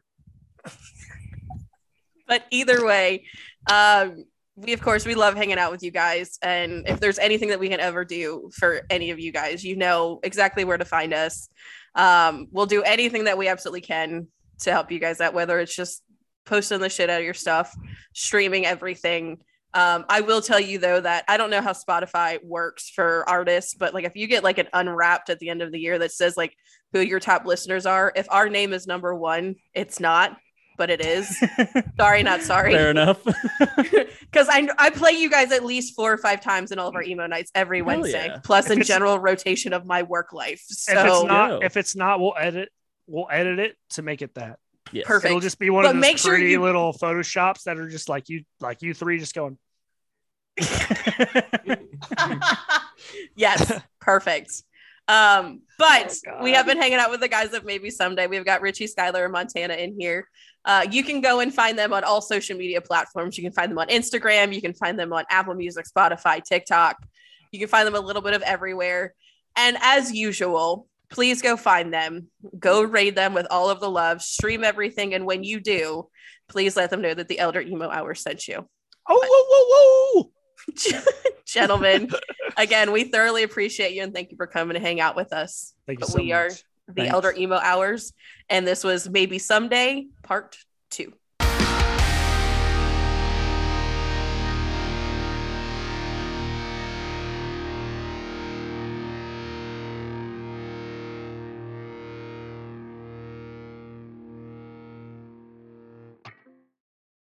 A: but either way um we of course we love hanging out with you guys and if there's anything that we can ever do for any of you guys you know exactly where to find us um we'll do anything that we absolutely can to help you guys out whether it's just posting the shit out of your stuff streaming everything um, I will tell you though that I don't know how Spotify works for artists, but like if you get like an unwrapped at the end of the year that says like who your top listeners are, if our name is number one, it's not, but it is.
D: Um,
A: sorry, not sorry
C: Fair enough.
A: because I I play you guys at least four or five times in all of our emo nights every
C: Hell
A: Wednesday,
C: yeah.
A: plus
D: If
A: in
D: it's-
A: general rotation of my work life.
D: if it's
A: So
D: not,
C: Yo.
D: if it's not, we'll edit. We'll edit it to make it that.
C: Yes.
A: Perfect.
D: It'll just be one
A: But
D: of those
A: make sure
D: pretty
A: you-
D: little photoshops that are just like you, like you three, just going.
A: yes, perfect. Um, but
B: Oh, God.
A: we have been hanging out with the guys of maybe someday. We've got Richie, Skylar, and Montana in here. Uh, you can go and find them on all social media platforms. You can find them on Instagram. You can find them on Apple Music, Spotify, TikTok. You can find them a little bit of everywhere. And as usual, please go find them. Go raid them with all of the love. Stream everything. And when you do, please let them know that the Elder Emo Hour sent you.
D: Oh, whoa, whoa, whoa!
A: gentlemen again we thoroughly appreciate you and thank you for coming to hang out with us
D: Thank you
A: But
D: so
A: we are
D: much.
A: the
C: Thanks.
A: elder emo hours and this was maybe someday part two